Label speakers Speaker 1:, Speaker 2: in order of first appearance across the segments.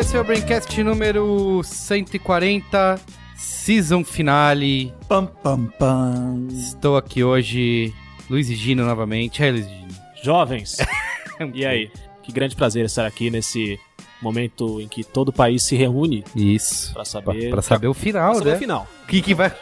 Speaker 1: Esse é o Braincast número 140, Season Finale.
Speaker 2: Pam, pam, pam.
Speaker 1: Estou aqui hoje, Luiz e Gino novamente. Aí, Luiz e Gino. É um
Speaker 3: Jovens, e aí? Que grande prazer estar aqui nesse momento em que todo o país se reúne
Speaker 1: Isso.
Speaker 3: para
Speaker 1: Pra,
Speaker 3: saber,
Speaker 1: pra saber o
Speaker 3: pra
Speaker 1: final,
Speaker 3: saber
Speaker 1: né?
Speaker 3: o final.
Speaker 1: O que, que vai.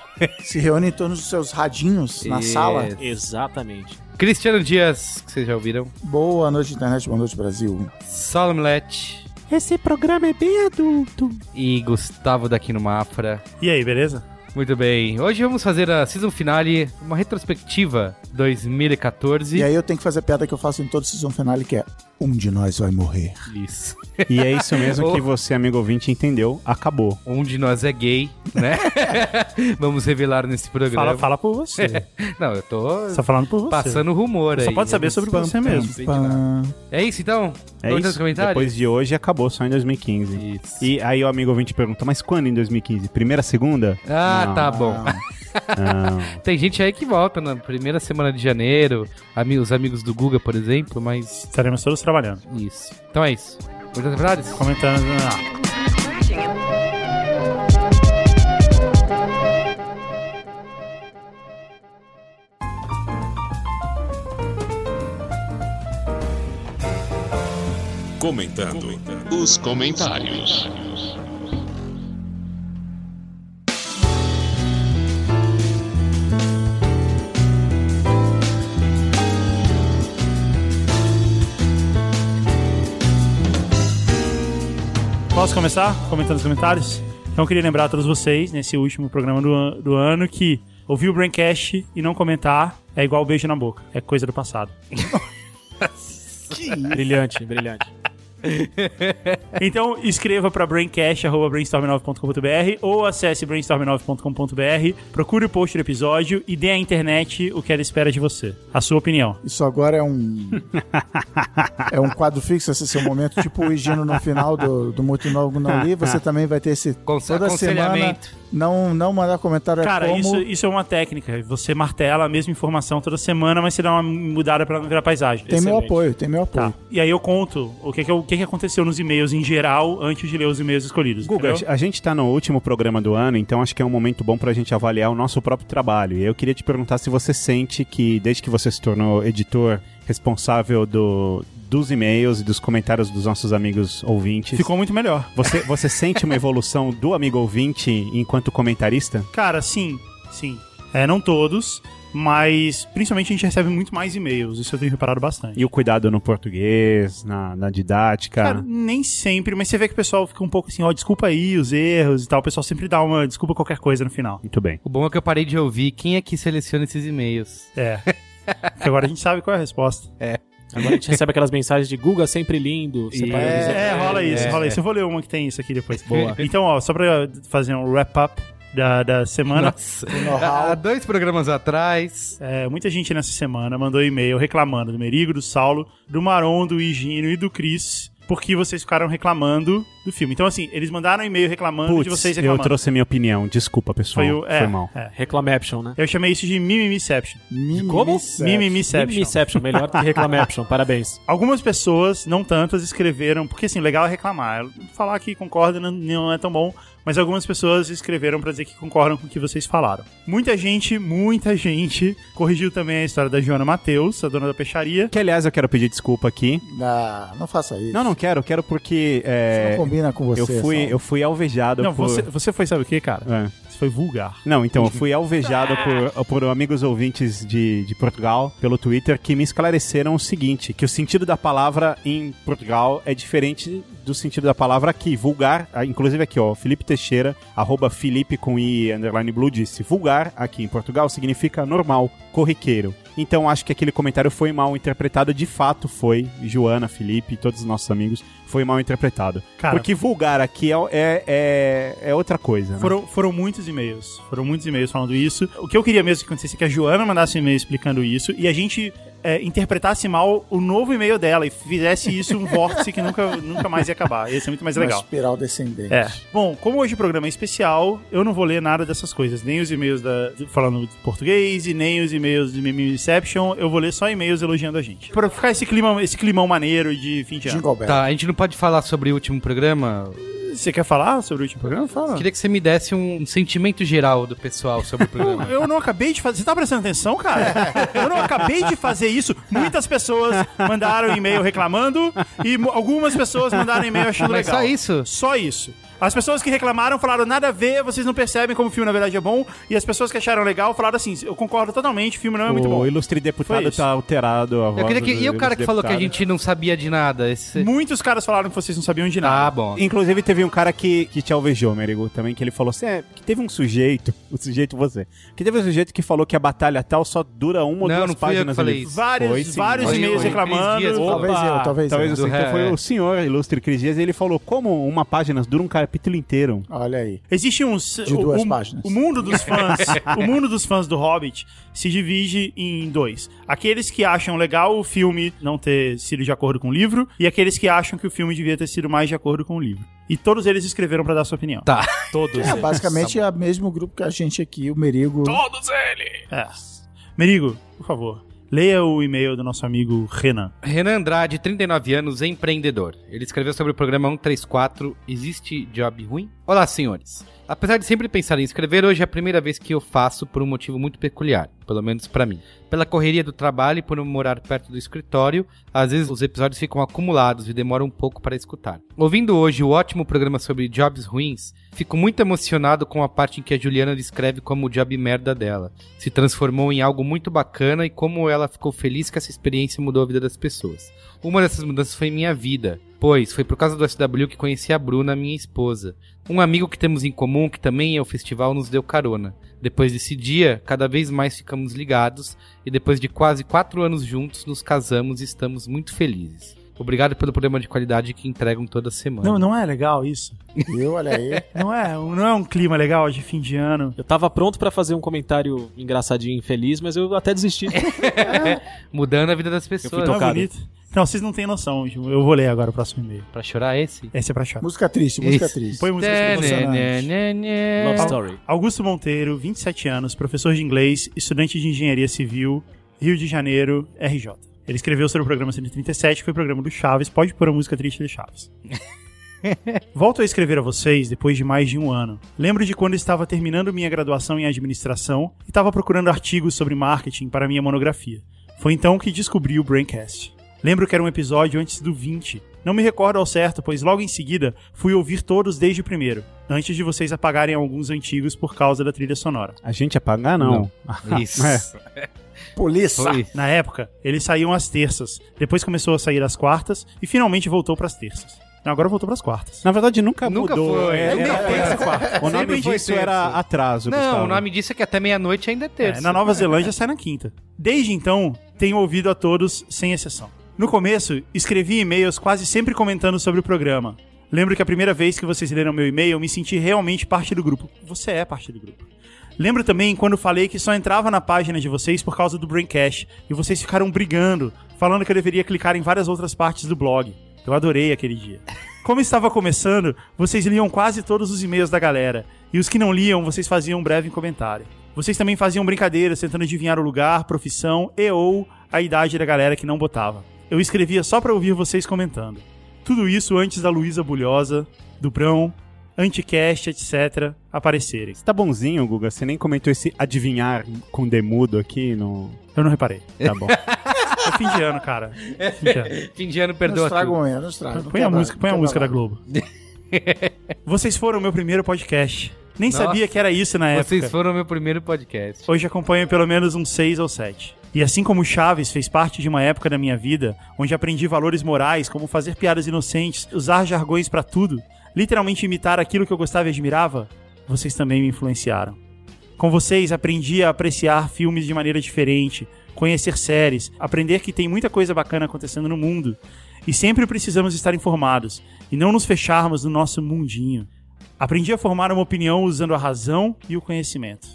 Speaker 2: Se reúne em torno dos seus radinhos na
Speaker 1: Isso.
Speaker 2: sala.
Speaker 3: Exatamente.
Speaker 1: Cristiano Dias, que vocês já ouviram.
Speaker 2: Boa noite, internet. Boa noite, Brasil.
Speaker 1: Solomlet
Speaker 4: Esse programa é bem adulto.
Speaker 1: e Gustavo daqui no Mafra.
Speaker 4: E aí, beleza?
Speaker 1: Muito bem. Hoje vamos fazer a Season Finale, uma retrospectiva 2014.
Speaker 2: E aí eu tenho que fazer a piada que eu faço em todo season finale, que é um de nós vai morrer.
Speaker 1: Isso.
Speaker 5: E é isso mesmo que você, amigo ouvinte, entendeu. Acabou.
Speaker 1: Onde nós é gay, né? vamos revelar nesse programa.
Speaker 4: Fala, fala por você.
Speaker 1: Não, eu tô
Speaker 4: Só falando por você.
Speaker 1: passando rumor aí.
Speaker 4: Só pode saber sobre
Speaker 2: Pam,
Speaker 4: você
Speaker 2: pam,
Speaker 4: mesmo.
Speaker 2: pam.
Speaker 1: É isso então?
Speaker 5: É
Speaker 1: Vamos aos
Speaker 5: isso.
Speaker 1: comentários?
Speaker 5: Depois de hoje, acabou só em 2015.
Speaker 1: Isso.
Speaker 5: E aí o amigo ouvinte pergunta, mas quando em 2015? Primeira, segunda?
Speaker 1: Ah,
Speaker 5: Não,
Speaker 1: tá bom.
Speaker 5: Não.
Speaker 1: Tem gente aí que volta na primeira semana de janeiro, ami- os amigos do Guga, por exemplo, mas
Speaker 4: Estaremos todos trabalhando.
Speaker 1: isso. Então é isso. Vamos aos comentários?
Speaker 4: Comentando. Ah,
Speaker 6: Comentando os comentários.
Speaker 4: Posso começar comentando os comentários? Então, eu queria lembrar a todos vocês, nesse último programa do, an- do ano, que ouvir o Braincast e não comentar é igual beijo na boca. É coisa do passado.
Speaker 3: Brilhante, brilhante.
Speaker 4: Então escreva para braincast.brainstorm9.com.br ou acesse brainstorm9.com.br, procure o post do episódio e dê à internet o que ela espera de você. A sua opinião.
Speaker 2: Isso agora é um. é um quadro fixo, esse é seu momento. Tipo o Higino no final do, do Muito Novo Não Li. Você também vai ter esse.
Speaker 1: Conse-
Speaker 2: toda semana.
Speaker 1: aconselhamento.
Speaker 2: Não, não mandar comentário é
Speaker 4: Cara,
Speaker 2: como.
Speaker 4: isso, isso é uma técnica. Você martela a mesma informação toda semana, mas você dá uma mudada pra não virar paisagem.
Speaker 2: Tem meu
Speaker 3: Excelente.
Speaker 2: apoio, tem meu apoio.
Speaker 4: Tá. E aí eu conto o que, que, eu- o que que aconteceu nos e-mails em geral antes de ler os e-mails escolhidos.
Speaker 5: Guga,
Speaker 4: entendeu?
Speaker 5: a gente tá no último programa do ano, então acho que é um momento bom pra gente avaliar o nosso próprio trabalho. E eu queria te perguntar se você sente que, desde que você se tornou editor responsável do- dos e-mails e dos comentários dos nossos amigos ouvintes,
Speaker 4: ficou muito melhor.
Speaker 5: você, você sente uma evolução do amigo ouvinte enquanto comentarista?
Speaker 4: Cara, sim, sim. É, não todos, mas principalmente a gente recebe muito mais e-mails. Isso eu tenho reparado bastante.
Speaker 5: E o cuidado no português, na, na didática.
Speaker 4: Cara, nem sempre, mas você vê que o pessoal fica um pouco assim, ó, desculpa aí os erros e tal. O pessoal sempre dá uma desculpa qualquer coisa no final.
Speaker 5: Muito bem.
Speaker 1: O bom é que eu parei de ouvir. Quem é que seleciona esses e-mails?
Speaker 4: É. Porque agora a gente sabe qual é a resposta.
Speaker 3: Agora a gente recebe aquelas mensagens de Guga sempre lindo. Você
Speaker 1: E-
Speaker 3: vai avisar-
Speaker 4: É, rola isso, rola isso. Eu vou ler uma que tem isso aqui depois. Boa. Então, ó, só pra fazer um wrap-up da, da semana.
Speaker 1: Nossa.
Speaker 2: know-how.
Speaker 1: Há dois programas atrás.
Speaker 4: É, muita gente nessa semana mandou e-mail reclamando do Merigo, do Saulo, do Maron, do Higino e do Cris, porque vocês ficaram reclamando do filme. Então, assim, eles mandaram e-mail reclamando de vocês
Speaker 5: eu
Speaker 4: reclamando.
Speaker 5: trouxe a minha opinião. Desculpa, pessoal.
Speaker 4: Foi o- é,
Speaker 5: mal.
Speaker 4: é.
Speaker 3: Reclamaption, né?
Speaker 4: Eu chamei isso de Mimimiception.
Speaker 3: Como?
Speaker 4: Mimimiception.
Speaker 3: Mimimiception, melhor do que Reclamaption, parabéns.
Speaker 4: Algumas pessoas, não tantas, escreveram, porque assim, legal é reclamar. Falar que concorda não, não é tão bom, mas algumas pessoas escreveram pra dizer que concordam com o que vocês falaram. Muita gente, muita gente corrigiu também a história da Joana Matheus, a dona da peixaria.
Speaker 5: Que, aliás, eu quero pedir desculpa aqui.
Speaker 2: Ah, Não, não faça isso.
Speaker 5: Não, não quero. Quero porque... é,
Speaker 2: Isso não combina com você.
Speaker 5: eu, fui,
Speaker 2: Saulo.
Speaker 5: eu fui alvejado
Speaker 4: Não,
Speaker 5: por...
Speaker 4: você, você foi, sabe o que, cara?
Speaker 5: É.
Speaker 4: Você foi vulgar.
Speaker 5: Não, então, eu fui alvejado por, por amigos ouvintes de, de Portugal, pelo Twitter, que me esclareceram o seguinte, que o sentido da palavra em Portugal é diferente do sentido da palavra aqui, vulgar, ah, inclusive aqui, ó, Felipe Teixeira, arroba Felipe com i, underline blue, disse, vulgar aqui em Portugal significa normal, corriqueiro. Então, acho que aquele comentário foi mal interpretado, de fato foi, Joana, Felipe, todos os nossos amigos, foi mal interpretado.
Speaker 4: Cara,
Speaker 5: Porque vulgar aqui é, é, é, é outra coisa, né?
Speaker 4: Foram, foram muitos e-mails. Foram muitos e-mails falando isso. O que eu queria mesmo que acontecesse é que a Joana mandasse um e-mail explicando isso e a gente é, interpretasse mal o novo e-mail dela e fizesse isso um vórtice que nunca, nunca mais ia acabar. Ia ser muito mais
Speaker 2: Uma
Speaker 4: legal.
Speaker 2: espiral descendente.
Speaker 4: É. Bom, como hoje o programa é especial, eu não vou ler nada dessas coisas. Nem os e-mails da, falando de português e nem os e-mails de Mimiception. Eu vou ler só e-mails elogiando a gente. Pra ficar esse, clima, esse climão maneiro de fim de ano.
Speaker 2: Jingle Bell.
Speaker 1: Tá, a gente não pode falar sobre o último programa,
Speaker 4: Você quer falar sobre o último programa? Fala.
Speaker 1: Queria que você me desse um sentimento geral do pessoal sobre o programa.
Speaker 4: Eu não acabei de fazer. Você tá prestando atenção, cara? Eu não acabei de fazer isso. Muitas pessoas mandaram e-mail reclamando e mo- algumas pessoas mandaram e-mail achando
Speaker 1: Mas
Speaker 4: legal.
Speaker 1: só isso?
Speaker 4: Só isso. As pessoas que reclamaram falaram nada a ver, vocês não percebem como o filme na verdade é bom. E as pessoas que acharam legal falaram assim: eu concordo totalmente, o filme não é muito
Speaker 5: o
Speaker 4: bom.
Speaker 5: ilustre
Speaker 4: Foi
Speaker 5: deputado
Speaker 4: isso.
Speaker 5: tá alterado a voz
Speaker 1: Eu queria que...
Speaker 5: do
Speaker 1: E o cara
Speaker 5: ilustre
Speaker 1: que falou que a
Speaker 5: deputado.
Speaker 1: gente não sabia de nada? Esse...
Speaker 4: Muitos caras falaram que vocês não sabiam de nada.
Speaker 1: é. Ah, bom.
Speaker 5: Inclusive, teve um cara que, que te alvejou, Merigo, também, que ele falou assim: é, que teve um sujeito, o sujeito você, que teve um sujeito que falou que a batalha tal só dura uma ou
Speaker 1: Não,
Speaker 5: duas
Speaker 1: não fui eu que
Speaker 5: páginas.
Speaker 1: falei
Speaker 5: ali.
Speaker 1: isso.
Speaker 4: Vários,
Speaker 5: Foi, sim.
Speaker 4: vários
Speaker 1: Foi,
Speaker 4: e-mails
Speaker 1: foi.
Speaker 4: reclamando.
Speaker 1: Três dias,
Speaker 4: Opa.
Speaker 2: Talvez eu, talvez,
Speaker 5: Talvez
Speaker 2: eu.
Speaker 5: assim,
Speaker 1: Do
Speaker 5: então
Speaker 1: ré,
Speaker 5: foi
Speaker 1: é.
Speaker 5: o senhor ilustre Cris Dias, e ele falou: como uma página dura um capítulo inteiro?
Speaker 2: Olha aí.
Speaker 4: Existe uns.
Speaker 2: De duas páginas.
Speaker 4: O mundo dos fãs. o mundo dos fãs do Hobbit se divide em dois. Aqueles que acham legal o filme não ter sido de acordo com o livro, e aqueles que acham que o filme devia ter sido mais de acordo com o livro. E todos eles escreveram pra dar sua opinião.
Speaker 1: Tá.
Speaker 3: Todos.
Speaker 2: É, basicamente é o mesmo grupo que a gente aqui, o Merigo.
Speaker 4: É. Merigo, por favor, leia o e-mail do nosso amigo Renan.
Speaker 1: Renan Andrade, 39 anos, empreendedor. Ele escreveu sobre o programa 134, Existe Job Ruim? Olá, senhores. Apesar de sempre pensar em escrever, hoje é a primeira vez que eu faço por um motivo muito peculiar, pelo menos pra mim. Pela correria do trabalho e por eu morar perto do escritório, às vezes os episódios ficam acumulados e demoram um pouco para escutar. Ouvindo hoje o ótimo programa sobre jobs ruins, fico muito emocionado com a parte em que a Juliana descreve como o job merda dela se transformou em algo muito bacana e como ela ficou feliz que essa experiência mudou a vida das pessoas. Uma dessas mudanças foi minha vida, pois foi por causa do SW que conheci a Bruna, minha esposa. Um amigo que temos em comum, que também é o festival, nos deu carona. Depois desse dia, cada vez mais ficamos ligados e depois de quase quatro anos juntos, nos casamos e estamos muito felizes. Obrigado pelo programa de qualidade que entregam toda semana.
Speaker 4: não é legal isso.
Speaker 2: Eu, olha aí.
Speaker 4: Não é, não é um clima legal de fim de ano.
Speaker 3: Eu tava pronto pra fazer um comentário engraçadinho, infeliz, mas eu até desisti.
Speaker 1: Mudando a vida das pessoas.
Speaker 4: Não é
Speaker 3: tocado.
Speaker 4: bonito. Não, vocês não têm noção, Ju. eu vou ler agora o próximo e-mail.
Speaker 1: Pra chorar esse?
Speaker 4: Esse é pra chorar.
Speaker 2: Música triste, música
Speaker 1: Isso.
Speaker 2: triste.
Speaker 4: Põe música emocionante.
Speaker 1: Né, né, né, né.
Speaker 3: Love Story.
Speaker 4: Augusto Monteiro, 27 anos, professor de inglês, estudante de engenharia civil, Rio de Janeiro, RJ. Ele escreveu sobre o programa 137, que foi o programa do Chaves. Pode pôr a música triste do Chaves. Volto a escrever a vocês depois de mais de um ano. Lembro de quando estava terminando minha graduação em administração e estava procurando artigos sobre marketing para minha monografia. Foi então que descobri o Braincast. Lembro que era um episódio antes do 20. Não me recordo ao certo, pois logo em seguida fui ouvir todos desde o primeiro, antes de vocês apagarem alguns antigos por causa da trilha sonora.
Speaker 5: A gente apagar, não.
Speaker 1: Isso.
Speaker 2: Polícia.
Speaker 1: Foi.
Speaker 4: É. Na época, eles saíam às terças, depois começou a sair às quartas e finalmente voltou pras terças. Não, agora voltou pras quartas.
Speaker 5: Na verdade, nunca,
Speaker 1: Nunca
Speaker 5: mudou.
Speaker 1: foi.
Speaker 5: É,
Speaker 1: Nem
Speaker 5: era- o nome
Speaker 1: Sempre foi
Speaker 5: disso
Speaker 1: terça.
Speaker 5: era atraso.
Speaker 1: Não,
Speaker 5: Gustavo.
Speaker 1: o nome disso é que até meia-noite ainda é terça.
Speaker 4: É, na Nova Zelândia sai na quinta. Desde então, tenho ouvido a todos, sem exceção. No começo, escrevi e-mails quase sempre comentando sobre o programa. Lembro que a primeira vez que vocês leram meu e-mail, eu me senti realmente parte do grupo. Você é parte do grupo. Lembro também quando falei que só entrava na página de vocês por causa do Braincast, e vocês ficaram brigando, falando que eu deveria clicar em várias outras partes do blog. Eu adorei aquele dia. Como estava começando, vocês liam quase todos os e-mails da galera, e os que não liam, vocês faziam um breve comentário. Vocês também faziam brincadeiras tentando adivinhar o lugar, profissão e ou a idade da galera que não botava. Eu escrevia só para ouvir vocês comentando. Tudo isso antes da Luísa Bulhosa, do Brão, Anticast, etc. aparecerem.
Speaker 5: Você tá bonzinho, Guga? Você nem comentou esse adivinhar com demudo aqui no.
Speaker 4: Eu não reparei.
Speaker 5: Tá bom.
Speaker 4: É fim de ano, cara. Fim de ano.
Speaker 1: Fim de ano
Speaker 2: Não
Speaker 1: perdoa
Speaker 2: estraga
Speaker 1: tudo.
Speaker 2: o ano, não estraga. Não
Speaker 4: Põe a
Speaker 2: quebra-
Speaker 4: música, põe a
Speaker 2: não
Speaker 4: música da
Speaker 2: quebra
Speaker 4: Globo. Vocês foram o meu primeiro podcast. Nem
Speaker 1: Nossa.
Speaker 4: sabia que era isso na época.
Speaker 1: Vocês foram o meu primeiro podcast.
Speaker 4: Hoje acompanho pelo menos uns seis ou sete. E assim como Chaves fez parte de uma época da minha vida onde aprendi valores morais, como fazer piadas inocentes, usar jargões pra tudo, literalmente imitar aquilo que eu gostava e admirava, vocês também me influenciaram. Com vocês aprendi a apreciar filmes de maneira diferente, conhecer séries, aprender que tem muita coisa bacana acontecendo no mundo. E sempre precisamos estar informados e não nos fecharmos no nosso mundinho. Aprendi a formar uma opinião usando a razão e o conhecimento.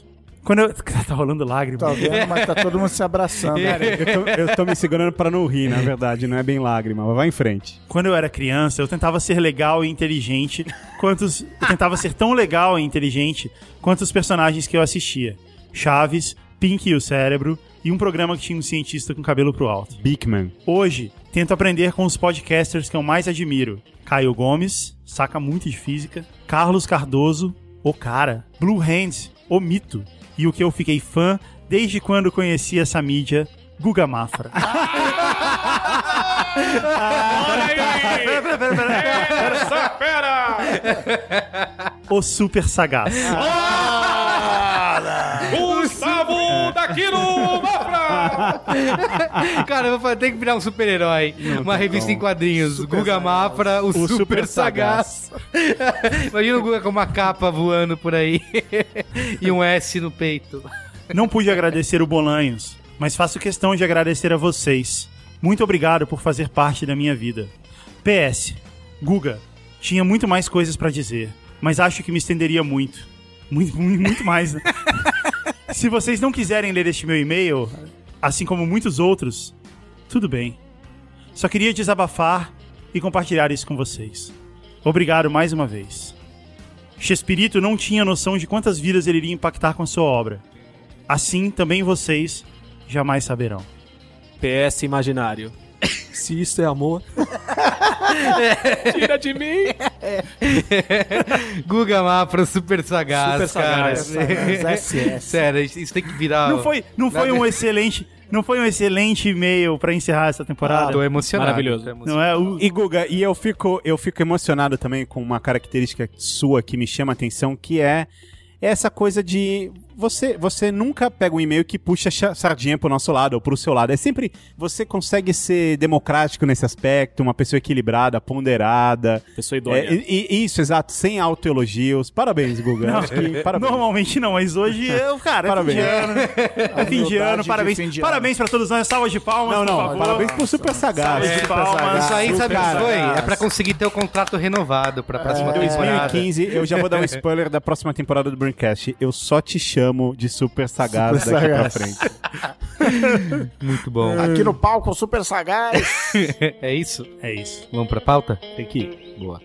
Speaker 4: Quando eu... Tá rolando lágrima.
Speaker 2: Tá vendo, mas tá todo mundo se abraçando. né?
Speaker 5: Cara, eu tô, eu tô me segurando pra não rir, na verdade. Não é bem lágrima, mas vai em frente.
Speaker 4: Quando eu era criança, eu tentava ser legal e inteligente, quanto os- eu tentava ser tão legal e inteligente quanto os personagens que eu assistia. Chaves, Pink e o Cérebro, e um programa que tinha um cientista com cabelo pro alto.
Speaker 5: Bigman.
Speaker 4: Hoje, tento aprender com os podcasters que eu mais admiro. Caio Gomes, saca muito de física. Carlos Cardoso, o cara. Blue Hands, o mito. E o que eu fiquei fã desde quando conheci essa mídia, Guga Mafra. Pera, pera, pera, pera.
Speaker 7: Essa fera!
Speaker 4: O super sagaz. É.
Speaker 7: Gustavo Daquilo Mafra!
Speaker 1: Cara, eu vou falar, tem que virar um super-herói. Uma revista em quadrinhos. Guga Mafra, o, super, sagaz. Imagina o Guga com uma capa voando por aí. e um S no peito.
Speaker 4: Não pude agradecer o Bolanhos, mas faço questão de agradecer a vocês. Muito obrigado por fazer parte da minha vida. PS, Guga, tinha muito mais coisas pra dizer, mas acho que me estenderia muito. Muito, muito, muito mais, né? Se vocês não quiserem ler este meu e-mail, assim como muitos outros, tudo bem. Só queria desabafar e compartilhar isso com vocês. Obrigado mais uma vez. Chespirito não tinha noção de quantas vidas ele iria impactar com a sua obra. Assim também vocês jamais saberão.
Speaker 3: PS imaginário. Se isso é amor. Tira de mim!
Speaker 1: Guga Mafra, o super sagaz.
Speaker 3: Super sagaz, é
Speaker 1: cara.
Speaker 2: sagaz, SS.
Speaker 1: Sério, isso isso tem que virar.
Speaker 4: Não foi, não foi um excelente, não foi um excelente e-mail pra encerrar essa temporada.
Speaker 1: Tô emocionado.
Speaker 3: Maravilhoso.
Speaker 1: Tô emocionado.
Speaker 4: não é o
Speaker 5: E Guga, e eu fico, eu fico emocionado também com uma característica sua que me chama a atenção, que é essa coisa de você, você nunca pega um e-mail que puxa cha- sardinha pro nosso lado ou pro seu lado. É sempre você consegue ser democrático nesse aspecto, uma pessoa equilibrada, ponderada.
Speaker 3: Pessoa
Speaker 5: É,
Speaker 3: idônea.
Speaker 5: e- e- isso, exato, sem autoelogios. Parabéns, Guga. Acho que parabéns.
Speaker 4: Normalmente não, mas hoje eu, cara, é
Speaker 5: Parabéns.
Speaker 4: fim de ano. É fim de
Speaker 2: humildade
Speaker 4: ano,
Speaker 2: de
Speaker 4: parabéns.
Speaker 2: fim de ano.
Speaker 4: parabéns pra todos nós, salva de palmas,
Speaker 5: Não,
Speaker 4: por
Speaker 5: não,
Speaker 4: favor.
Speaker 5: parabéns pro Super Sagaz.
Speaker 4: Salve de palmas.
Speaker 1: Isso aí,
Speaker 5: Super
Speaker 1: sabe o que foi?
Speaker 5: sagaz.
Speaker 1: É pra conseguir ter o contrato renovado pra próxima
Speaker 4: É.
Speaker 5: É
Speaker 1: temporada.
Speaker 5: 2015, eu já vou dar um spoiler da próxima temporada do Braincast. Eu só te chamo de Super Sagaz
Speaker 2: Super
Speaker 5: daqui
Speaker 2: Sagaz.
Speaker 5: pra frente.
Speaker 1: Muito bom.
Speaker 2: Aqui no palco, o super sagaz.
Speaker 1: É isso?
Speaker 4: É isso.
Speaker 1: Vamos pra pauta?
Speaker 5: Tem que ir.
Speaker 1: Boa.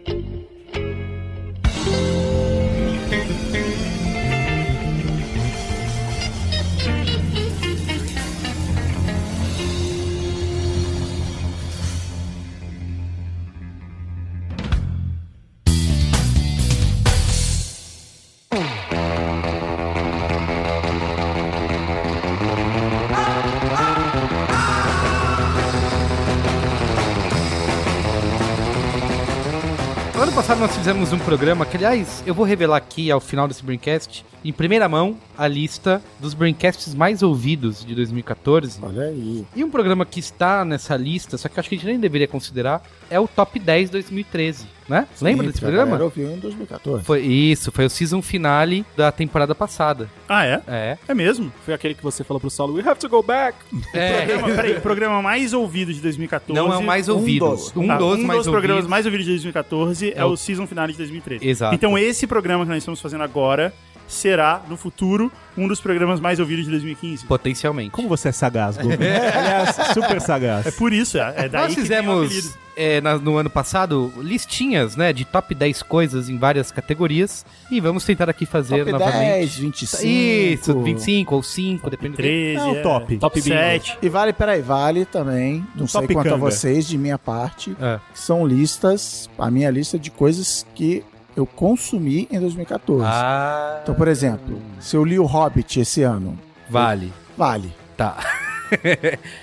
Speaker 1: Ano passado nós fizemos um programa que, aliás, eu vou revelar aqui ao final desse Braincast, em primeira mão, a lista dos Braincasts mais ouvidos de 2014.
Speaker 2: Olha aí.
Speaker 1: E um programa que está nessa lista, só que eu acho que a gente nem deveria considerar, é o Top 10 2013, né? Lembra desse programa?
Speaker 2: Eu vi um em 2014.
Speaker 1: Foi isso, foi o season finale da temporada passada.
Speaker 4: Ah, é?
Speaker 1: É.
Speaker 4: É mesmo.
Speaker 3: Foi aquele que você falou pro Saulo, we have to go back.
Speaker 1: É.
Speaker 4: Programa, peraí, programa mais ouvido de 2014.
Speaker 1: Não é o mais
Speaker 2: um
Speaker 1: ouvido.
Speaker 2: dos.
Speaker 1: Um
Speaker 4: Tá,
Speaker 1: dos
Speaker 4: um
Speaker 1: mais
Speaker 4: dos programas
Speaker 1: ouvidos.
Speaker 4: mais ouvidos de 2014 é,
Speaker 1: É o-
Speaker 4: o Season Finale de 2013.
Speaker 1: Exato.
Speaker 4: Então esse programa que nós estamos fazendo agora será, no futuro, um dos programas mais ouvidos de 2015.
Speaker 1: Potencialmente.
Speaker 5: Como você é sagaz, Guga? Aliás, Super
Speaker 4: É
Speaker 5: Sagaz.
Speaker 4: por isso, é, é daí
Speaker 1: Nós
Speaker 4: que vem o apelido.
Speaker 1: fizemos é, na- no ano passado listinhas, né, de top 10 coisas em várias categorias e vamos tentar aqui fazer
Speaker 2: Top
Speaker 1: novamente.
Speaker 2: 10, 25.
Speaker 1: Isso, 25 ou 5, depende. do-
Speaker 4: 13,
Speaker 5: É o top.
Speaker 3: Top bingo.
Speaker 4: 7.
Speaker 2: E vale, peraí, vale também, não sei
Speaker 5: Top
Speaker 2: quanto a
Speaker 5: Canga.
Speaker 2: vocês, de minha parte,
Speaker 1: É.
Speaker 2: que são listas, a minha lista de coisas que eu consumi em 2014.
Speaker 1: Ah,
Speaker 2: Então, por exemplo, se eu li o Hobbit esse ano,
Speaker 1: vale.
Speaker 2: vale.
Speaker 1: Tá.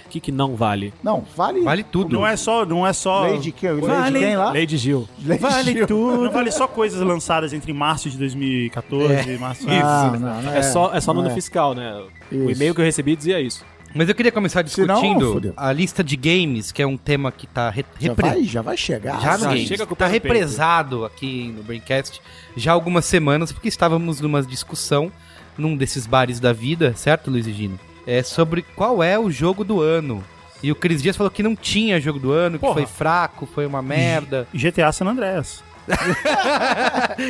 Speaker 3: O que, que não vale?
Speaker 2: Não, vale.
Speaker 1: Vale tudo.
Speaker 4: Não é só, não é só
Speaker 2: Lady, que, Lady quem lá?
Speaker 3: Lady Gil.
Speaker 2: Lady Gil.
Speaker 4: tudo. Não vale só coisas lançadas entre março de 2014 e março. Ah.
Speaker 2: Não, Ah, não, não
Speaker 3: É, só, é só
Speaker 2: não
Speaker 3: número fiscal, né? O
Speaker 2: Isso.
Speaker 3: e-mail que eu recebi dizia isso.
Speaker 1: Mas eu queria começar
Speaker 2: Se não,
Speaker 1: discutindo
Speaker 2: fodeu.
Speaker 1: a lista de games, que é um tema que tá re-
Speaker 2: Já
Speaker 1: repre-
Speaker 2: vai, já vai chegar.
Speaker 1: Já no
Speaker 3: Já
Speaker 1: games.
Speaker 3: chega com o pé
Speaker 1: tá
Speaker 3: no peito.
Speaker 1: represado aqui no Braincast já há algumas semanas, porque estávamos numa discussão num desses bares da vida, certo, Luiz e Gino? É sobre qual é o jogo do ano. E o Cris Dias falou que não tinha jogo do ano, que
Speaker 4: Porra.
Speaker 1: foi fraco, foi uma merda.
Speaker 4: GTA San Andreas.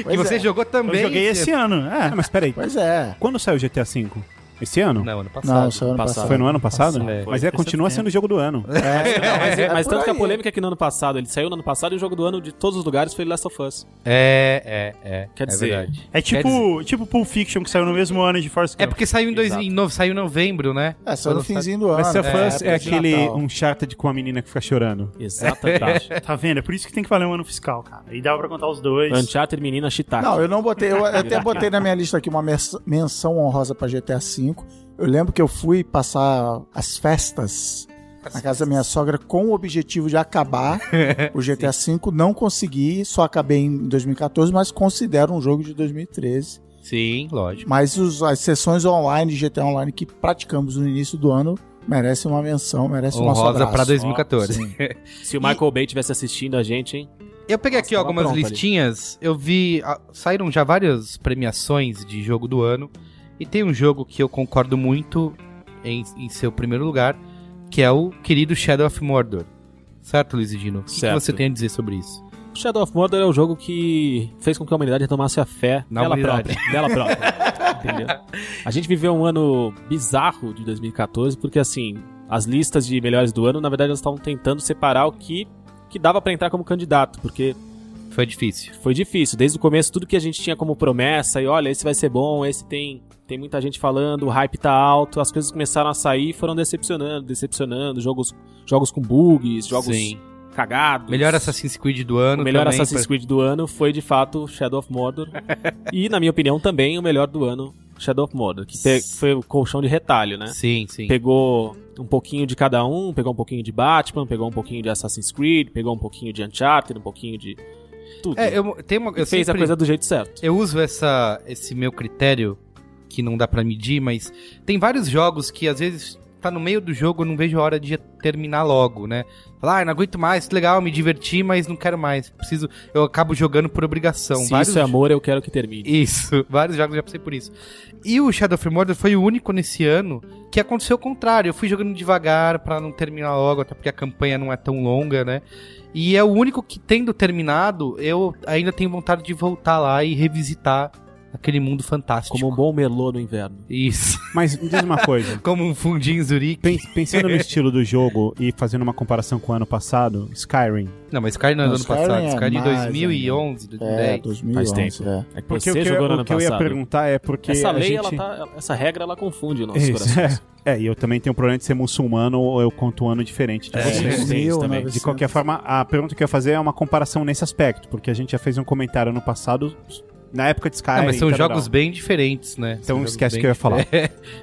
Speaker 1: que você jogou
Speaker 4: Eu
Speaker 1: também.
Speaker 4: joguei esse ano.
Speaker 5: Ah,
Speaker 4: É.
Speaker 5: mas peraí.
Speaker 2: Pois é.
Speaker 5: Quando saiu o GTA V? Esse ano?
Speaker 1: Não, ano passado.
Speaker 2: Não, saiu ano passado.
Speaker 5: Foi no ano passado?
Speaker 1: É.
Speaker 5: Mas é, continua sendo o jogo do ano.
Speaker 3: Não, mas
Speaker 2: É
Speaker 3: mas
Speaker 2: por
Speaker 3: tanto que a
Speaker 2: aí.
Speaker 3: polêmica é que no ano passado, ele saiu no ano passado e o jogo do ano de todos os lugares foi Last of Us.
Speaker 1: É, é, é.
Speaker 3: Quer
Speaker 1: é
Speaker 3: dizer-
Speaker 1: verdade.
Speaker 4: É
Speaker 1: Quer dizer-
Speaker 4: tipo, tipo Pulp Fiction, que saiu no mesmo ano de Force
Speaker 1: É porque saiu em, dois,
Speaker 3: Exato.
Speaker 1: em no- saiu em novembro, né?
Speaker 2: É, saiu no
Speaker 1: Quando sa-
Speaker 2: finzinho do ano.
Speaker 5: Mas se a fãs é,
Speaker 2: época de
Speaker 5: aquele
Speaker 2: Natal.
Speaker 5: Uncharted com a menina que fica chorando.
Speaker 3: Exatamente.
Speaker 4: Tá vendo? É por isso que tem que valer um ano fiscal, cara. E dava pra contar os dois.
Speaker 3: Uncharted, menina, Chitaki.
Speaker 2: Não, eu não botei. Eu até botei na minha lista aqui uma mens- menção honrosa pra GTA V. Eu lembro que eu fui passar as festas na casa da minha sogra com o objetivo de acabar o GTA V. Não consegui, só acabei em 2014, mas considero um jogo de 2013.
Speaker 1: Sim, lógico.
Speaker 2: Mas os- as sessões online, GTA Online, que praticamos no início do ano, merecem uma menção, merecem uma
Speaker 1: Honrosa
Speaker 2: sobraça.
Speaker 1: pra 2014.
Speaker 3: Se o Michael Bay tivesse assistindo a gente, hein?
Speaker 1: Eu peguei aqui
Speaker 3: Nossa, tava
Speaker 1: algumas
Speaker 3: pronto ali.
Speaker 1: listinhas. Eu vi. ah, saíram já várias premiações de jogo do ano. E tem um jogo que eu concordo muito em, em seu primeiro lugar, que é o querido Shadow of Mordor. Certo, Luiz e Dino? O que que,
Speaker 3: Certo.
Speaker 1: você tem a dizer sobre isso?
Speaker 3: Shadow of Mordor é o jogo que fez com que a humanidade retomasse a fé
Speaker 1: Na
Speaker 3: dela
Speaker 1: humanidade.
Speaker 3: própria. Dela própria. Entendeu? A gente viveu um ano bizarro de 2014, porque assim, as listas de melhores do ano, na verdade, elas estavam tentando separar o que, que dava pra entrar como candidato, porque
Speaker 1: Foi difícil.
Speaker 3: foi difícil. Desde o começo, tudo que a gente tinha como promessa, e olha, esse vai ser bom, esse tem, tem muita gente falando, o hype tá alto, as coisas começaram a sair e foram decepcionando, decepcionando. Jogos, jogos com bugs, jogos
Speaker 1: Sim.
Speaker 3: cagados.
Speaker 1: Melhor Assassin's Creed do ano.
Speaker 3: O melhor
Speaker 1: também,
Speaker 3: Assassin's Creed do ano foi, de fato, Shadow of Mordor. e, na minha opinião, também o melhor do ano, Shadow of Mordor, que pe- foi o colchão de retalho, né?
Speaker 1: Sim, sim.
Speaker 3: Pegou um pouquinho de cada um, pegou um pouquinho de Batman, pegou um pouquinho de Assassin's Creed, pegou um pouquinho de Uncharted, um pouquinho de tudo.
Speaker 1: É, eu, tem uma, eu,
Speaker 3: E fez
Speaker 1: sempre-
Speaker 3: a coisa do jeito certo.
Speaker 1: eu uso essa, esse meu critério, que não dá pra medir, mas tem vários jogos que às vezes tá no meio do jogo, eu não vejo a hora de terminar logo, né? Falar, ah, não aguento mais, que legal, me diverti, mas não quero mais. Preciso, eu acabo jogando por obrigação.
Speaker 3: Se
Speaker 1: vários
Speaker 3: isso é amor, eu quero que termine.
Speaker 1: isso, vários jogos eu já passei por isso. E o Shadow of Mordor foi o único nesse ano que aconteceu o contrário. Eu fui jogando devagar pra não terminar logo, até porque a campanha não é tão longa, né? E é o único que, tendo terminado, eu ainda tenho vontade de voltar lá e revisitar aquele mundo fantástico.
Speaker 3: Como um bom melô no inverno.
Speaker 1: Isso,
Speaker 5: Mas me diz uma coisa.
Speaker 1: como um fundinho em Zurique.
Speaker 5: Pen- Pensando no estilo do jogo e fazendo uma comparação com o ano passado, Skyrim.
Speaker 1: Não, mas Skyrim não é do ano
Speaker 2: Skyrim
Speaker 1: passado,
Speaker 2: é
Speaker 1: Skyrim de
Speaker 2: mais
Speaker 1: 2011,
Speaker 2: É,
Speaker 1: 2010.
Speaker 2: 2011.
Speaker 3: Faz
Speaker 2: É.
Speaker 3: É que
Speaker 5: Porque
Speaker 3: você
Speaker 5: o que, eu,
Speaker 3: jogou no
Speaker 5: o
Speaker 3: ano
Speaker 5: que eu ia
Speaker 3: passado.
Speaker 5: perguntar é porque
Speaker 3: Essa
Speaker 5: a
Speaker 3: lei,
Speaker 5: gente...
Speaker 3: ela tá, essa regra, ela confunde nossos
Speaker 5: Isso,
Speaker 3: corações.
Speaker 5: é. É, e eu também tenho problema de ser muçulmano ou eu conto um ano diferente
Speaker 2: É.
Speaker 4: É,
Speaker 5: de vocês.
Speaker 3: isso tem isso também.
Speaker 2: 1900.
Speaker 5: De qualquer forma, a pergunta que eu ia fazer é uma comparação nesse aspecto, porque a gente já fez um comentário no passado, na época de Skyrim.
Speaker 1: Não, mas são
Speaker 5: tal, tal,
Speaker 1: jogos
Speaker 5: tal.
Speaker 1: bem diferentes, né? São
Speaker 5: Então
Speaker 1: jogos
Speaker 5: esquece
Speaker 1: bem
Speaker 5: o que eu ia falar.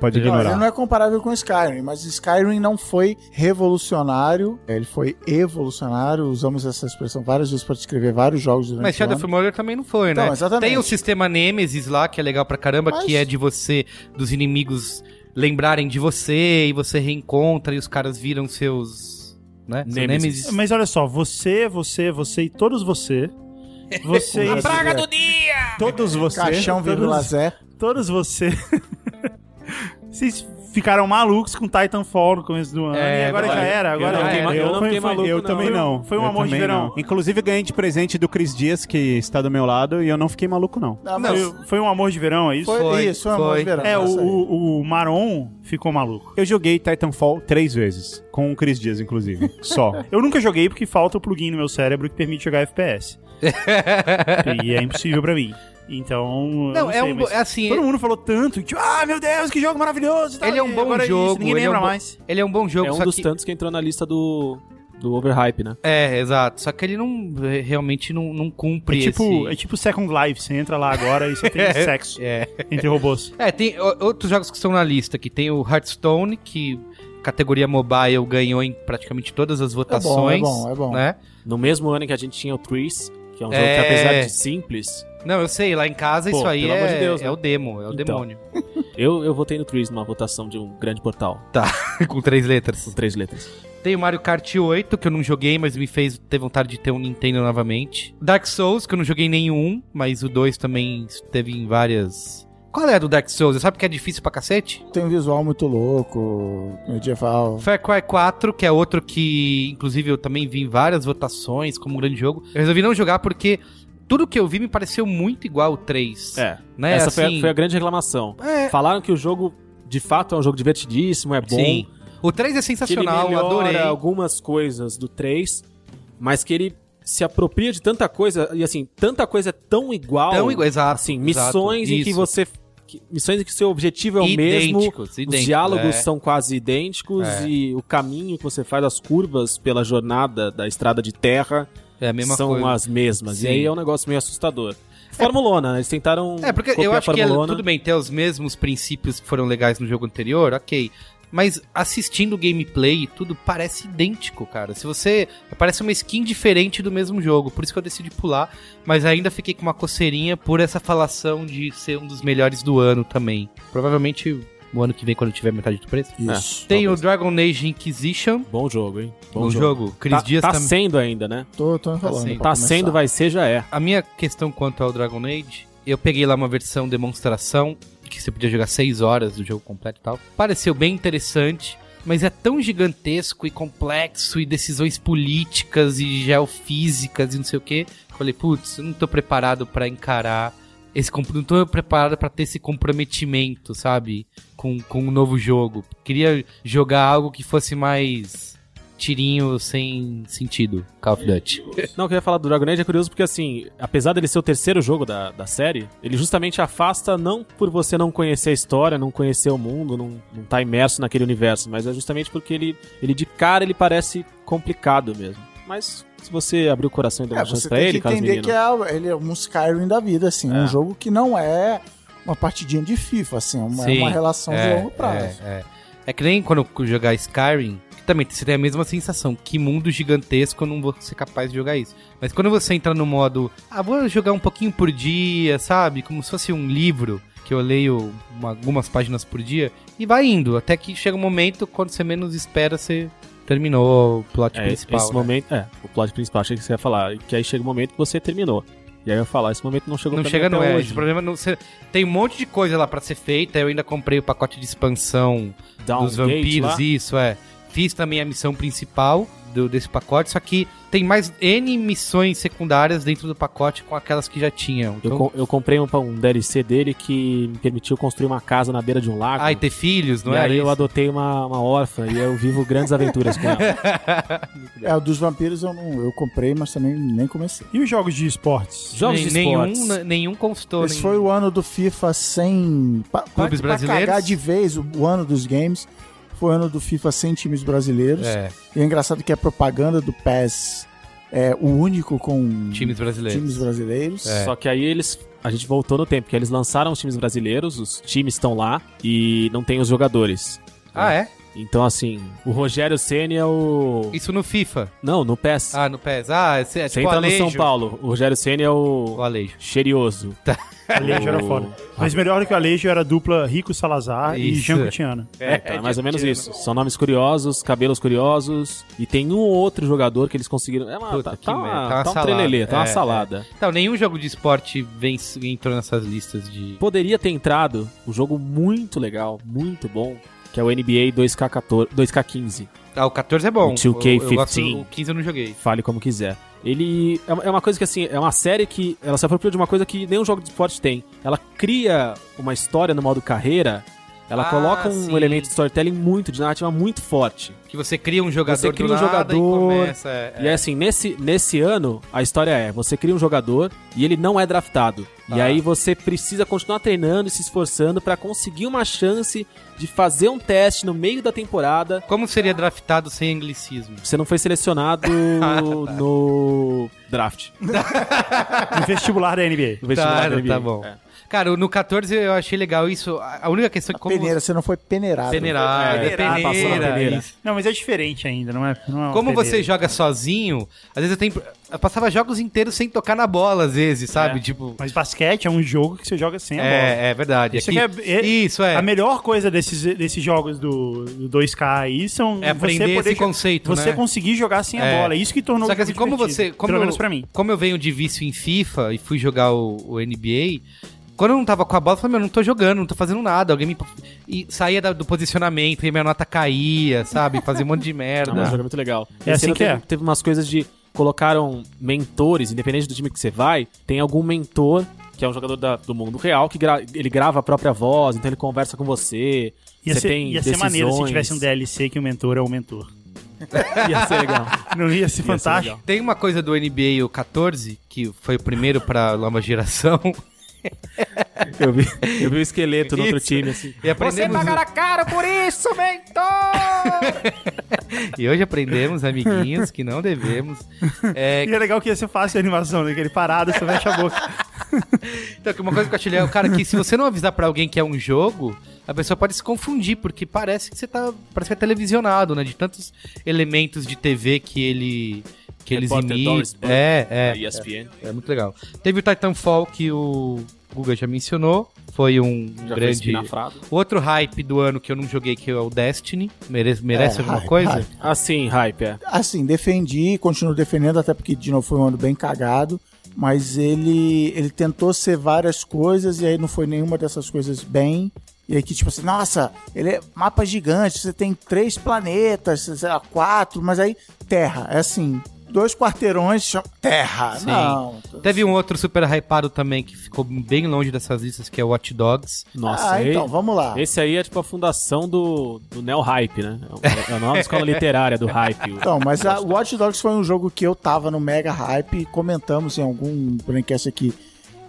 Speaker 5: Pode
Speaker 2: Não, ele
Speaker 5: ignorar.
Speaker 2: não é comparável com Skyrim, mas Skyrim não foi revolucionário, ele foi evolucionário. Usamos essa expressão várias vezes para descrever vários jogos durante
Speaker 1: Mas
Speaker 2: o ano.
Speaker 1: Shadow of Mordor também não foi, né?
Speaker 2: Então, exatamente.
Speaker 1: Tem o sistema Nemesis lá, que é legal pra caramba,
Speaker 2: Mas-
Speaker 1: que é de você, dos inimigos lembrarem de você, e você reencontra, e os caras viram seus. Né? Seu
Speaker 3: Nemesis.
Speaker 1: Nemesis.
Speaker 4: É, Mas olha só, você, você, você e todos você.
Speaker 2: A
Speaker 4: Vocês,
Speaker 2: praga do
Speaker 5: Todos vocês.
Speaker 2: Caixão vírgula Zé.
Speaker 4: todos você. Vocês ficaram malucos com Titanfall no começo do ano.
Speaker 1: É,
Speaker 4: e agora já
Speaker 1: verdade.
Speaker 4: era, agora é.
Speaker 1: Eu não
Speaker 4: já
Speaker 1: fiquei
Speaker 4: era.
Speaker 1: ma-
Speaker 3: eu não
Speaker 4: Foi-
Speaker 3: fiquei
Speaker 4: foi-
Speaker 3: maluco,
Speaker 5: Eu
Speaker 3: não.
Speaker 5: também não.
Speaker 4: Foi um
Speaker 5: Eu
Speaker 4: amor de
Speaker 5: também
Speaker 4: verão.
Speaker 5: não. Inclusive, eu ganhei de presente do Cris Dias, que está do meu lado, e eu não fiquei maluco, não.
Speaker 2: Não, mas
Speaker 4: Foi, foi um amor de verão, é isso?
Speaker 2: foi,
Speaker 1: Foi,
Speaker 2: isso, foi um amor
Speaker 1: foi.
Speaker 2: de verão.
Speaker 4: É, o,
Speaker 2: isso aí.
Speaker 4: o, o Maron ficou maluco.
Speaker 5: Eu joguei Titanfall três vezes, com o Cris Dias, inclusive. Só.
Speaker 4: Eu nunca joguei porque falta o plugin no meu cérebro que permite jogar FPS. e é impossível pra mim. Então. eu
Speaker 1: Não,
Speaker 4: não
Speaker 1: é
Speaker 4: sei,
Speaker 1: um.
Speaker 4: mas
Speaker 1: é Assim,
Speaker 4: Todo mundo falou tanto, tipo, ah, meu Deus, que jogo maravilhoso. e tal,
Speaker 1: Ele é um
Speaker 4: e
Speaker 1: bom
Speaker 4: agora é isso,
Speaker 1: jogo,
Speaker 4: ninguém
Speaker 1: ele é
Speaker 4: lembra
Speaker 1: um bom-
Speaker 4: mais.
Speaker 1: ele é um bom jogo,
Speaker 3: É um
Speaker 1: só
Speaker 3: dos
Speaker 1: que.
Speaker 3: tantos que entrou na lista do, do overhype, né?
Speaker 1: É, exato. Só que ele não realmente não, não
Speaker 4: É
Speaker 1: cumpre
Speaker 4: tipo, é
Speaker 1: esse.
Speaker 4: tipo Second Life, você entra lá agora e só tem sexo
Speaker 1: É.
Speaker 4: entre robôs.
Speaker 1: É, tem o- outros jogos que estão na lista, que tem o Hearthstone, que categoria mobile ganhou em praticamente todas as votações.
Speaker 2: bom, é bom.
Speaker 1: Né?
Speaker 3: No mesmo ano em que a gente tinha o Trees, que é um jogo
Speaker 1: É.
Speaker 3: que apesar de simples,
Speaker 1: Não, eu sei, lá em casa
Speaker 3: Pô,
Speaker 1: isso aí
Speaker 3: pelo
Speaker 1: é,
Speaker 3: amor de Deus,
Speaker 1: é
Speaker 3: né?
Speaker 1: o demo, é o
Speaker 3: Então.
Speaker 1: demônio.
Speaker 3: eu, eu votei no Trees numa votação de um grande portal,
Speaker 1: Com três letras.
Speaker 3: com três letras.
Speaker 1: Tem o Mario Kart 8, que eu não joguei, mas me fez ter vontade de ter um Nintendo novamente. Dark Souls, que eu não joguei nenhum, mas o 2 também teve em várias. Qual é a do Dark Souls? Você sabe que é difícil pra cacete?
Speaker 2: Tem um visual muito louco, medieval.
Speaker 1: Far Cry 4, que é outro que, inclusive, eu também vi em várias votações como um grande jogo. Eu resolvi não jogar porque tudo que eu vi me pareceu muito igual o 3.
Speaker 3: É,
Speaker 1: né?
Speaker 3: essa foi, a-
Speaker 1: Assim,
Speaker 3: foi a grande reclamação.
Speaker 1: é,
Speaker 3: Falaram que o jogo de fato é um jogo divertidíssimo, é bom.
Speaker 1: Sim. O 3 é
Speaker 3: que ele
Speaker 1: sensacional,
Speaker 3: melhora
Speaker 1: adorei.
Speaker 3: algumas coisas do 3, mas que ele se apropria de tanta coisa, e assim, tanta coisa é tão igual.
Speaker 1: Tão igual, exato,
Speaker 3: Assim,
Speaker 1: exato,
Speaker 3: missões em que
Speaker 1: isso.
Speaker 3: você... que- missões em que seu objetivo é o mesmo,
Speaker 1: Idênticos,
Speaker 3: os
Speaker 1: idênticos,
Speaker 3: diálogos
Speaker 1: é.
Speaker 3: são quase idênticos
Speaker 1: É.
Speaker 3: e o caminho que você faz, as curvas pela jornada da estrada de terra
Speaker 1: É a mesma
Speaker 3: são
Speaker 1: coisa.
Speaker 3: as mesmas.
Speaker 1: Sim.
Speaker 3: E aí é um negócio meio assustador. Formulona, né? eles tentaram
Speaker 1: É, porque eu
Speaker 3: copiar a
Speaker 1: acho que é,
Speaker 3: formulona.
Speaker 1: tudo bem, ter os mesmos princípios que foram legais no jogo anterior, ok. Mas assistindo o gameplay e tudo, parece idêntico, cara. Se você. Parece uma skin diferente do mesmo jogo. Por isso que eu decidi pular. Mas ainda fiquei com uma coceirinha por essa falação de ser um dos melhores do ano também. Provavelmente o ano que vem, quando tiver metade do preço.
Speaker 3: É.
Speaker 2: Isso.
Speaker 1: Tem o Dragon Age Inquisition.
Speaker 3: Bom jogo, hein?
Speaker 1: Bom jogo. Cris
Speaker 3: Tá,
Speaker 1: Dias
Speaker 3: tá
Speaker 1: também.
Speaker 3: sendo ainda, né?
Speaker 2: Tô, tô enrolando.
Speaker 1: sendo-
Speaker 2: pra
Speaker 3: Tá
Speaker 2: começar.
Speaker 3: sendo, vai ser, já é.
Speaker 1: A minha questão quanto ao Dragon Age, eu peguei lá uma versão demonstração, que você podia jogar 6 horas do jogo completo e tal. Pareceu bem interessante, mas é tão gigantesco e complexo, e decisões políticas e geofísicas e não sei o que. Falei, putz, eu não tô preparado pra encarar esse comp- não tô preparado pra ter esse comprometimento, sabe? Com, com um novo jogo. Queria jogar algo que fosse mais tirinho sem sentido. Call of Duty.
Speaker 3: Não, o que eu ia falar do Dragon Age é curioso porque, assim, apesar dele ser o terceiro jogo da, da série, ele justamente afasta não por você não conhecer a história, não conhecer o mundo, não, não tá imerso naquele universo, mas é justamente porque ele, ele de cara, ele parece complicado mesmo. Mas se você abrir o coração e dar
Speaker 2: É,
Speaker 3: uma chance
Speaker 2: você
Speaker 3: pra
Speaker 2: tem
Speaker 3: ele,
Speaker 2: que
Speaker 3: caso
Speaker 2: entender
Speaker 3: menino...
Speaker 2: que é, ele é um Skyrim da vida, assim. Um jogo que não é uma partidinha de FIFA, assim. Uma, é
Speaker 1: Sim,
Speaker 2: uma relação de longo prazo.
Speaker 1: É, é. É que nem quando eu jogar Skyrim, que também você tem a mesma sensação. Que mundo gigantesco, eu não vou ser capaz de jogar isso. Mas quando você entra no modo, ah, vou jogar um pouquinho por dia, sabe? Como se fosse um livro, que eu leio uma- algumas páginas por dia, e vai indo. Até que chega um momento, quando você menos espera, você terminou o plot
Speaker 3: É,
Speaker 1: principal.
Speaker 3: esse
Speaker 1: né?
Speaker 3: momento... É, o plot principal, achei que você ia falar. Que aí chega o momento que você terminou. E aí eu ia falar, esse momento não chegou
Speaker 1: Não
Speaker 3: pra mim
Speaker 1: chega
Speaker 3: até
Speaker 1: não é.
Speaker 3: hoje.
Speaker 1: Esse problema não, você- tem um monte de coisa lá pra ser feita. Eu ainda comprei o pacote de expansão
Speaker 3: Downgate
Speaker 1: dos vampiros,
Speaker 3: Tá um lá.
Speaker 1: isso é. Fiz também a missão principal do, desse pacote, só que tem mais N missões secundárias dentro do pacote com aquelas que já tinham.
Speaker 3: Eu,
Speaker 1: Então,
Speaker 3: com- eu comprei um, um DLC dele que me permitiu construir uma casa na beira de um lago.
Speaker 1: ah, e ter filhos, não
Speaker 3: e
Speaker 1: é?
Speaker 3: aí eu adotei uma, uma órfã e eu vivo grandes aventuras com ela.
Speaker 2: É, o dos vampiros eu, não, eu comprei, mas também nem comecei.
Speaker 4: E os jogos de esportes?
Speaker 3: Jogos de esportes.
Speaker 1: nenhum, né? ne- nenhum consultor.
Speaker 2: Esse foi o ano do FIFA sem... pa- pa-
Speaker 1: Clubes
Speaker 2: pra
Speaker 1: brasileiros?
Speaker 2: cagar de vez o, o ano dos games. Foi o ano do FIFA sem times brasileiros.
Speaker 1: É,
Speaker 2: E é engraçado que a propaganda do PES é o único com
Speaker 1: times brasileiros.
Speaker 2: times brasileiros.
Speaker 1: É.
Speaker 3: Só que aí eles. A gente voltou no tempo, que eles lançaram os times brasileiros, os times estão lá e não tem os jogadores.
Speaker 1: Ah, é?
Speaker 3: Então, assim, o Rogério Ceni é o.
Speaker 1: Isso no FIFA.
Speaker 3: Não, no PES.
Speaker 1: Ah, no PES. Ah, esse é
Speaker 3: Você
Speaker 1: tipo
Speaker 3: entra no
Speaker 1: Alejo.
Speaker 3: São Paulo, o Rogério Ceni é
Speaker 1: O
Speaker 3: o.
Speaker 1: Alejo. Tá.
Speaker 3: Cheiroso.
Speaker 4: Alejo era
Speaker 3: O-
Speaker 4: foda. Mas melhor que o Alejo era a dupla Rico Salazar e
Speaker 1: Isso.
Speaker 4: Jean Coutinho.
Speaker 3: É, então, é mais ou menos isso. São nomes curiosos, cabelos curiosos. E tem um ou outro jogador que eles conseguiram. É uma,
Speaker 1: Puta,
Speaker 3: tá,
Speaker 1: que
Speaker 3: tá uma,
Speaker 1: merda.
Speaker 3: tá um
Speaker 1: salada.
Speaker 3: trelelê, tá uma
Speaker 1: É,
Speaker 3: salada.
Speaker 1: Então, nenhum jogo de esporte vence- entrou nessas listas de.
Speaker 3: Poderia ter entrado um jogo muito legal, muito bom, que é o NBA 2K14, 2K15.
Speaker 1: Ah, o 14 é bom.
Speaker 3: O 2K15.
Speaker 1: Eu- eu gosto do- o 15 eu não joguei.
Speaker 3: Fale como quiser. Ele é uma- é uma coisa que, assim, é uma série que ela se apropria de uma coisa que nenhum jogo de esporte tem. Ela cria uma história no modo carreira,
Speaker 1: Ah,
Speaker 3: ela coloca um
Speaker 1: sim.
Speaker 3: elemento de storytelling muito, de narrativa muito forte.
Speaker 1: Que você cria um jogador
Speaker 3: Você cria
Speaker 1: do
Speaker 3: um
Speaker 1: nada
Speaker 3: jogador,
Speaker 1: e começa. é,
Speaker 3: E é assim, nesse, nesse ano, a história é: você cria um jogador e ele não é draftado. E
Speaker 1: Tá.
Speaker 3: aí você precisa continuar treinando e se esforçando pra conseguir uma chance de fazer um teste no meio da temporada.
Speaker 1: Como seria draftado sem anglicismo?
Speaker 3: Você não foi selecionado no draft.
Speaker 4: No Um vestibular da NBA.
Speaker 3: No vestibular
Speaker 1: Tá,
Speaker 3: da NBA.
Speaker 1: tá bom.
Speaker 3: É.
Speaker 1: Cara, no 14 eu achei legal isso. A a única questão é
Speaker 2: A
Speaker 1: que como
Speaker 2: peneira, você não foi peneirado.
Speaker 1: Peneirado,
Speaker 4: É,
Speaker 1: peneira,
Speaker 3: Ah, passou na peneira.
Speaker 1: isso.
Speaker 4: Não, mas é diferente ainda, não é? Não é uma
Speaker 1: Como
Speaker 4: peneira.
Speaker 1: você joga sozinho, às vezes eu tenho. Eu passava jogos inteiros sem tocar na bola, às vezes, sabe? Tipo.
Speaker 4: Mas basquete é um jogo que você joga sem a bola.
Speaker 1: É, é verdade.
Speaker 4: Isso
Speaker 1: Aqui-
Speaker 4: aqui é- é-
Speaker 1: isso é.
Speaker 4: A melhor coisa desses, desses jogos do, do 2K aí são
Speaker 1: É aprender
Speaker 4: você poder
Speaker 1: esse
Speaker 4: jo-
Speaker 1: conceito,
Speaker 4: Você
Speaker 1: né?
Speaker 4: conseguir jogar sem a
Speaker 1: É.
Speaker 4: bola. É isso que tornou
Speaker 1: Só
Speaker 4: o
Speaker 1: que assim,
Speaker 4: jogo
Speaker 1: como
Speaker 4: divertido,
Speaker 1: você. Como
Speaker 4: pelo menos
Speaker 1: eu,
Speaker 4: pra mim.
Speaker 1: Como eu venho de vício em FIFA e fui jogar o, o NBA, quando eu não tava com a bola, eu falei, meu, não tô jogando, não tô fazendo nada. Alguém me. E saía da- do posicionamento e minha nota caía, sabe? Fazia um monte de merda.
Speaker 3: Não, mas o jogo é muito legal.
Speaker 4: Tá, É assim
Speaker 3: ano
Speaker 4: que é.
Speaker 3: teve, teve umas coisas de. Colocaram mentores, independente do time que você vai, tem algum mentor, que é um jogador da- do mundo real, que gra- ele grava a própria voz, então ele conversa com você.
Speaker 4: Ia
Speaker 3: Você
Speaker 4: ser,
Speaker 3: tem
Speaker 4: ia ser maneiro se
Speaker 3: decisões.
Speaker 4: tivesse um DLC que o mentor é o mentor.
Speaker 3: Ia ser legal.
Speaker 4: Não ia ser fantástico.
Speaker 3: legal.
Speaker 1: Tem uma coisa do NBA o 14, que foi o primeiro pra nova geração.
Speaker 3: Eu vi, eu vi o esqueleto no outro
Speaker 1: Isso.
Speaker 3: time, assim.
Speaker 1: E aprendemos.
Speaker 3: caro por isso, mentor!
Speaker 1: E hoje aprendemos, amiguinhos, que não devemos. É,
Speaker 4: E é legal que ia ser fácil a animação, né? Aquele parado, você fecha a boca.
Speaker 1: Então, que uma coisa que eu achei é, cara, que se você não avisar pra alguém que é um jogo, a pessoa pode se confundir, porque parece que você tá. Parece que é televisionado, né? De tantos elementos de TV que ele. que eles
Speaker 3: Repórter
Speaker 1: imitam.
Speaker 3: Doris Burke,
Speaker 1: É, é.
Speaker 3: ESPN.
Speaker 1: É muito legal. Teve o Titanfall que o Guga já mencionou. Foi um
Speaker 3: Já foi
Speaker 1: grande.
Speaker 3: espinafrado.
Speaker 1: Outro hype do ano que eu não joguei, que é o Destiny. Merece, merece
Speaker 2: É,
Speaker 1: alguma
Speaker 2: hype,
Speaker 1: coisa?
Speaker 2: hype.
Speaker 3: Assim, hype, é.
Speaker 2: Assim, defendi, continuo defendendo, até porque de novo foi um ano bem cagado. Mas ele, ele tentou ser várias coisas e aí não foi nenhuma dessas coisas bem. E aí que tipo assim, nossa, ele é mapa gigante, você tem três planetas, sei lá, quatro, mas aí terra, é assim, dois quarteirões, chama- terra,
Speaker 1: Sim.
Speaker 2: não.
Speaker 1: Teve um outro super hypado também que ficou bem longe dessas listas, que é o Watch Dogs.
Speaker 3: Nossa,
Speaker 2: ah,
Speaker 3: aí-
Speaker 2: então, vamos lá.
Speaker 3: Esse aí é tipo a fundação do, do Neo Hype, né? É o- É a nova escola literária do hype. o-
Speaker 2: Então, mas a Watch Dogs foi um jogo que eu tava no mega hype e comentamos em algum podcast aqui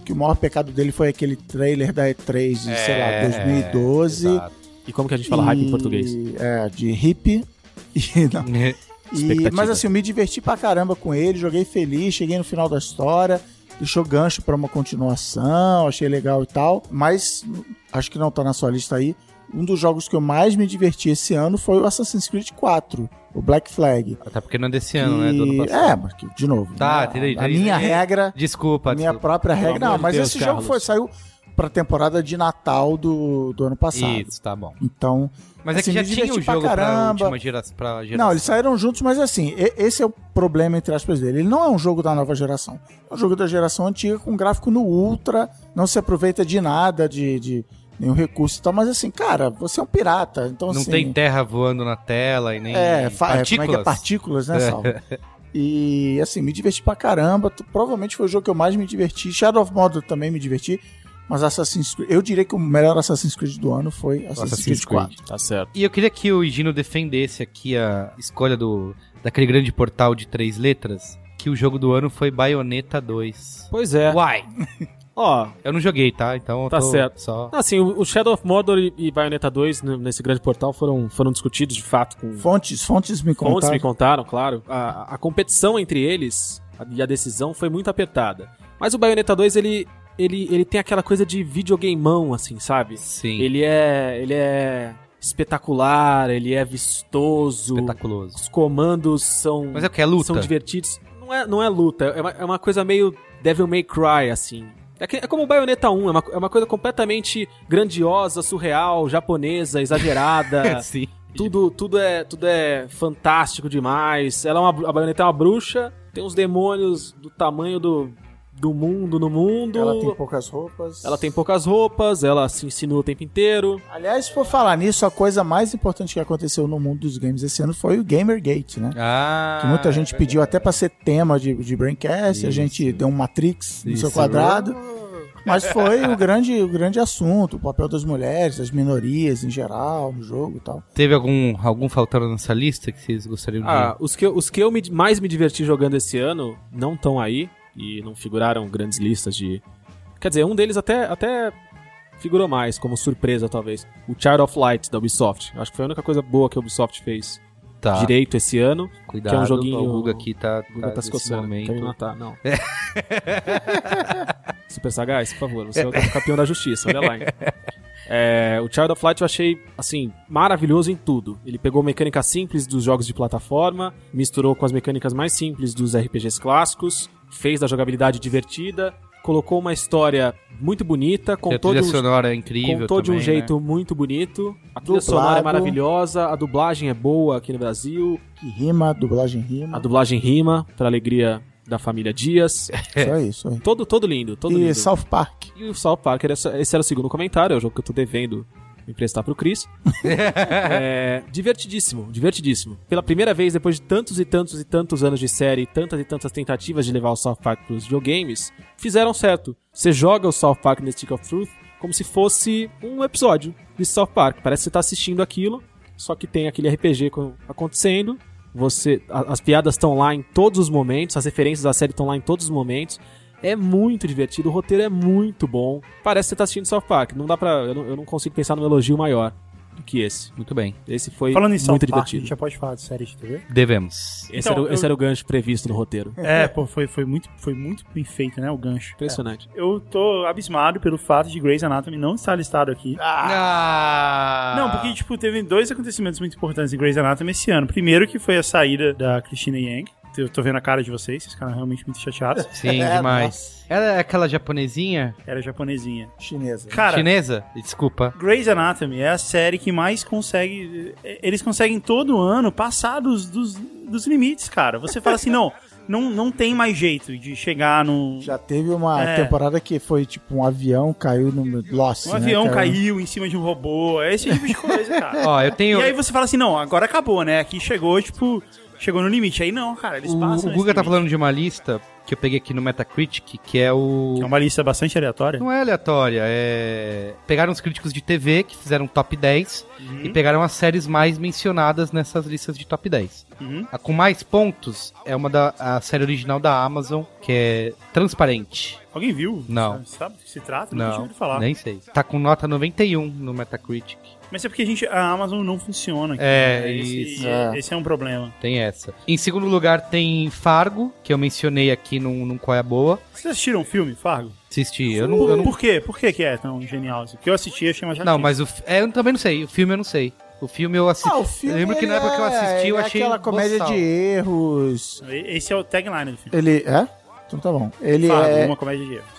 Speaker 2: que o maior pecado dele foi aquele trailer da E3 de, sei
Speaker 3: É,
Speaker 2: lá, 2012.
Speaker 1: exato.
Speaker 3: E como que a gente fala hype em
Speaker 2: E-
Speaker 3: português?
Speaker 2: É, de hippie. E, não,
Speaker 1: É,
Speaker 2: e-
Speaker 3: Expectativa.
Speaker 2: mas assim, eu me diverti pra caramba com ele, joguei feliz, cheguei no final da história, deixou gancho pra uma continuação, achei legal e tal. Mas acho que não tá na sua lista aí. Um dos jogos que eu mais me diverti esse ano foi o Assassin's Creed 4, o Black Flag.
Speaker 1: Até porque não é desse ano, né?
Speaker 2: que-
Speaker 1: Do ano passado.
Speaker 2: É, mas que, de novo.
Speaker 1: Tá,
Speaker 2: né,
Speaker 1: entendi,
Speaker 2: A
Speaker 1: entendi.
Speaker 2: minha regra,
Speaker 1: Desculpa,
Speaker 2: a minha
Speaker 1: desculpa.
Speaker 2: própria regra.
Speaker 3: Pelo amor
Speaker 2: Não,
Speaker 3: de
Speaker 2: mas
Speaker 3: Deus,
Speaker 2: esse jogo
Speaker 3: Carlos.
Speaker 2: foi, saiu pra temporada de Natal do, do ano passado.
Speaker 1: Isso, tá bom.
Speaker 2: Então,
Speaker 1: Mas
Speaker 2: Assim,
Speaker 1: é
Speaker 2: me
Speaker 1: que já tinha
Speaker 2: diverti
Speaker 1: o
Speaker 2: pra
Speaker 1: jogo pra,
Speaker 2: caramba.
Speaker 1: última gera... pra geração.
Speaker 2: Não, eles saíram juntos, mas assim, e- esse é o problema, entre aspas, dele. Ele não é um jogo da nova geração. É um jogo da geração antiga, com gráfico no ultra, não se aproveita de nada, de, de nenhum recurso e tal, mas assim, cara, você é um pirata, então
Speaker 1: Não
Speaker 2: assim...
Speaker 1: tem terra voando na tela e nem
Speaker 2: é, fa- é, como é
Speaker 1: partículas.
Speaker 2: que é? Partículas, né, Sal? e assim, me diverti pra caramba. Tu- Provavelmente foi o jogo que eu mais me diverti. Shadow of Mordor também me diverti. Mas Assassin's Creed, eu diria que o melhor Assassin's Creed do ano foi Assassin's,
Speaker 1: Assassin's
Speaker 2: Creed 4.
Speaker 3: Tá certo.
Speaker 1: E eu queria que o Gino defendesse aqui a escolha do daquele grande portal de três letras, que o jogo do ano foi Bayonetta 2.
Speaker 3: Pois é.
Speaker 1: Uai!
Speaker 3: Ó,
Speaker 1: Eu não joguei, tá? Então eu
Speaker 3: Tá
Speaker 1: tô
Speaker 3: certo.
Speaker 1: só...
Speaker 3: assim, o o Shadow of Mordor e- e Bayonetta 2 n- nesse grande portal foram, foram discutidos de fato com
Speaker 2: Fontes, fontes me
Speaker 3: fontes,
Speaker 2: contaram.
Speaker 3: me contaram, claro. A, a competição entre eles a- e a decisão foi muito apertada. Mas o Bayonetta 2, ele, ele, ele tem aquela coisa de videogameão, assim, sabe?
Speaker 1: Sim,
Speaker 3: Ele é, ele é espetacular, ele é vistoso,
Speaker 1: espetaculoso.
Speaker 3: os comandos são...
Speaker 1: Mas é o que? É luta?
Speaker 3: são divertidos. Não é, não é luta, é uma, é uma coisa meio Devil May Cry, assim. É, que- é como o Bayonetta 1, é uma, é uma coisa completamente grandiosa, surreal, japonesa, exagerada.
Speaker 1: É, Sim.
Speaker 3: tudo, tudo, é, tudo é fantástico demais. Ela é uma, bru- a Bayonetta é uma bruxa, tem uns demônios do tamanho do, do mundo no mundo.
Speaker 2: Ela tem poucas roupas.
Speaker 3: Ela tem poucas roupas, ela se insinua o tempo inteiro.
Speaker 2: Aliás, por falar nisso, a coisa mais importante que aconteceu no mundo dos games esse ano foi o Gamergate, né?
Speaker 1: Ah,
Speaker 2: Que muita
Speaker 3: é
Speaker 2: gente pediu até pra ser tema de, de Braincast,
Speaker 1: Isso.
Speaker 2: a gente deu um Matrix no seu
Speaker 1: Isso.
Speaker 2: quadrado. Mas foi o grande, o grande assunto, o papel das mulheres, das minorias em geral, no jogo e tal.
Speaker 1: Teve algum, algum faltando nessa lista que vocês gostariam de...
Speaker 3: Ah, os que, eu- os que eu me- mais me diverti jogando esse ano não estão aí e não figuraram grandes listas de. Quer dizer, um deles até, até figurou mais, como surpresa talvez. O Child of Light da Ubisoft. Acho que foi a única coisa boa que a Ubisoft fez
Speaker 1: tá.
Speaker 3: direito esse ano.
Speaker 1: Cuidado,
Speaker 3: que é um joguinho-
Speaker 1: o Guga aqui tá,
Speaker 3: O Guga tá
Speaker 1: nesse
Speaker 3: se coçando.
Speaker 1: momento.
Speaker 3: Quer me matar? Não. Super Sagaz, por favor, você é o campeão da justiça, olha lá. hein. É, o Child of Light eu achei, assim, maravilhoso em tudo. Ele pegou mecânica simples dos jogos de plataforma, misturou com as mecânicas mais simples dos RPGs clássicos, fez da jogabilidade divertida, colocou uma história muito bonita,
Speaker 1: Tem a
Speaker 3: contou
Speaker 1: trilha
Speaker 3: de um,
Speaker 1: sonora é incrível
Speaker 3: contou de um
Speaker 1: também, né?
Speaker 3: jeito muito bonito, a trilha sonora é
Speaker 2: Dublado.
Speaker 3: maravilhosa, a dublagem é boa aqui no Brasil,
Speaker 2: Que rima, dublagem
Speaker 3: a
Speaker 2: rima.
Speaker 3: dublagem rima, pra alegria da família Dias. É
Speaker 2: Isso aí, isso aí.
Speaker 3: Todo, todo lindo, todo
Speaker 2: e
Speaker 3: lindo.
Speaker 2: South Park.
Speaker 3: E o South Park, era só- esse era o segundo comentário, é o jogo que eu tô devendo emprestar pro Chris. é, divertidíssimo, divertidíssimo. Pela primeira vez, depois de tantos e tantos e tantos anos de série, tantas e tantas tentativas de levar o South Park pros videogames, fizeram certo. Você joga o South Park no Stick of Truth como se fosse um episódio de South Park. Parece que você tá assistindo aquilo, só que tem aquele RPG co- acontecendo. Você, a- as piadas estão lá em todos os momentos, as referências da série estão lá em todos os momentos. É muito divertido, o roteiro é muito bom. Parece que você tá assistindo South Park. Não dá pra. Eu não, eu não consigo pensar num elogio maior do que esse.
Speaker 1: Muito bem.
Speaker 3: Esse foi
Speaker 4: Falando em
Speaker 3: muito
Speaker 4: South Park, a gente
Speaker 3: divertido.
Speaker 4: já pode falar de séries de TV?
Speaker 1: Devemos.
Speaker 3: Esse,
Speaker 4: Então,
Speaker 3: era, o-
Speaker 4: eu-
Speaker 3: esse era o gancho previsto no roteiro.
Speaker 4: É, pô, foi, foi, muito, foi muito bem feito, né, o gancho.
Speaker 3: Impressionante.
Speaker 4: Eu tô abismado pelo fato de Grey's Anatomy não estar listado aqui.
Speaker 1: Ah!
Speaker 4: Não, porque, tipo, teve dois acontecimentos muito importantes em Grey's Anatomy esse ano. Primeiro que foi a saída da Christina Yang. Eu tô vendo a cara de vocês, vocês ficaram realmente muito chateados.
Speaker 1: Sim,
Speaker 2: É,
Speaker 1: demais.
Speaker 2: nossa,
Speaker 1: Ela é aquela japonesinha?
Speaker 4: Era japonesinha.
Speaker 2: chinesa.
Speaker 4: Cara,
Speaker 1: Chinesa? Desculpa.
Speaker 4: Grey's Anatomy é a série que mais consegue. eh, Eles conseguem todo ano passar dos, dos, dos limites, cara. Você fala assim, não, não, não tem mais jeito de chegar no.
Speaker 2: Já teve uma
Speaker 4: É.
Speaker 2: temporada que foi tipo um avião caiu no Lost.
Speaker 4: um
Speaker 2: né,
Speaker 4: avião
Speaker 2: cara?
Speaker 4: caiu em cima de um robô, é esse tipo de coisa, cara.
Speaker 1: Ó, eu tenho.
Speaker 4: E aí você fala assim, não, agora acabou, né? Aqui chegou, tipo, chegou no limite. Aí não, cara, eles
Speaker 1: o,
Speaker 4: passam.
Speaker 1: o
Speaker 4: esse
Speaker 1: Guga tá
Speaker 4: limite.
Speaker 1: falando de uma lista que eu peguei aqui no Metacritic, que é o.
Speaker 4: É uma lista bastante aleatória.
Speaker 1: Não é aleatória, é. Pegaram os críticos de TV que fizeram top 10
Speaker 4: Uhum.
Speaker 1: e pegaram as séries mais mencionadas nessas listas de top 10.
Speaker 4: Uhum.
Speaker 1: A com mais pontos é uma da a série original da Amazon, que é Transparente.
Speaker 4: Alguém viu?
Speaker 1: Não.
Speaker 4: Sabe, sabe do que se trata? Nunca tinha
Speaker 1: Não,
Speaker 4: ouvido falar.
Speaker 1: nem sei. Tá com nota 91 no Metacritic.
Speaker 4: Mas é porque a gente. A Amazon não funciona aqui.
Speaker 1: É,
Speaker 4: né?
Speaker 1: isso.
Speaker 4: Esse,
Speaker 2: É.
Speaker 4: esse é um problema.
Speaker 1: Tem essa. Em segundo lugar tem Fargo, que eu mencionei aqui num, num Qual é a Boa.
Speaker 4: Vocês assistiram o filme, Fargo?
Speaker 1: Assisti, eu não...
Speaker 4: Por,
Speaker 1: Eu não...
Speaker 4: por quê? Por que que é tão genial isso? Porque eu assisti e achei uma
Speaker 1: Não, mas o... fi- é, eu também não sei. O filme eu não sei. O filme eu assisti...
Speaker 2: Ah, o filme.
Speaker 1: Eu lembro que na
Speaker 2: ele
Speaker 1: época que eu
Speaker 2: é-
Speaker 1: assisti, eu
Speaker 2: ele é
Speaker 1: achei
Speaker 2: Aquela comédia
Speaker 1: boçal.
Speaker 2: de erros.
Speaker 4: Esse é o tagline do filme.
Speaker 2: Ele. É? Então tá bom. Ele
Speaker 4: Fargo,
Speaker 2: é.
Speaker 4: uma comédia de erros.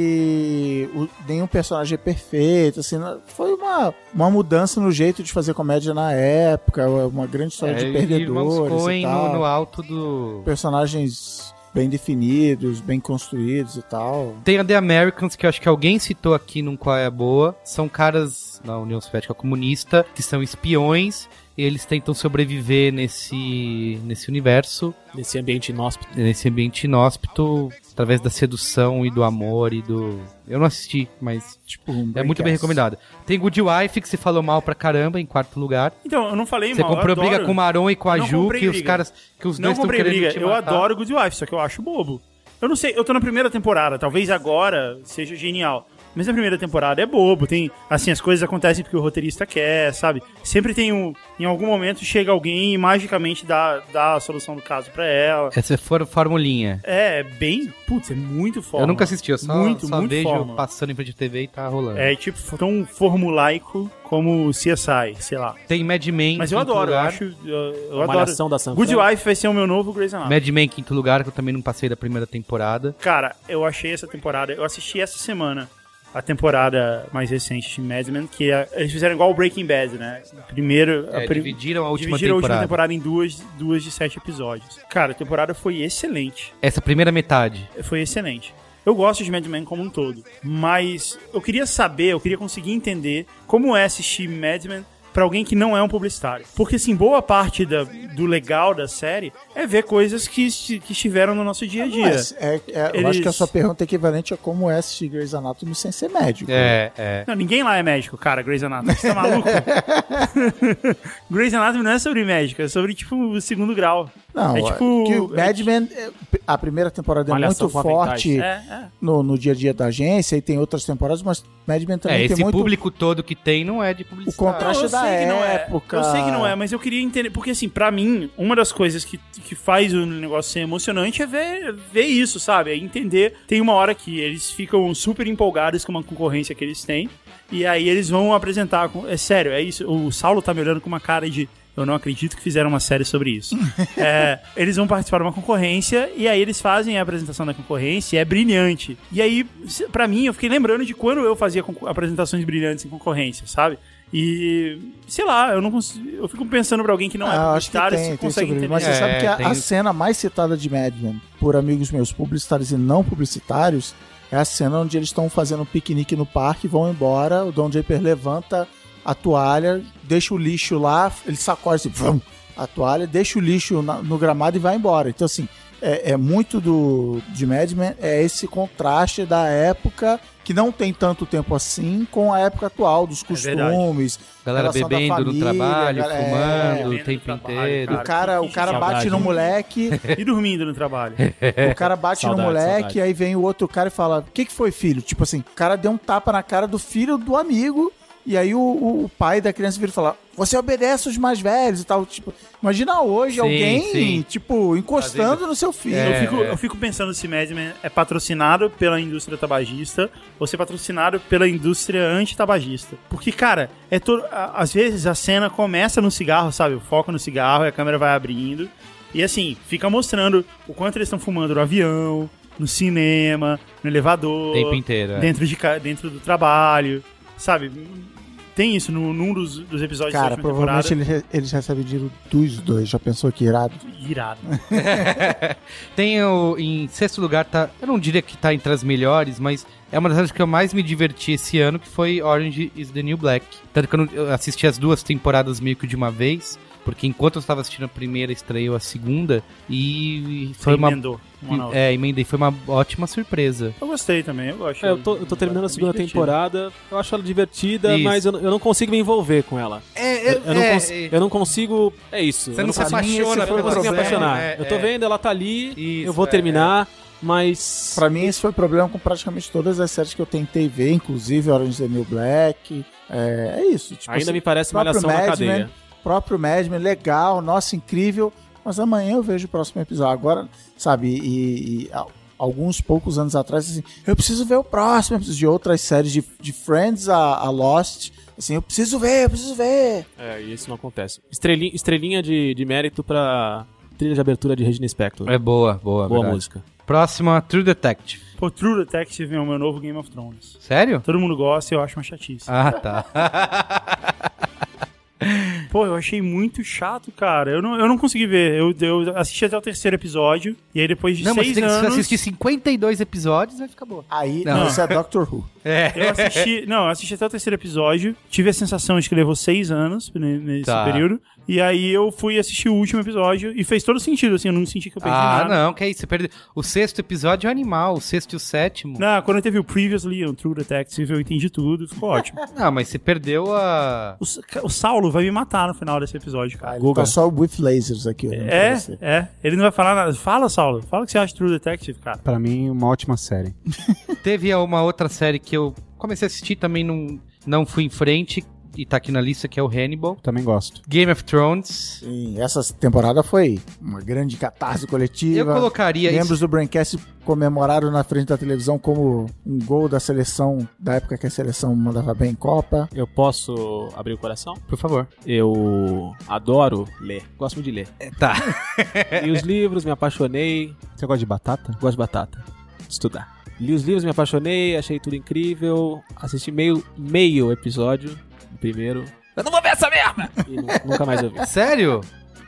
Speaker 2: Ele. o- nenhum personagem é perfeito. Assim, não- foi uma, uma mudança no jeito de fazer comédia na época. Uma grande história de
Speaker 1: É, e irmãos
Speaker 2: perdedores.
Speaker 1: Coen
Speaker 2: e tal.
Speaker 1: no, no alto do...
Speaker 2: Personagens bem definidos, bem construídos e tal.
Speaker 1: Tem a The Americans, que eu acho que alguém citou aqui num Qual é a Boa. São caras na União Soviética Comunista, que são espiões, e eles tentam sobreviver nesse, nesse universo,
Speaker 3: Nesse ambiente inóspito.
Speaker 1: nesse ambiente inóspito, através da sedução e do amor e do... Eu não assisti, mas
Speaker 2: Tipo,
Speaker 1: é muito bem recomendado. Tem Good Wife, que se falou mal pra caramba, em quarto lugar.
Speaker 4: Então, eu não falei
Speaker 1: Você
Speaker 4: mal. eu
Speaker 1: comprou
Speaker 4: adoro.
Speaker 1: briga com o Maron e com a
Speaker 4: Não
Speaker 1: Ju,
Speaker 4: comprei
Speaker 1: que os
Speaker 4: briga.
Speaker 1: caras... Que os
Speaker 4: Não
Speaker 1: dois estão
Speaker 4: comprei
Speaker 1: querendo
Speaker 4: briga.
Speaker 1: te
Speaker 4: Eu
Speaker 1: matar.
Speaker 4: adoro Good Wife, só que eu acho bobo. Eu não sei, eu tô na primeira temporada. Talvez agora seja genial. Mas na primeira temporada é bobo. Tem, assim, as coisas acontecem porque o roteirista quer, sabe? Sempre tem um. Em algum momento chega alguém e magicamente dá, dá a solução do caso pra ela.
Speaker 1: Essa foi a formulinha.
Speaker 4: É, bem. Putz, é muito forte.
Speaker 1: Eu nunca assisti, eu só,
Speaker 4: Muito,
Speaker 1: só
Speaker 4: muito
Speaker 1: vejo
Speaker 4: forma.
Speaker 1: passando em frente de TV e tá rolando.
Speaker 4: É tipo tão formulaico como o CSI, sei lá.
Speaker 1: Tem Mad Men. em
Speaker 4: Mas eu
Speaker 1: quinto
Speaker 4: adoro, eu
Speaker 1: lugar.
Speaker 4: acho. Eu, eu
Speaker 3: Uma
Speaker 4: adoro.
Speaker 3: malhação da Sanfran.
Speaker 4: Good Wife vai ser o meu novo Grey's Anatomy.
Speaker 1: Mad Men em quinto lugar, que eu também não passei da primeira temporada.
Speaker 4: Cara, eu achei essa temporada. Eu assisti essa semana a temporada mais recente de Mad Men, que é- eles fizeram igual o Breaking Bad, né? Primeiro.
Speaker 1: É,
Speaker 4: a pri-
Speaker 1: dividiram a última
Speaker 4: dividiram
Speaker 1: temporada.
Speaker 4: a última temporada em duas, duas de sete episódios. Cara, a temporada foi excelente.
Speaker 1: Essa primeira metade.
Speaker 4: foi excelente. Eu gosto de Mad Men como um todo, mas eu queria saber, eu queria conseguir entender como é assistir Mad Men pra alguém que não é um publicitário. Porque, assim, boa parte da- do legal da série é ver coisas que, esti- que estiveram no nosso dia a dia.
Speaker 2: Mas é- é- Eu
Speaker 4: Eles-
Speaker 2: acho que a sua pergunta é equivalente a como é assistir Grey's Anatomy sem ser médico.
Speaker 1: É, é.
Speaker 4: Não, ninguém lá é médico, cara, Grey's Anatomy. Você tá maluco? Grey's Anatomy não é sobre médico, é sobre, tipo, o segundo grau.
Speaker 2: Não,
Speaker 4: É
Speaker 2: é
Speaker 4: tipo-
Speaker 2: tipo. Que o Mad Men, é, a primeira temporada é
Speaker 3: Malhação
Speaker 2: muito
Speaker 3: com aventais.
Speaker 2: forte
Speaker 4: É, é.
Speaker 2: no, no dia a dia da agência e tem outras temporadas, mas Mad Men também
Speaker 1: É,
Speaker 2: tem
Speaker 1: esse
Speaker 2: muito.
Speaker 1: público todo que tem não é de
Speaker 2: O
Speaker 1: publicidade.
Speaker 2: contraste da época.
Speaker 4: Eu sei que não é, mas eu queria entender. Porque, assim, pra mim, uma das coisas que, que faz o negócio ser emocionante é ver, ver isso, sabe? É entender. Tem uma hora que eles ficam super empolgados com uma concorrência que eles têm. E aí eles vão apresentar. com- É sério, é isso. O Saulo tá me olhando com uma cara de. Eu não acredito que fizeram uma série sobre isso. É, eles vão participar de uma concorrência e aí eles fazem a apresentação da concorrência e é brilhante. E aí, se- pra mim, eu fiquei lembrando de quando eu fazia concor- apresentações brilhantes em concorrência, sabe? E sei lá, eu não consigo, eu fico pensando pra alguém que não é
Speaker 2: Ah, acho que
Speaker 4: publicitário
Speaker 2: tem,
Speaker 4: se
Speaker 2: tem
Speaker 4: consegue
Speaker 2: sobre-
Speaker 4: entender.
Speaker 2: Mas você
Speaker 1: É,
Speaker 2: sabe que a,
Speaker 1: tem
Speaker 2: a
Speaker 1: isso.
Speaker 2: cena mais citada de Mad Men por amigos meus publicitários e não publicitários é a cena onde eles estão fazendo um piquenique no parque, vão embora, o Don Draper levanta a toalha, deixa o lixo lá, ele sacode assim, vrum, a toalha, deixa o lixo na- no gramado e vai embora. Então assim, é, é muito do de Mad Men é esse contraste da época que não tem tanto tempo assim com a época atual, dos
Speaker 4: É verdade.
Speaker 2: costumes.
Speaker 1: Galera
Speaker 2: relação da
Speaker 1: bebendo
Speaker 2: família,
Speaker 1: no trabalho,
Speaker 2: galera-
Speaker 1: fumando
Speaker 4: é, bebendo
Speaker 1: o tempo
Speaker 4: no trabalho,
Speaker 1: inteiro.
Speaker 2: O cara, o cara bate
Speaker 3: Saudade,
Speaker 2: no
Speaker 3: né?
Speaker 2: moleque,
Speaker 4: E dormindo no trabalho.
Speaker 2: o cara bate
Speaker 3: É, Saudade,
Speaker 2: no moleque,
Speaker 3: saudade.
Speaker 2: aí vem o outro cara e fala: O que, que foi, filho? Tipo assim, o cara deu um tapa na cara do filho do amigo. E aí o, o- o pai da criança vira e fala: Você obedece os mais velhos e tal. Tipo, imagina hoje
Speaker 1: Sim,
Speaker 2: alguém,
Speaker 1: sim.
Speaker 2: tipo, encostando
Speaker 1: Fazendo-
Speaker 2: no seu filho.
Speaker 1: É.
Speaker 4: eu, fico, eu fico pensando se Mad Men é patrocinado pela indústria tabagista ou se é patrocinado pela indústria antitabagista. Porque, cara, é todo. a- Às vezes a cena começa no cigarro, sabe? O foco no cigarro e a câmera vai abrindo. E assim, fica mostrando o quanto eles estão fumando no avião, no cinema, no
Speaker 1: O
Speaker 4: elevador,
Speaker 1: tempo inteiro. é.
Speaker 4: dentro, de, ca- dentro do trabalho, sabe? Tem isso no, num dos, dos episódios da
Speaker 2: Cara,
Speaker 4: última
Speaker 2: provavelmente
Speaker 4: temporada.
Speaker 2: ele re- eles recebem dinheiro dos dois. Já pensou que irado?
Speaker 4: Irado. né?
Speaker 1: Tem o, em sexto lugar, tá, eu não diria que tá entre as melhores, mas é uma das séries que eu mais me diverti esse ano, que foi Orange is the New Black. Tanto que eu, não- eu assisti as duas temporadas meio que de uma vez, porque enquanto eu estava assistindo a primeira, estreou a segunda, e foi uma...
Speaker 4: Emendou uma na outra.
Speaker 1: É, emendei, foi uma ótima surpresa.
Speaker 4: Eu gostei também, eu gosto.
Speaker 3: É, eu, tô, eu tô terminando a
Speaker 4: Bem
Speaker 3: segunda
Speaker 4: divertido.
Speaker 3: temporada, eu acho ela divertida,
Speaker 1: Isso.
Speaker 3: mas eu, não- eu não consigo me envolver com ela.
Speaker 1: É,
Speaker 3: Eu, eu não cons- eu não consigo. É isso.
Speaker 1: Você
Speaker 3: eu
Speaker 1: não se
Speaker 3: consigo-
Speaker 1: apaixona
Speaker 3: eu não
Speaker 1: pelo
Speaker 3: consigo me
Speaker 1: problema,
Speaker 3: apaixonar.
Speaker 1: é,
Speaker 3: eu tô
Speaker 1: é.
Speaker 3: vendo, ela tá ali,
Speaker 1: Isso,
Speaker 3: eu vou
Speaker 1: é,
Speaker 3: terminar, mas.
Speaker 2: Pra mim, esse foi o problema com praticamente todas as séries que eu tentei ver, inclusive Orange is the New Black. É, é isso. Tipo
Speaker 3: ainda
Speaker 2: assim,
Speaker 3: me parece
Speaker 2: próprio
Speaker 3: malhação na
Speaker 2: Mad né?
Speaker 3: cadeia.
Speaker 2: Men. próprio Mad Men, legal, nossa, incrível. Mas amanhã eu vejo o próximo episódio. Agora, sabe, e, e a- alguns poucos anos atrás, assim, eu preciso ver o próximo. Eu preciso de outras séries, de, de Friends a, a Lost. Assim, eu preciso ver, eu preciso ver.
Speaker 3: É, e isso não acontece. Estrelinha, estrelinha de, de mérito pra trilha de abertura de Regina Spector.
Speaker 1: É boa, boa,
Speaker 3: Boa
Speaker 1: verdade.
Speaker 3: música.
Speaker 1: Próxima, True Detective.
Speaker 4: Pô, True Detective é o meu novo Game of Thrones.
Speaker 1: Sério?
Speaker 4: Todo mundo gosta e eu acho uma chatice.
Speaker 1: Ah, tá.
Speaker 4: Pô, eu achei muito chato, cara. Eu não, eu não consegui ver. Eu, eu assisti até o terceiro episódio. E aí depois de
Speaker 1: Não, mas
Speaker 4: seis
Speaker 1: você tem que
Speaker 4: anos.
Speaker 1: assistir 52 episódios, vai ficar boa.
Speaker 2: Aí,
Speaker 1: Não.
Speaker 2: isso é Doctor Who.
Speaker 1: É.
Speaker 4: Eu assisti. não, eu assisti até o terceiro episódio. Tive a sensação de que levou seis anos ne- nesse
Speaker 1: Tá.
Speaker 4: período. E aí eu fui assistir o último episódio e fez todo sentido, assim, eu não senti que eu perdi
Speaker 1: Ah,
Speaker 4: nada.
Speaker 1: não, que isso, você perdeu. O sexto episódio é animal, o sexto e o sétimo.
Speaker 4: Não, quando teve o Previously, o True Detective, eu entendi tudo, ficou ótimo.
Speaker 1: Não, Ah, mas você perdeu a.
Speaker 4: O, Sa- o Saulo vai me matar no final desse episódio, cara.
Speaker 2: Ele tá só with lasers aqui. olhando pra
Speaker 4: É,
Speaker 2: você.
Speaker 4: é. Ele não vai falar nada. Fala, Saulo. Fala o que você acha de True Detective, cara.
Speaker 5: Pra mim, uma ótima série.
Speaker 1: Teve uma outra série que eu comecei a assistir também, não, não fui em frente, e tá aqui na lista, que é o Hannibal.
Speaker 5: Também gosto.
Speaker 1: Game of Thrones.
Speaker 2: Sim, essa temporada foi uma grande catarse coletiva.
Speaker 1: Eu colocaria
Speaker 2: Membros
Speaker 1: isso.
Speaker 2: do Braincast comemoraram na frente da televisão como um gol da seleção, da época que a seleção mandava bem em Copa.
Speaker 3: Eu posso abrir o coração?
Speaker 1: Por favor.
Speaker 3: Eu adoro ler. Gosto muito de ler.
Speaker 1: tá.
Speaker 3: Li os livros, me apaixonei.
Speaker 5: Você gosta de batata?
Speaker 3: Gosto de batata. Estudar. Li os livros, me apaixonei, achei tudo incrível. Assisti meio, meio episódio, o primeiro. Eu não vou ver essa merda! E nu- nunca mais eu vi.
Speaker 1: É Sério?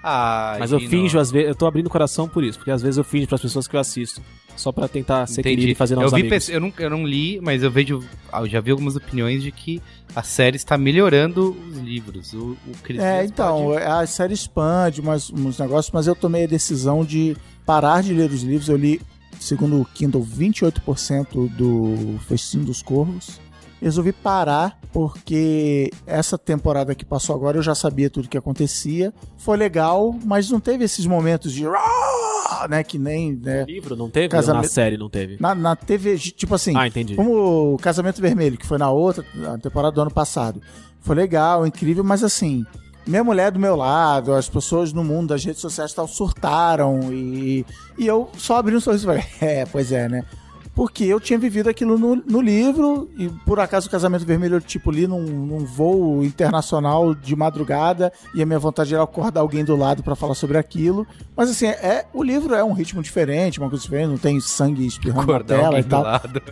Speaker 1: Ah,
Speaker 3: Mas eu
Speaker 1: Gino.
Speaker 3: finjo, às vezes, eu tô abrindo o coração por isso, porque às vezes eu finjo pras pessoas que eu assisto, só pra tentar ser
Speaker 1: Entendi.
Speaker 3: querido e fazer
Speaker 1: eu,
Speaker 3: novos
Speaker 1: vi
Speaker 3: amigos.
Speaker 1: pessoas- eu, não, eu não li, mas eu vejo. ah, Eu já vi algumas opiniões de que a série está melhorando os livros. O, o Chris
Speaker 2: É,
Speaker 1: Dias
Speaker 2: então,
Speaker 1: pode-
Speaker 2: a série expande umas, uns negócios, mas eu tomei a decisão de parar de ler os livros. Eu li, segundo o Kindle, 28% do Festim dos Corvos. Resolvi parar porque essa temporada que passou agora eu já sabia tudo que acontecia. Foi legal, mas não teve esses momentos de. "Ah", Né, que nem. né,
Speaker 3: Livro não teve?
Speaker 2: Casamento-
Speaker 3: Ou na série não teve?
Speaker 2: na, na TV, tipo assim.
Speaker 3: Ah, entendi.
Speaker 2: Como o Casamento Vermelho, que foi na outra na temporada do ano passado. Foi legal, incrível, mas assim, minha mulher do meu lado, as pessoas no mundo das redes sociais e tal surtaram e, e eu só abri um sorriso e falei, é, pois é, né? Porque eu tinha vivido aquilo no, no livro e por acaso o Casamento Vermelho eu, tipo, li num, num voo internacional de madrugada e a minha vontade era acordar alguém do lado pra falar sobre aquilo. Mas assim, é, o livro é um ritmo diferente, uma coisa diferente, não tem sangue espirrando na
Speaker 1: Acordar
Speaker 2: tela
Speaker 1: alguém
Speaker 2: e
Speaker 1: do
Speaker 2: tal.
Speaker 1: lado.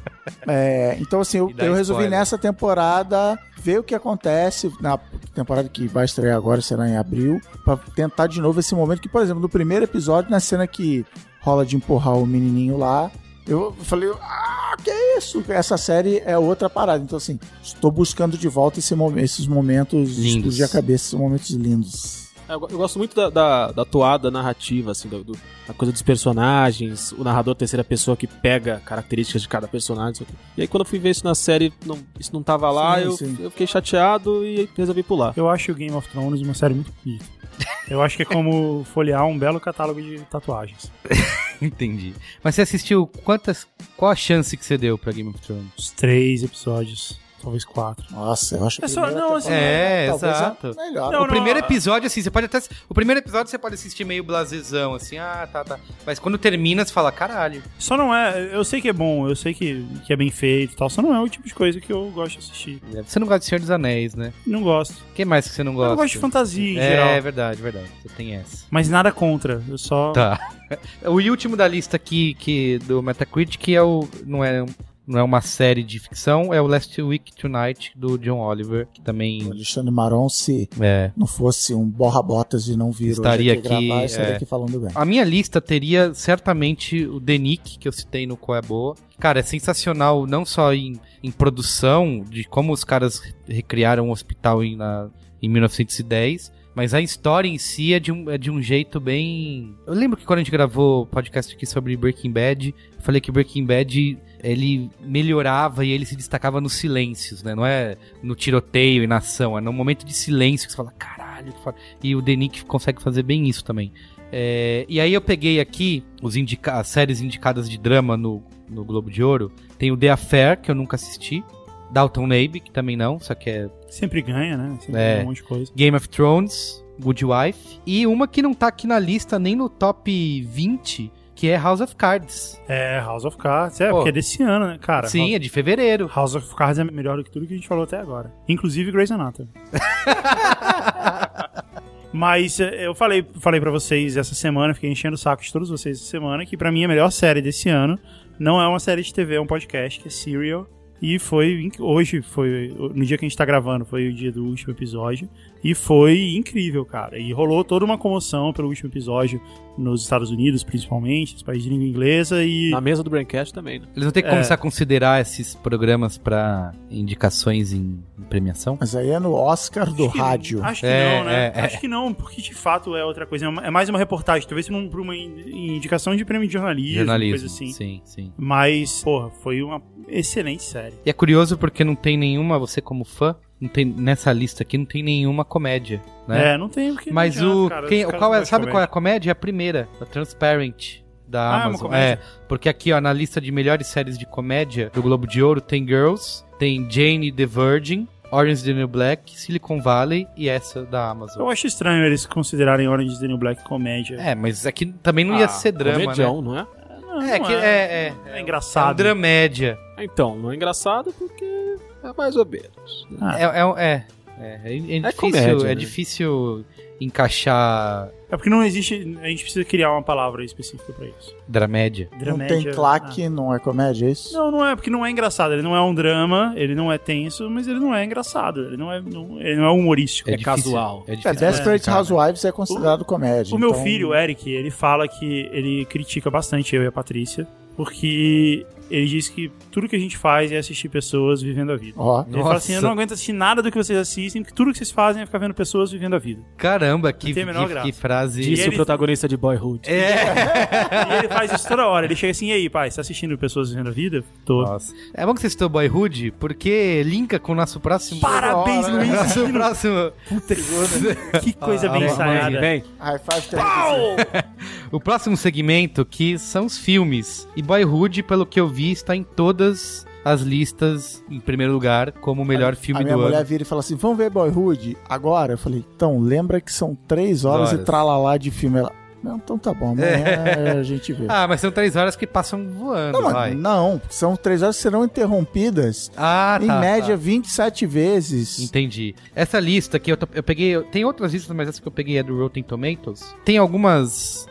Speaker 2: É, então, assim, eu,
Speaker 1: E dá
Speaker 2: eu resolvi
Speaker 1: spoiler.
Speaker 2: nessa temporada ver o que acontece na temporada que vai estrear agora, será em abril, pra tentar de novo esse momento que, por exemplo, no primeiro episódio, na cena que rola de empurrar o menininho lá, eu falei, ah, que é isso? Essa série é outra parada. Então, assim, estou buscando de volta esse momen- esses momentos
Speaker 1: Lindos.
Speaker 2: de a cabeça, esses momentos lindos.
Speaker 3: É, Eu, go- eu gosto muito da, da, da toada narrativa, assim, do, do- da coisa dos personagens, o narrador terceira pessoa que pega características de cada personagem. isso aqui. E aí quando eu fui ver isso na série, não- isso não tava lá,
Speaker 2: Sim,
Speaker 3: eu,
Speaker 2: sim.
Speaker 3: eu fiquei chateado e resolvi pular.
Speaker 4: Eu acho o Game of Thrones uma série muito bonita. Eu acho que é como folhear um belo catálogo de tatuagens.
Speaker 1: Entendi. Mas você assistiu quantas. Qual a chance que você deu pra Game of Thrones?
Speaker 4: Os três episódios, talvez quatro.
Speaker 2: Nossa, eu acho
Speaker 4: É
Speaker 2: a
Speaker 4: só-
Speaker 2: primeira
Speaker 4: não, assim,
Speaker 2: temporada
Speaker 1: é,
Speaker 2: talvez a
Speaker 1: exato.
Speaker 2: Melhor.
Speaker 4: Não,
Speaker 1: o primeiro episódio, assim, você pode até. O primeiro episódio você pode assistir meio blasezão, assim, ah, tá, tá. Mas quando termina, você fala, caralho.
Speaker 4: Só não é. Eu sei que é bom, eu sei que, que é bem feito e tal. Só não é o tipo de coisa que eu gosto de assistir.
Speaker 1: É, Você não gosta de Senhor dos Anéis, né?
Speaker 4: Não gosto.
Speaker 1: O que mais que você não
Speaker 4: Eu
Speaker 1: gosta?
Speaker 4: não gosto de fantasia em
Speaker 1: É,
Speaker 4: geral.
Speaker 1: verdade, verdade. Você tem essa.
Speaker 4: Mas nada contra. Eu só.
Speaker 1: Tá. O último da lista aqui que, do Metacritic é o. Não é, não é uma série de ficção, é o Last Week Tonight do John Oliver, que
Speaker 2: O
Speaker 1: também.
Speaker 2: Alexandre Maron, se
Speaker 1: É.
Speaker 2: não fosse um borra-botas e não vir
Speaker 1: Estaria
Speaker 2: hoje aqui, gravar,
Speaker 1: aqui,
Speaker 2: estaria
Speaker 1: é.
Speaker 2: aqui falando bem.
Speaker 1: A minha lista teria certamente o The Nick, que eu citei no Qual é a Boa. Cara, é sensacional, não só em, em produção, de como os caras recriaram o hospital em, na- em 1910, mas a história em si é de, um, é de um jeito bem. Eu lembro que quando a gente gravou o podcast aqui sobre Breaking Bad, eu falei que Breaking Bad ele melhorava e ele se destacava nos silêncios, né? Não é no tiroteio e na ação, é no momento de silêncio que você fala, caralho, que foda." e o The Nick consegue fazer bem isso também. É, e aí eu peguei aqui os indica- as séries indicadas de drama no, no Globo de Ouro. Tem o The Affair, que eu nunca assisti. Dalton Abe, que também não, só que é
Speaker 4: Sempre ganha, né? Sempre
Speaker 1: É.
Speaker 4: ganha um monte de coisa.
Speaker 1: Game of Thrones, Good Wife. E uma que não tá aqui na lista, nem no top 20, que é House of Cards.
Speaker 4: É, House of Cards. É,
Speaker 1: Pô.
Speaker 4: porque é desse ano, né, cara?
Speaker 1: Sim, é de fevereiro.
Speaker 4: House of Cards é melhor do que tudo que a gente falou até agora. Inclusive Grey's Anatomy. Mas eh, eu falei, falei para vocês essa semana, fiquei enchendo o saco de todos vocês essa semana, que pra mim é a melhor série desse ano não é uma série de TV, é um podcast, que é Serial. E foi inc- hoje, foi no dia que a gente tá gravando, foi o dia do último episódio. E foi incrível, cara. E rolou toda uma comoção pelo último episódio nos Estados Unidos, principalmente, nos países de língua inglesa. E
Speaker 3: Na mesa do Braincast também, né?
Speaker 1: Eles vão ter que
Speaker 4: É.
Speaker 1: começar a considerar esses programas pra indicações em, em premiação.
Speaker 2: Mas aí é no Oscar do
Speaker 4: Acho que-
Speaker 2: rádio.
Speaker 4: Acho que
Speaker 1: É,
Speaker 4: não, né?
Speaker 1: é, é.
Speaker 4: Acho que não, porque de fato é outra coisa. É uma- é mais uma reportagem, talvez não pra uma in- indicação de prêmio de jornalismo,
Speaker 1: Jornalismo.
Speaker 4: coisa assim.
Speaker 1: Sim, sim.
Speaker 4: Mas, porra, foi uma excelente série.
Speaker 1: E é curioso porque não tem nenhuma, você como fã, não tem, nessa lista aqui não tem nenhuma comédia, né?
Speaker 4: É, não tem o que.
Speaker 1: Mas
Speaker 4: não
Speaker 1: o.
Speaker 4: adianta, cara,
Speaker 1: quem,
Speaker 4: os caras
Speaker 1: qual
Speaker 4: não
Speaker 1: é,
Speaker 4: gostam
Speaker 1: sabe
Speaker 4: de
Speaker 1: qual é a comédia? É a primeira, a Transparent. Da
Speaker 4: Ah, é uma
Speaker 1: Amazon.
Speaker 4: comédia.
Speaker 1: É, porque aqui, ó, na lista de melhores séries de comédia do Globo de Ouro tem Girls, tem Jane the Virgin, Orange is the New Black, Silicon Valley e essa da Amazon.
Speaker 4: Eu acho estranho eles considerarem Orange is the New Black comédia.
Speaker 1: É, mas aqui também não ia
Speaker 3: Ah,
Speaker 1: ser drama,
Speaker 3: comedião, não é?
Speaker 4: Não,
Speaker 1: né? É,
Speaker 4: não
Speaker 1: que é, é,
Speaker 4: É
Speaker 1: é um
Speaker 4: engraçado.
Speaker 1: dramédia.
Speaker 3: Ah, Então, não é engraçado porque é mais ou menos.
Speaker 4: Ah.
Speaker 1: É, é, um- é, é, é difícil, é,
Speaker 3: comédia, né?
Speaker 1: difícil encaixar
Speaker 4: É porque não existe. A gente precisa criar uma palavra específica pra isso.
Speaker 1: dramédia.
Speaker 2: Não
Speaker 4: Dramédia, né?
Speaker 2: tem claque, não é comédia, é isso?
Speaker 4: Não, não é, porque não é engraçado. Ele não é um drama, ele não é tenso, mas ele não é engraçado. Ele não é, não- ele não é humorístico.
Speaker 3: É
Speaker 1: difícil-
Speaker 3: casual.
Speaker 1: É,
Speaker 2: É,
Speaker 1: difícil
Speaker 2: Desperate
Speaker 1: classificar, né?
Speaker 2: Housewives é considerado comédia.
Speaker 4: O meu
Speaker 2: então-
Speaker 4: filho, é. o Eric, ele fala que ele critica bastante eu e a Patrícia, porque ele diz que tudo que a gente faz é assistir pessoas vivendo a vida.
Speaker 2: Ó,
Speaker 4: Ele fala assim:
Speaker 1: Nossa.
Speaker 4: eu não aguento assistir nada do que vocês assistem, porque tudo que vocês fazem é ficar vendo pessoas vivendo a vida.
Speaker 1: Caramba, que,
Speaker 4: Não tem a menor
Speaker 1: que-
Speaker 4: graça.
Speaker 1: que frase.
Speaker 3: Disse
Speaker 4: ele-
Speaker 3: o protagonista de Boyhood.
Speaker 1: É.
Speaker 4: e ele faz isso toda hora. Ele chega assim: e aí, pai, você tá assistindo pessoas vivendo a vida? Tô.
Speaker 1: Nossa. É bom que você citou Boyhood, porque linka com o nosso próximo.
Speaker 4: Parabéns,
Speaker 2: Nossa,
Speaker 4: Luiz!
Speaker 1: Nosso próximo.
Speaker 4: Que coisa
Speaker 1: Ah,
Speaker 4: bem
Speaker 1: vem,
Speaker 4: ensaiada.
Speaker 3: Bem,
Speaker 2: high five tem
Speaker 1: O próximo segmento que são os filmes. E Boyhood, pelo que eu vi, está em todas as listas, em primeiro lugar, como o melhor filme
Speaker 2: A minha
Speaker 1: do
Speaker 2: mulher
Speaker 1: ano.
Speaker 2: vira e fala assim: vamos ver Boyhood agora? Eu falei: então, lembra que são três horas,
Speaker 1: Horas.
Speaker 2: e tralalá de filme. Ela, não, então tá bom, amanhã a gente vê.
Speaker 1: Ah, mas são três horas que passam voando,
Speaker 2: não, mas
Speaker 1: vai.
Speaker 2: não, são três horas que serão interrompidas
Speaker 1: Ah, tá.
Speaker 2: em média
Speaker 1: tá.
Speaker 2: 27 vezes.
Speaker 1: Entendi. Essa lista que eu, tô- eu peguei. Tem outras listas, mas essa que eu peguei é do Rotten Tomatoes. Tem algumas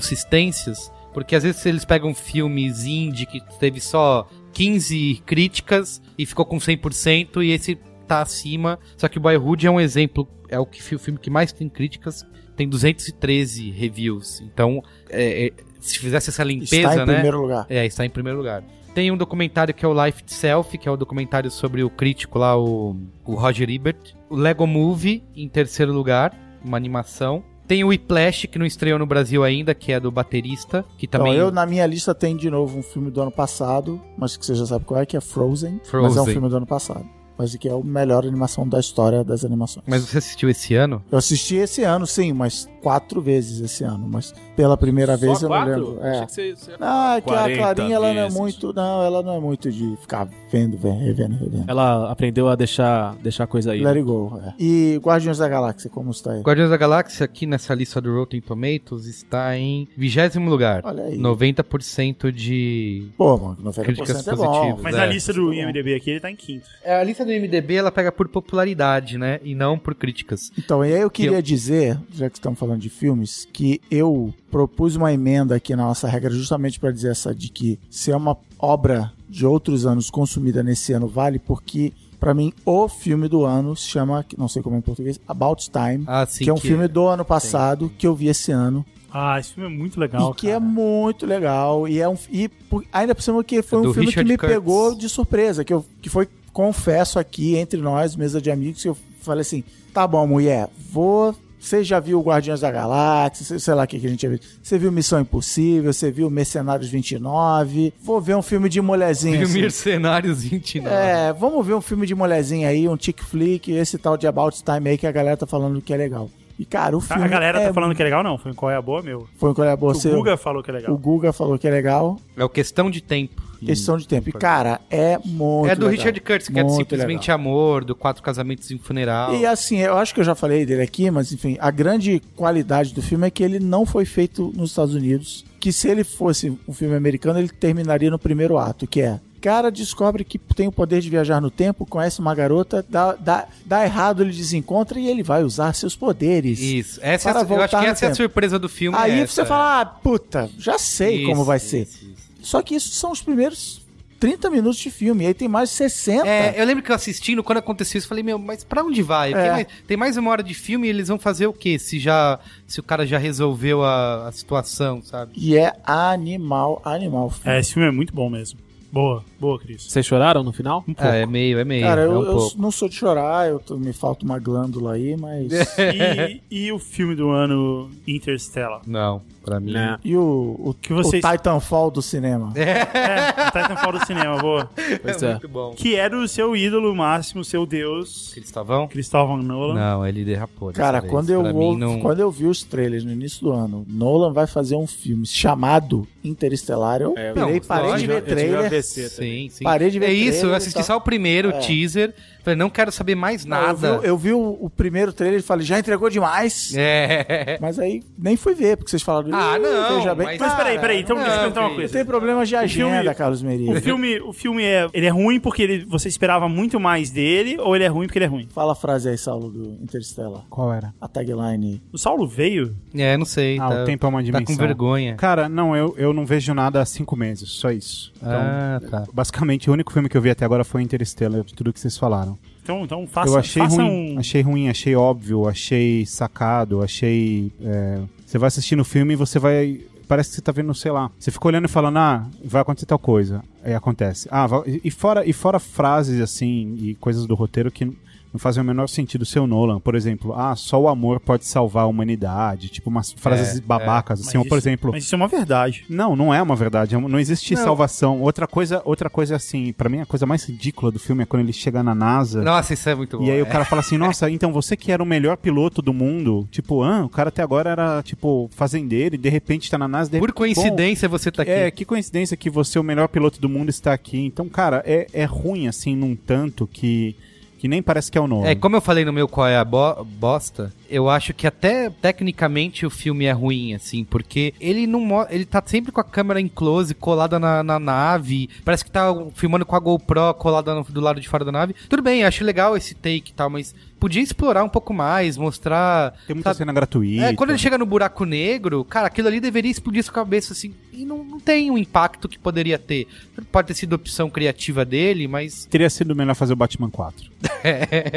Speaker 1: inconsistências, porque às vezes eles pegam filmes indie que teve só 15 críticas e ficou com 100%, e esse tá acima. Só que o Boyhood é um exemplo, é o, que, fi- o filme que mais tem críticas, tem 213 reviews. Então, é, é, se fizesse essa limpeza,
Speaker 2: Está em
Speaker 1: né?
Speaker 2: primeiro lugar.
Speaker 1: É, está em primeiro lugar. Tem um documentário que é o Life Itself, que é o documentário sobre o crítico lá, o, o Roger Ebert. O Lego Movie, em terceiro lugar. uma animação. Tem o Whiplash, que não estreou no Brasil ainda, que é do baterista, que
Speaker 2: Então,
Speaker 1: também...
Speaker 2: eu na minha lista tem de novo um filme do ano passado, mas que você já sabe qual é, que é Frozen. Mas é um
Speaker 1: Frozen.
Speaker 2: filme do ano passado. Mas que é a melhor animação da história das animações.
Speaker 1: Mas você assistiu esse ano?
Speaker 2: Eu assisti esse ano, sim, mas quatro vezes esse ano. Mas pela primeira vez eu não lembro. É.
Speaker 3: Achei que você- você-
Speaker 2: Não, é que a
Speaker 3: 40
Speaker 2: Clarinha ela não é
Speaker 3: vezes.
Speaker 2: muito. Não, ela não é muito de ficar vendo, vendo, revendo, revendo.
Speaker 3: Ela aprendeu a deixar, deixar a coisa aí.
Speaker 2: Let it go. é. E Guardiões da Galáxia, como está aí?
Speaker 1: Guardiões da Galáxia, aqui nessa lista do Rotten Tomatoes, está em vigésimo lugar.
Speaker 2: Olha aí.
Speaker 1: 90% de...
Speaker 2: Pô, mano, 90%
Speaker 1: Críticas
Speaker 2: é bom.
Speaker 1: positivas.
Speaker 4: Mas
Speaker 1: É.
Speaker 4: na lista do IMDB aqui ele tá em quinto.
Speaker 1: A lista do MDB, ela pega por popularidade, né? E não por críticas.
Speaker 2: Então, e aí eu queria dizer, já que estamos falando de filmes, que eu propus uma emenda aqui na nossa regra justamente para dizer essa de que se é uma obra de outros anos consumida nesse ano vale, porque para mim o filme do ano se chama, não sei como é em português, About Time,
Speaker 1: Ah, sim.
Speaker 2: que é um filme do ano passado que eu vi esse ano
Speaker 4: Ah, esse filme é muito legal.
Speaker 2: e que é muito legal. E é um e por- ainda por cima que
Speaker 4: É
Speaker 2: foi
Speaker 1: Do
Speaker 2: um filme
Speaker 1: Richard
Speaker 2: que me
Speaker 1: Curtis.
Speaker 2: pegou de surpresa, que eu que foi confesso aqui entre nós, mesa de amigos, que eu falei assim: "Tá bom, mulher, vou você já viu Guardiões da Galáxia, sei- sei lá o que, que a gente já viu. Você viu Missão Impossível, você viu Mercenários 29. Vou ver um filme de mulherzinha.
Speaker 1: é Filme
Speaker 2: assim.
Speaker 1: Mercenários 29.
Speaker 2: É, vamos ver um filme de mulherzinha aí, um chick flick, esse tal de About Time aí que a galera tá falando que é legal. E, cara, o
Speaker 4: Tá,
Speaker 2: filme.
Speaker 4: a galera
Speaker 2: é,
Speaker 4: tá falando que é legal, não. Foi em Qual é a Boa, meu.
Speaker 2: Foi qual é a boa, você-
Speaker 4: O Guga falou que é legal.
Speaker 2: o Guga falou que é legal.
Speaker 1: É o Questão de Tempo.
Speaker 2: Questão de tempo. E, cara, é muito.
Speaker 1: É do
Speaker 2: legal.
Speaker 1: Richard Curtis, que é do
Speaker 2: Muito
Speaker 1: Simplesmente Amor, do Quatro Casamentos em um Funeral.
Speaker 2: E assim, eu acho que eu já falei dele aqui, mas enfim, a grande qualidade do filme é que ele não foi feito nos Estados Unidos. Que se ele fosse um filme americano, ele terminaria no primeiro ato, que é. Cara descobre que tem o poder de viajar no tempo, conhece uma garota, dá, dá, dá errado, ele desencontra e ele vai usar seus poderes.
Speaker 1: Isso. Essa é
Speaker 2: Para
Speaker 1: a- eu acho
Speaker 2: voltar
Speaker 1: que
Speaker 2: no
Speaker 1: essa é a
Speaker 2: tempo.
Speaker 1: surpresa do filme.
Speaker 2: Aí
Speaker 1: é
Speaker 2: você
Speaker 1: essa.
Speaker 2: fala, ah, puta, já sei
Speaker 1: Isso,
Speaker 2: como vai ser.
Speaker 1: isso, isso.
Speaker 2: Só que isso são os primeiros 30 minutos de filme, aí tem mais 60.
Speaker 1: É, eu lembro que eu assistindo, quando aconteceu isso, eu falei, meu, mas pra onde vai? Tem,
Speaker 2: É.
Speaker 1: mais, tem mais uma hora de filme e eles vão fazer o quê? Se já. Se o cara já resolveu a, a situação, sabe?
Speaker 2: E é animal, animal.
Speaker 4: É, esse filme é muito bom mesmo. Boa, boa, Cris.
Speaker 3: Vocês choraram no final?
Speaker 4: Um pouco.
Speaker 1: Ah, é meio, é meio.
Speaker 2: Cara,
Speaker 1: é
Speaker 2: eu,
Speaker 1: um
Speaker 2: eu
Speaker 1: pouco.
Speaker 2: não sou de chorar, eu tô- me falta uma glândula aí, mas.
Speaker 4: E, e o filme do ano Interstellar?
Speaker 1: Não, pra mim.
Speaker 3: Né?
Speaker 2: E o, o,
Speaker 4: Que vocês-
Speaker 2: o Titanfall do cinema.
Speaker 4: É, Titanfall do cinema, boa.
Speaker 3: Pois
Speaker 1: é
Speaker 3: é.
Speaker 1: muito bom.
Speaker 4: Que era o seu ídolo máximo, seu deus,
Speaker 1: Cristavão?
Speaker 4: Cristóvão Nolan.
Speaker 1: Não, ele derrapou. dessa
Speaker 2: Cara,
Speaker 1: vez.
Speaker 2: quando eu,
Speaker 1: Pra mim,
Speaker 2: ouvi-
Speaker 1: não-
Speaker 2: quando eu vi os trailers no início do ano, Nolan vai fazer um filme chamado Interestelar. Eu
Speaker 3: É,
Speaker 2: pirei,
Speaker 1: não,
Speaker 2: parei de
Speaker 1: lógico,
Speaker 2: ver trailer. É.
Speaker 4: né?
Speaker 1: Sim, sim.
Speaker 2: Parei de ver
Speaker 1: É isso, eu
Speaker 5: tá?
Speaker 2: trailer e
Speaker 1: assisti
Speaker 2: tal.
Speaker 1: só o primeiro
Speaker 2: É.
Speaker 1: teaser. Falei, não quero saber mais nada.
Speaker 2: Eu vi, eu vi o, o primeiro trailer e falei, já entregou demais.
Speaker 1: É.
Speaker 2: Mas aí nem fui ver, porque vocês falaram.
Speaker 1: Ah,
Speaker 2: "Ih,
Speaker 1: não,
Speaker 2: veja bem.
Speaker 1: mas-
Speaker 5: Ah,
Speaker 4: Mas peraí, peraí, então
Speaker 1: Não,
Speaker 4: deixa eu perguntar uma
Speaker 1: Cris.
Speaker 2: Não
Speaker 4: coisa.
Speaker 2: tem problema de
Speaker 4: filme-
Speaker 2: agenda, Carlos
Speaker 4: O
Speaker 2: Merigo.
Speaker 4: filme, o filme é, ele é ruim porque ele, você esperava muito mais dele ou ele é ruim porque ele é ruim?
Speaker 2: Fala a frase aí, Saulo, do Interstellar.
Speaker 5: Qual era?
Speaker 2: A tagline.
Speaker 4: O Saulo veio?
Speaker 1: É, não sei.
Speaker 5: Ah,
Speaker 1: tá,
Speaker 5: o tempo é uma
Speaker 1: tá
Speaker 5: dimensão.
Speaker 1: com vergonha.
Speaker 5: Cara, não, eu, eu não vejo nada há cinco meses, só isso. Então,
Speaker 1: ah, tá.
Speaker 5: basicamente, o único filme que eu vi até agora foi Interstellar, de tudo que vocês falaram.
Speaker 4: Então, então faça,
Speaker 5: eu achei
Speaker 4: faça
Speaker 5: ruim,
Speaker 4: um...
Speaker 5: achei ruim, achei óbvio, achei sacado, achei... é, Você vai assistindo o filme e você vai... Parece que você tá vendo, sei lá. Você fica olhando e falando, ah, vai acontecer tal coisa. Aí acontece. Ah, vai- e fora, e fora frases, assim, e coisas do roteiro que não fazem o menor sentido ser o Nolan. Por exemplo, ah, só o amor pode salvar a humanidade. Tipo, umas frases
Speaker 1: É,
Speaker 5: babacas,
Speaker 4: Mas
Speaker 5: assim. Ou, por
Speaker 4: isso-
Speaker 5: exemplo...
Speaker 4: Mas isso é uma verdade.
Speaker 5: Não, não é uma verdade. é uma- Não existe
Speaker 1: Não.
Speaker 5: salvação. Outra coisa, outra coisa assim, pra mim a coisa mais ridícula do filme é quando ele chega na NASA.
Speaker 1: Nossa, isso é muito bom.
Speaker 5: E aí
Speaker 1: é.
Speaker 5: o cara fala assim, nossa, então você que era o melhor piloto do mundo, tipo, ah, o cara até agora era, tipo, fazendeiro e de repente tá na NASA. de
Speaker 1: Por
Speaker 5: repente, bom,
Speaker 1: coincidência você tá aqui.
Speaker 5: é, que coincidência que você, o melhor piloto do mundo, está aqui. Então, cara, é, é ruim, assim, num tanto que, que nem parece que é o nome.
Speaker 1: É, como eu falei no meu qual é a bo- bosta, eu acho que até tecnicamente o filme é ruim, assim, porque ele não mo- ele tá sempre com a câmera em close, colada na, na nave, parece que tá filmando com a GoPro colada no- do lado de fora da nave. Tudo bem, acho legal esse take e tal, mas podia explorar um pouco mais, mostrar...
Speaker 5: Tem muita
Speaker 1: sabe?
Speaker 5: cena gratuita.
Speaker 1: É, quando ele chega no buraco negro, cara, aquilo ali deveria explodir sua cabeça, assim, e não, não tem o impacto que poderia ter. Pode ter sido opção criativa dele, mas...
Speaker 5: Teria sido melhor fazer o Batman 4.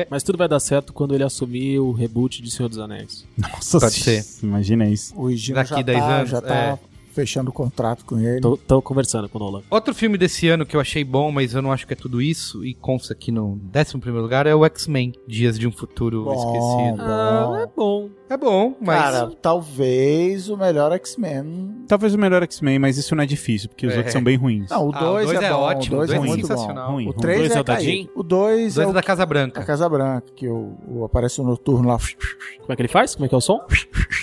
Speaker 3: Mas tudo vai dar certo quando ele assumir o reboot de Senhor dos Anéis.
Speaker 5: Nossa,
Speaker 1: Pode
Speaker 5: Imagina isso.
Speaker 2: O Gino
Speaker 1: Daqui
Speaker 2: já
Speaker 1: 10
Speaker 2: tá,
Speaker 1: anos,
Speaker 2: já tá
Speaker 1: é.
Speaker 2: fechando o contrato com ele.
Speaker 3: Tô, tô conversando com o Nolan.
Speaker 1: Outro filme desse ano que eu achei bom, mas eu não acho que é tudo isso, e consta aqui no 11 primeiro lugar, é o X-Men, Dias de um Futuro
Speaker 2: Bom,
Speaker 1: Esquecido.
Speaker 2: Ah, bom.
Speaker 3: é bom.
Speaker 1: É bom, mas...
Speaker 2: Cara, talvez o melhor X-Men.
Speaker 5: Talvez o melhor X-Men, mas isso não é difícil, porque os
Speaker 1: É.
Speaker 5: outros são bem ruins.
Speaker 2: Não, o
Speaker 1: Ah,
Speaker 2: 2 é, bom,
Speaker 1: ótimo,
Speaker 2: o 2 é
Speaker 1: dois
Speaker 2: muito bom.
Speaker 1: sensacional.
Speaker 5: Ruim.
Speaker 2: O
Speaker 5: ruim.
Speaker 2: 3
Speaker 3: dois é
Speaker 2: é
Speaker 3: o Tadinho?
Speaker 2: cair. O 2 é
Speaker 1: Dois é
Speaker 2: o
Speaker 1: da Casa
Speaker 2: a
Speaker 1: Branca.
Speaker 2: Casa Branca, que o, o aparece o noturno lá.
Speaker 3: Como é que ele faz? Como é que é o som?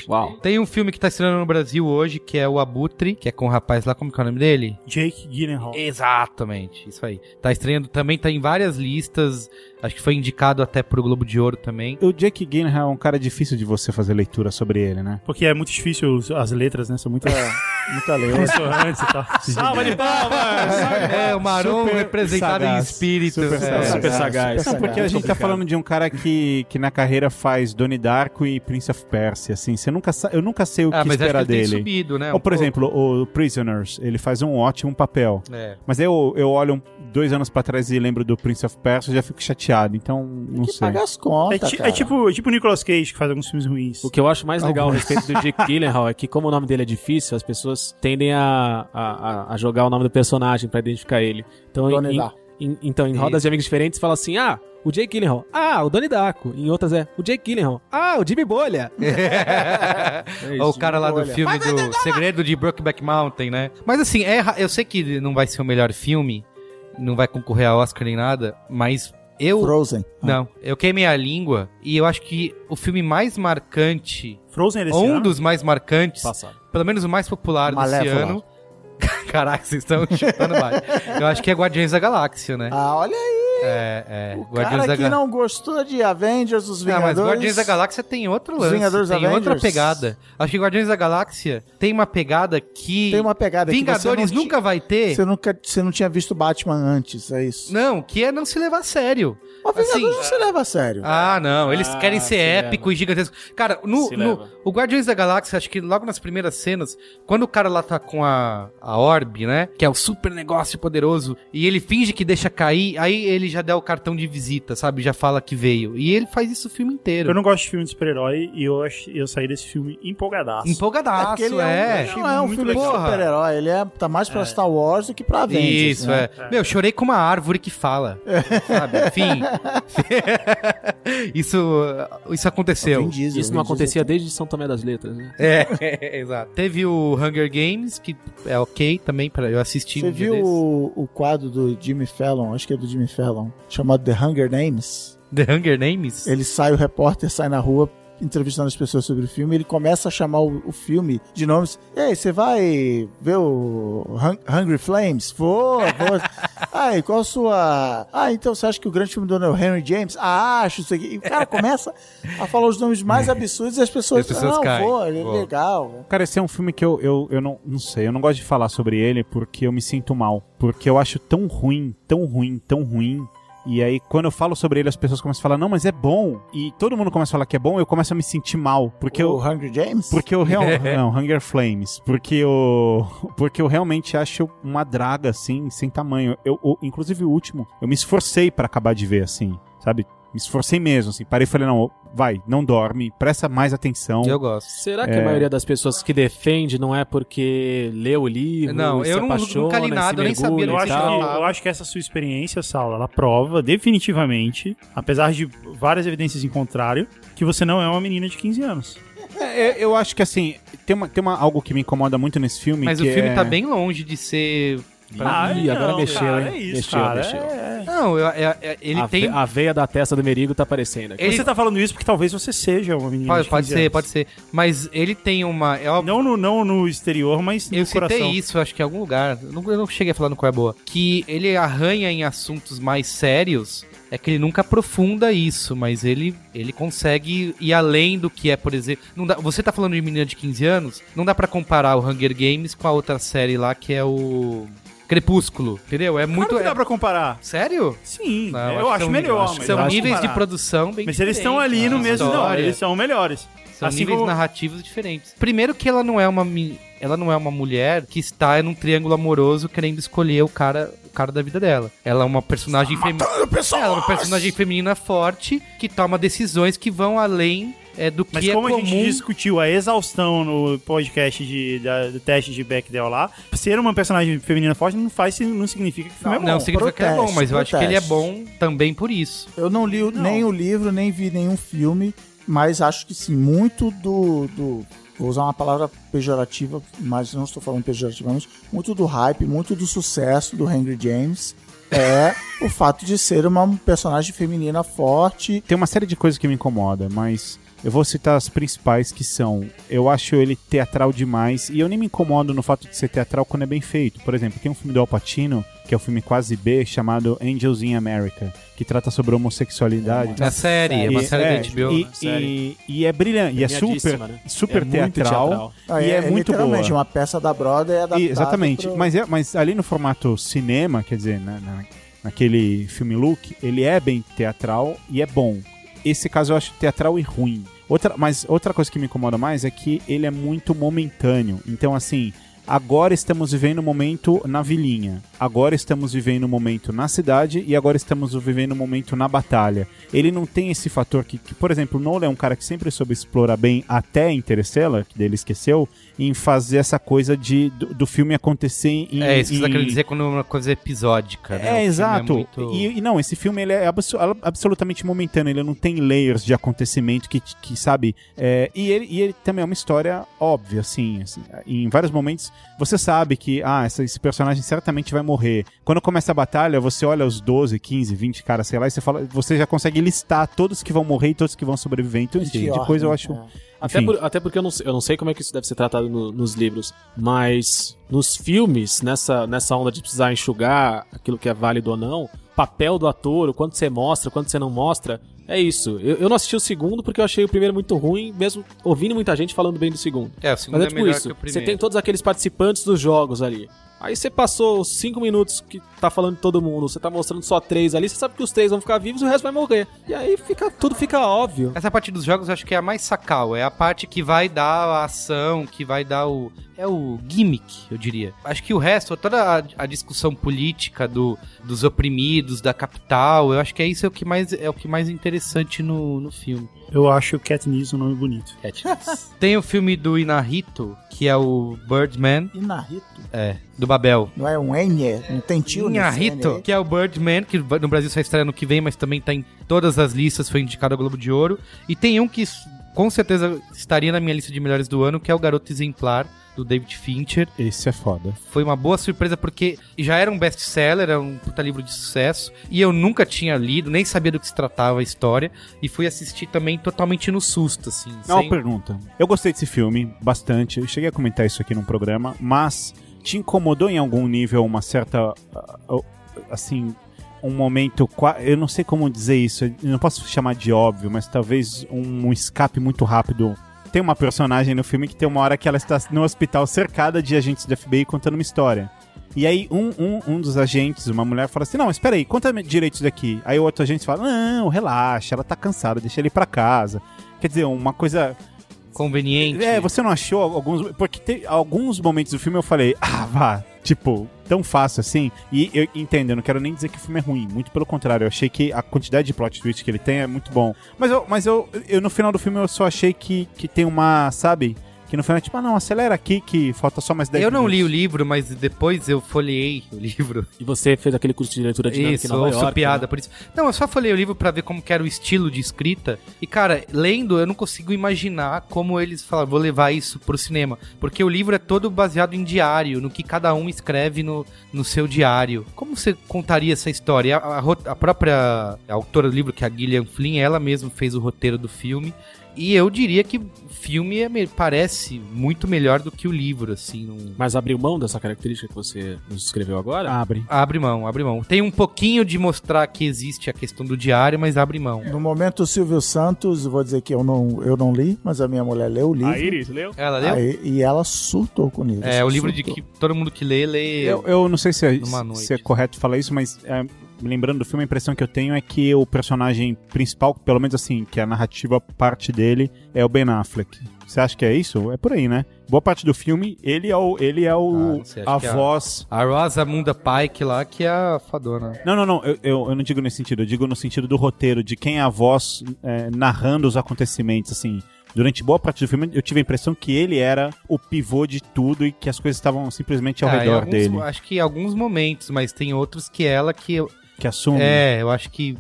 Speaker 3: Uau.
Speaker 1: Tem um filme que tá estreando no Brasil hoje, que é o Abutre, que é com o rapaz lá, como que é o nome dele?
Speaker 4: Jake Gyllenhaal.
Speaker 1: Exatamente, isso aí. Tá estreando também, tá em várias listas, acho que foi indicado até pro Globo de Ouro também.
Speaker 5: O Jake Gyllenhaal é um cara difícil de você fazer leitura sobre ele, né?
Speaker 4: Porque é muito difícil os- as letras, né? São muito
Speaker 5: Muita letra.
Speaker 4: consonantes e tal.
Speaker 3: Salva de palmas!
Speaker 1: É, o Maron
Speaker 5: Super
Speaker 1: representado em
Speaker 5: sagaz.
Speaker 1: espírito.
Speaker 5: Super
Speaker 1: é.
Speaker 5: sagaz.
Speaker 3: Super sagaz.
Speaker 5: Não, porque a gente tá falando de um cara que, que na carreira faz Donnie Darko e Prince of Persia, assim. Você nunca sa- eu nunca sei o
Speaker 1: Ah, mas
Speaker 5: que
Speaker 1: acho que
Speaker 5: esperar
Speaker 1: ele tem
Speaker 5: dele.
Speaker 1: subido, né?
Speaker 5: Ou,
Speaker 1: um
Speaker 5: por
Speaker 1: pouco.
Speaker 5: exemplo, o Prisoners, ele faz um ótimo papel.
Speaker 1: É.
Speaker 5: Mas aí eu, eu olho um- dois anos pra trás e lembro do Prince of Persia e já fico chateado. Então, não
Speaker 2: que
Speaker 5: sei.
Speaker 2: paga as
Speaker 4: É,
Speaker 2: contas,
Speaker 4: ti- é
Speaker 2: cara.
Speaker 4: tipo, é tipo o Nicolas Cage, que faz alguns filmes ruins.
Speaker 3: O que eu acho mais
Speaker 1: Tá
Speaker 3: legal a respeito do Jake Gyllenhaal é que, como o nome dele é difícil, as pessoas tendem a, a, a- a jogar o nome do personagem pra identificar ele. Então,
Speaker 2: Donnie
Speaker 3: em,
Speaker 2: Darko.
Speaker 3: em- então, em
Speaker 1: É
Speaker 3: rodas de amigos diferentes, fala assim: ah, o Jake Gyllenhaal. Ah, o Donnie Darko. Em outras é o Jake Gyllenhaal. Ah, o Jimmy Bolha.
Speaker 1: É Ou o cara lá do
Speaker 2: olha.
Speaker 1: filme do Segredo de Brokeback Mountain, né? Mas assim, é ra- eu sei que não vai ser o melhor filme, não vai concorrer a Oscar nem nada, mas eu. Ah.
Speaker 2: Frozen.
Speaker 1: Não, eu queimei a língua e eu acho que o filme mais marcante,
Speaker 4: Frozen é desse
Speaker 1: ou um
Speaker 4: ano?
Speaker 1: dos mais marcantes,
Speaker 3: Passado.
Speaker 1: pelo menos o mais popular desse
Speaker 2: Malévola.
Speaker 1: ano. Caraca, vocês estão chutando baixo. Eu acho que é Guardiões da Galáxia, né?
Speaker 2: Ah, olha aí,
Speaker 1: É, é.
Speaker 2: o cara que não gostou de Avengers, os
Speaker 1: Ah, mas
Speaker 2: Vingadores.
Speaker 1: Guardiões da Galáxia tem outro
Speaker 2: Os
Speaker 1: lance,
Speaker 2: Vingadores
Speaker 1: tem outra
Speaker 2: Avengers.
Speaker 1: pegada. Acho que Guardiões da Galáxia tem uma pegada que
Speaker 2: Tem uma pegada
Speaker 1: Vingadores
Speaker 2: que você não ti-
Speaker 1: nunca vai ter.
Speaker 2: Você nunca, você não tinha visto Batman antes, é isso.
Speaker 1: Não, que é não se levar a sério.
Speaker 2: Mas Vingadores
Speaker 1: Assim-
Speaker 2: não se leva a sério.
Speaker 1: Ah, não, eles
Speaker 3: Ah,
Speaker 1: querem ser
Speaker 3: se leva.
Speaker 1: épico e gigantesco. Cara, no,
Speaker 3: Se
Speaker 1: no-
Speaker 3: leva.
Speaker 1: o Guardiões da Galáxia, acho que logo nas primeiras cenas, quando o cara lá tá com a, a Orb, né? Que é o super negócio poderoso, e ele finge que deixa cair, aí ele já dá o cartão de visita, sabe? Já fala que veio. E ele faz isso o filme inteiro.
Speaker 4: Eu não gosto de filme de super-herói e eu, ach- eu saí desse filme empolgadaço.
Speaker 1: Empolgadaço,
Speaker 2: ele
Speaker 1: é.
Speaker 2: um, não é um
Speaker 4: muito
Speaker 2: filme de
Speaker 1: legal.
Speaker 2: super-herói, ele é, tá mais pra Star Wars do que pra Avengers.
Speaker 1: Isso,
Speaker 2: né?
Speaker 1: é. Meu, chorei com uma árvore que fala. Sabe? Enfim. isso, isso aconteceu.
Speaker 2: Vin Diesel,
Speaker 3: Isso não
Speaker 2: Vin Diesel
Speaker 3: acontecia desde São Tomé das Letras, né?
Speaker 1: É, exato. Teve o Hunger Games, que é ok também, pra, eu assisti
Speaker 2: Você
Speaker 1: um dia
Speaker 2: viu
Speaker 1: desse.
Speaker 2: o, o quadro do Jimmy Fallon, acho que é do Jimmy Fallon, chamado The Hunger Names?
Speaker 1: The Hunger Names?
Speaker 2: Ele sai, o repórter sai na rua entrevistando as pessoas sobre o filme, ele começa a chamar o, o filme de nomes. Ei, você vai ver o Hun- Hungry Flames? Vou, vou. Ai, qual a sua... Ah, então você acha que o grande filme do Neil Henry James? Ah, acho isso aqui. E o cara começa a falar os nomes mais absurdos e as pessoas...
Speaker 1: As pessoas
Speaker 2: não,
Speaker 1: caem.
Speaker 2: vou, ele é
Speaker 1: Vou."
Speaker 2: legal.
Speaker 5: Cara, esse é um filme que eu, eu, eu não, não sei, eu não gosto de falar sobre ele porque eu me sinto mal. Porque eu acho tão ruim, tão ruim, tão ruim. E aí, quando eu falo sobre ele, as pessoas começam a falar, não, mas é bom. E todo mundo começa a falar que é bom, eu começo a me sentir mal. Porque
Speaker 2: o
Speaker 5: eu.
Speaker 2: Hungry James?
Speaker 5: Porque eu realmente. não, Hunger Flames. Porque eu. Porque eu realmente acho uma draga, assim, sem tamanho. Eu, o- inclusive o último, eu me esforcei pra acabar de ver, assim, sabe? Me esforcei mesmo, assim. Parei e falei, não, vai, não dorme, presta mais atenção.
Speaker 1: Eu gosto.
Speaker 3: Será que a maioria das pessoas que defende não é porque leu o livro,
Speaker 1: Não,
Speaker 3: se
Speaker 1: eu não-
Speaker 3: apaixona,
Speaker 1: nunca li
Speaker 3: se
Speaker 1: nada, eu nem sabia
Speaker 3: mergulha
Speaker 4: Eu
Speaker 3: e
Speaker 4: acho,
Speaker 3: tal?
Speaker 4: que, eu acho que essa sua experiência, Saulo, ela prova definitivamente, apesar de várias evidências em contrário, que você não é uma menina de 15 anos.
Speaker 5: É, eu- eu acho que assim, tem, uma, tem uma, algo que me incomoda muito nesse filme.
Speaker 1: Mas o
Speaker 5: que
Speaker 1: filme
Speaker 5: é-
Speaker 1: tá bem longe de ser...
Speaker 3: Pra
Speaker 1: Ah,
Speaker 3: mim, Ah, agora
Speaker 1: então,
Speaker 3: mexeu,
Speaker 4: cara,
Speaker 3: hein?
Speaker 4: É isso,
Speaker 3: Mexeu,
Speaker 4: cara,
Speaker 3: mexeu.
Speaker 4: é-
Speaker 1: Não, eu- eu- eu- ele
Speaker 3: a,
Speaker 1: tem...
Speaker 3: ve- a veia da testa do Merigo tá aparecendo aqui.
Speaker 4: é.
Speaker 1: Ele-
Speaker 4: Você tá falando isso porque talvez você seja uma menina
Speaker 1: Pode,
Speaker 4: de 15
Speaker 1: pode ser,
Speaker 4: anos.
Speaker 1: pode ser. Mas ele tem uma... É óbvio,
Speaker 4: Não no, não no exterior, mas no
Speaker 1: eu
Speaker 4: coração.
Speaker 1: citei isso, acho que em algum lugar. Eu não, eu não cheguei a falar no Qual é a Boa. Que ele arranha em assuntos mais sérios. É que ele nunca aprofunda isso, mas ele, ele consegue ir além do que é, por exemplo. Não dá, você tá falando de menina de 15 anos, não dá pra comparar o Hunger Games com a outra série lá que é o Crepúsculo, entendeu? É
Speaker 4: Muito
Speaker 1: muito.
Speaker 4: claro que dá
Speaker 1: é-
Speaker 4: pra comparar.
Speaker 1: Sério?
Speaker 4: Sim,
Speaker 1: Não,
Speaker 4: eu,
Speaker 1: que
Speaker 4: acho
Speaker 1: são-
Speaker 4: melhor.
Speaker 1: acho que
Speaker 4: mas
Speaker 1: são
Speaker 4: dá pra
Speaker 1: níveis de
Speaker 4: comparar.
Speaker 1: produção bem
Speaker 4: Mas eles estão
Speaker 1: diferentes, né?
Speaker 4: ali no
Speaker 1: a
Speaker 4: mesmo. Não,
Speaker 1: história.
Speaker 4: eles são melhores.
Speaker 1: São
Speaker 4: Assim
Speaker 1: níveis
Speaker 4: como-
Speaker 1: narrativos diferentes. Primeiro que ela não é uma mi- ela não é uma mulher que está num triângulo amoroso querendo escolher o cara, o cara da vida dela. Ela é uma é personagem feminina, ela é uma personagem feminina forte que toma decisões que vão além é, do que
Speaker 4: Mas
Speaker 1: é
Speaker 4: como
Speaker 1: comum.
Speaker 4: a gente discutiu a exaustão no podcast de, da- do teste de Bechdel lá, ser uma personagem feminina forte não faz não significa que o filme é bom.
Speaker 1: não, significa que ele é bom, mas eu acho que ele é
Speaker 2: protesto.
Speaker 1: bom também por isso.
Speaker 2: Eu não li o- nem o livro, nem vi nenhum filme, mas acho que sim, muito do. do- vou usar uma palavra pejorativa, mas não estou falando pejorativamente. Muito do hype, muito do sucesso do Henry James é o fato de ser uma personagem feminina forte.
Speaker 5: Tem uma série de coisas que me incomoda, mas eu vou citar as principais que são. Eu acho ele teatral demais e eu nem me incomodo no fato de ser teatral quando é bem feito. Por exemplo, tem um filme do Al Pacino, que é o filme quase B, chamado Angels in America, que trata sobre homossexualidade.
Speaker 1: Na série, é uma série
Speaker 5: é,
Speaker 1: da HBO.
Speaker 5: e,
Speaker 1: né?
Speaker 5: e, e é brilhante, e é super,
Speaker 3: Premiadíssima, né?
Speaker 5: super
Speaker 3: É muito
Speaker 5: teatral,
Speaker 2: Ah,
Speaker 5: e é, muito boa.
Speaker 2: literalmente uma peça da Broadway adaptada.
Speaker 5: E, exatamente.
Speaker 2: pro-
Speaker 5: Mas, é, mas ali no formato cinema, quer dizer, na, na- naquele filme look, ele é bem teatral e é bom. Esse caso eu acho teatral e ruim. Outra, mas outra coisa que me incomoda mais é que ele é muito momentâneo. Então, assim, agora estamos vivendo um momento na vilinha, agora estamos vivendo um momento na cidade e agora estamos vivendo um momento na batalha. Ele não tem esse fator que, que, por exemplo, Nolan é um cara que sempre soube explorar bem até Interstellar, que dele esqueceu, em fazer essa coisa de, do, do filme acontecer em.
Speaker 1: é, isso que
Speaker 5: em,
Speaker 1: você tá querendo dizer quando é uma coisa episódica, né? O
Speaker 5: é,
Speaker 1: filme
Speaker 5: exato.
Speaker 1: muito-
Speaker 5: e, e não, esse filme ele é abso- al- absolutamente momentâneo, ele não tem layers de acontecimento que, que sabe. é, e, ele, e ele também é uma história óbvia, assim, assim. Em vários momentos você sabe que, ah, essa- esse personagem certamente vai morrer. Quando começa a batalha, você olha os 12, 15, 20 caras, sei lá, e você fala, você já consegue listar todos que vão morrer e todos que vão sobreviver.
Speaker 2: É
Speaker 5: Então, esse tipo de
Speaker 2: ordem,
Speaker 5: coisa eu acho.
Speaker 2: é.
Speaker 5: Enfim.
Speaker 3: Até, por- até porque eu não, sei- eu não sei como é que isso deve ser tratado no- nos livros, mas nos filmes, nessa, nessa onda de precisar enxugar aquilo que é válido ou não, papel do ator, o quanto você mostra, o quanto você não mostra, é isso. Eu, eu não assisti o segundo porque eu achei o primeiro muito ruim, mesmo ouvindo muita gente falando bem do segundo.
Speaker 1: É, o
Speaker 3: Mas
Speaker 1: segundo
Speaker 3: é
Speaker 1: é
Speaker 3: tipo
Speaker 1: melhor
Speaker 3: isso,
Speaker 1: que o
Speaker 3: você
Speaker 1: primeiro.
Speaker 3: tem todos aqueles participantes dos jogos ali. Aí você passou os cinco minutos que tá falando de todo mundo, você tá mostrando só três ali, você sabe que os três vão ficar vivos e o resto vai morrer. E aí fica, tudo fica óbvio.
Speaker 1: Essa parte dos jogos eu acho que é a mais sacal. É a parte que vai dar a ação, que vai dar o. É o gimmick, eu diria. Acho que o resto, toda a, a discussão política do, dos oprimidos, da capital, eu acho que é isso é o que mais, é o que mais interessante no, no filme.
Speaker 4: Eu acho Katniss um nome bonito.
Speaker 1: Tem o filme do Inarito, que é o Birdman,
Speaker 2: E Narrito?
Speaker 1: é, do Babel.
Speaker 2: Não é um N? Não tem tio nesse N
Speaker 1: Inarito,
Speaker 2: aí?
Speaker 1: que é o Birdman, que va- no Brasil só estreia ano que vem, mas também tá em todas as listas, foi indicado ao Globo de Ouro. E tem um que s- com certeza estaria na minha lista de melhores do ano, que é o Garoto Exemplar, do David Fincher.
Speaker 5: Esse é foda.
Speaker 1: Foi uma boa surpresa porque já era um best-seller, era um puta livro de sucesso, e eu nunca tinha lido, nem sabia do que se tratava a história, e fui assistir também totalmente no susto, assim.
Speaker 5: Não,
Speaker 1: sem-
Speaker 5: É pergunta. Eu gostei desse filme bastante. Eu cheguei a comentar isso aqui num programa, mas te incomodou em algum nível uma certa. ah, ah, Assim, um momento. qua- Eu não sei como dizer isso. Eu não posso chamar de óbvio, mas talvez um escape muito rápido. Tem uma personagem no filme que tem uma hora que ela está no hospital cercada de agentes do FBI contando uma história. E aí um, um, um dos agentes, uma mulher, fala assim, não, espera aí, conta direito isso daqui. Aí o outro agente fala, não, relaxa, ela tá cansada, deixa ele ir pra casa. Quer dizer, uma coisa
Speaker 1: Conveniente.
Speaker 5: é, você não achou alguns. Porque tem alguns momentos do filme eu falei, ah, vá, tipo, tão fácil assim. E eu entendo, eu não quero nem dizer que o filme é ruim. Muito pelo contrário, eu achei que a quantidade de plot twist que ele tem é muito bom. Mas eu, mas eu, eu no final do filme eu só achei que, que tem uma, sabe? Que no final é tipo, ah, não, acelera aqui que falta só mais 10
Speaker 1: Eu não li o
Speaker 5: minutos.
Speaker 1: livro, mas depois eu folhei o livro.
Speaker 3: E você fez aquele curso de leitura dinâmica
Speaker 1: Isso,
Speaker 3: em Nova
Speaker 1: ouço
Speaker 3: York.
Speaker 1: piada,
Speaker 3: né?
Speaker 1: por isso. Não, eu só falei o livro pra ver como que era o estilo de escrita. E, cara, lendo, eu não consigo imaginar como eles falaram, vou levar isso pro cinema. Porque o livro é todo baseado em diário, no que cada um escreve no, no seu diário. Como você contaria essa história? A, a ro- a própria autora do livro, que é a Gillian Flynn, ela mesma fez o roteiro do filme. E eu diria que o filme é me- parece muito melhor do que o livro, assim. não-
Speaker 3: Mas abriu mão dessa característica que você nos escreveu agora?
Speaker 5: Abre.
Speaker 1: Abre mão, abre mão. Tem um pouquinho de mostrar que existe a questão do diário, mas abre mão.
Speaker 2: é. No momento, o Silvio Santos, vou dizer que eu não, eu não li, mas a minha mulher leu o livro.
Speaker 4: A Ah, Iris, leu?
Speaker 1: Ela leu?
Speaker 2: Aí- e ela surtou com o livro.
Speaker 1: é, o livro de
Speaker 2: surtou.
Speaker 1: que todo mundo que lê, lê.
Speaker 5: Eu, eu não sei se é,
Speaker 1: Numa noite.
Speaker 5: se é correto falar isso, mas é, me lembrando do filme, a impressão que eu tenho é que o personagem principal, pelo menos assim, que a narrativa parte dele, é o Ben Affleck. Você acha que é isso? É por aí, né? Boa parte do filme, ele é o. Ele é
Speaker 1: Ah,
Speaker 5: o
Speaker 1: não sei, acho
Speaker 5: a
Speaker 1: que é a-
Speaker 5: voz.
Speaker 1: A Rosamunda Pike lá, que é a fadona.
Speaker 5: Não, não, não. Eu, eu, eu não digo nesse sentido. Eu digo no sentido do roteiro, de quem é a voz é, narrando os acontecimentos, assim. Durante boa parte do filme, eu tive a impressão que ele era o pivô de tudo e que as coisas estavam simplesmente ao
Speaker 1: Ah, em
Speaker 5: redor
Speaker 1: alguns-
Speaker 5: dele.
Speaker 1: Acho que em alguns momentos, mas tem outros que ela que. eu-
Speaker 5: Que assume
Speaker 1: É, eu acho que.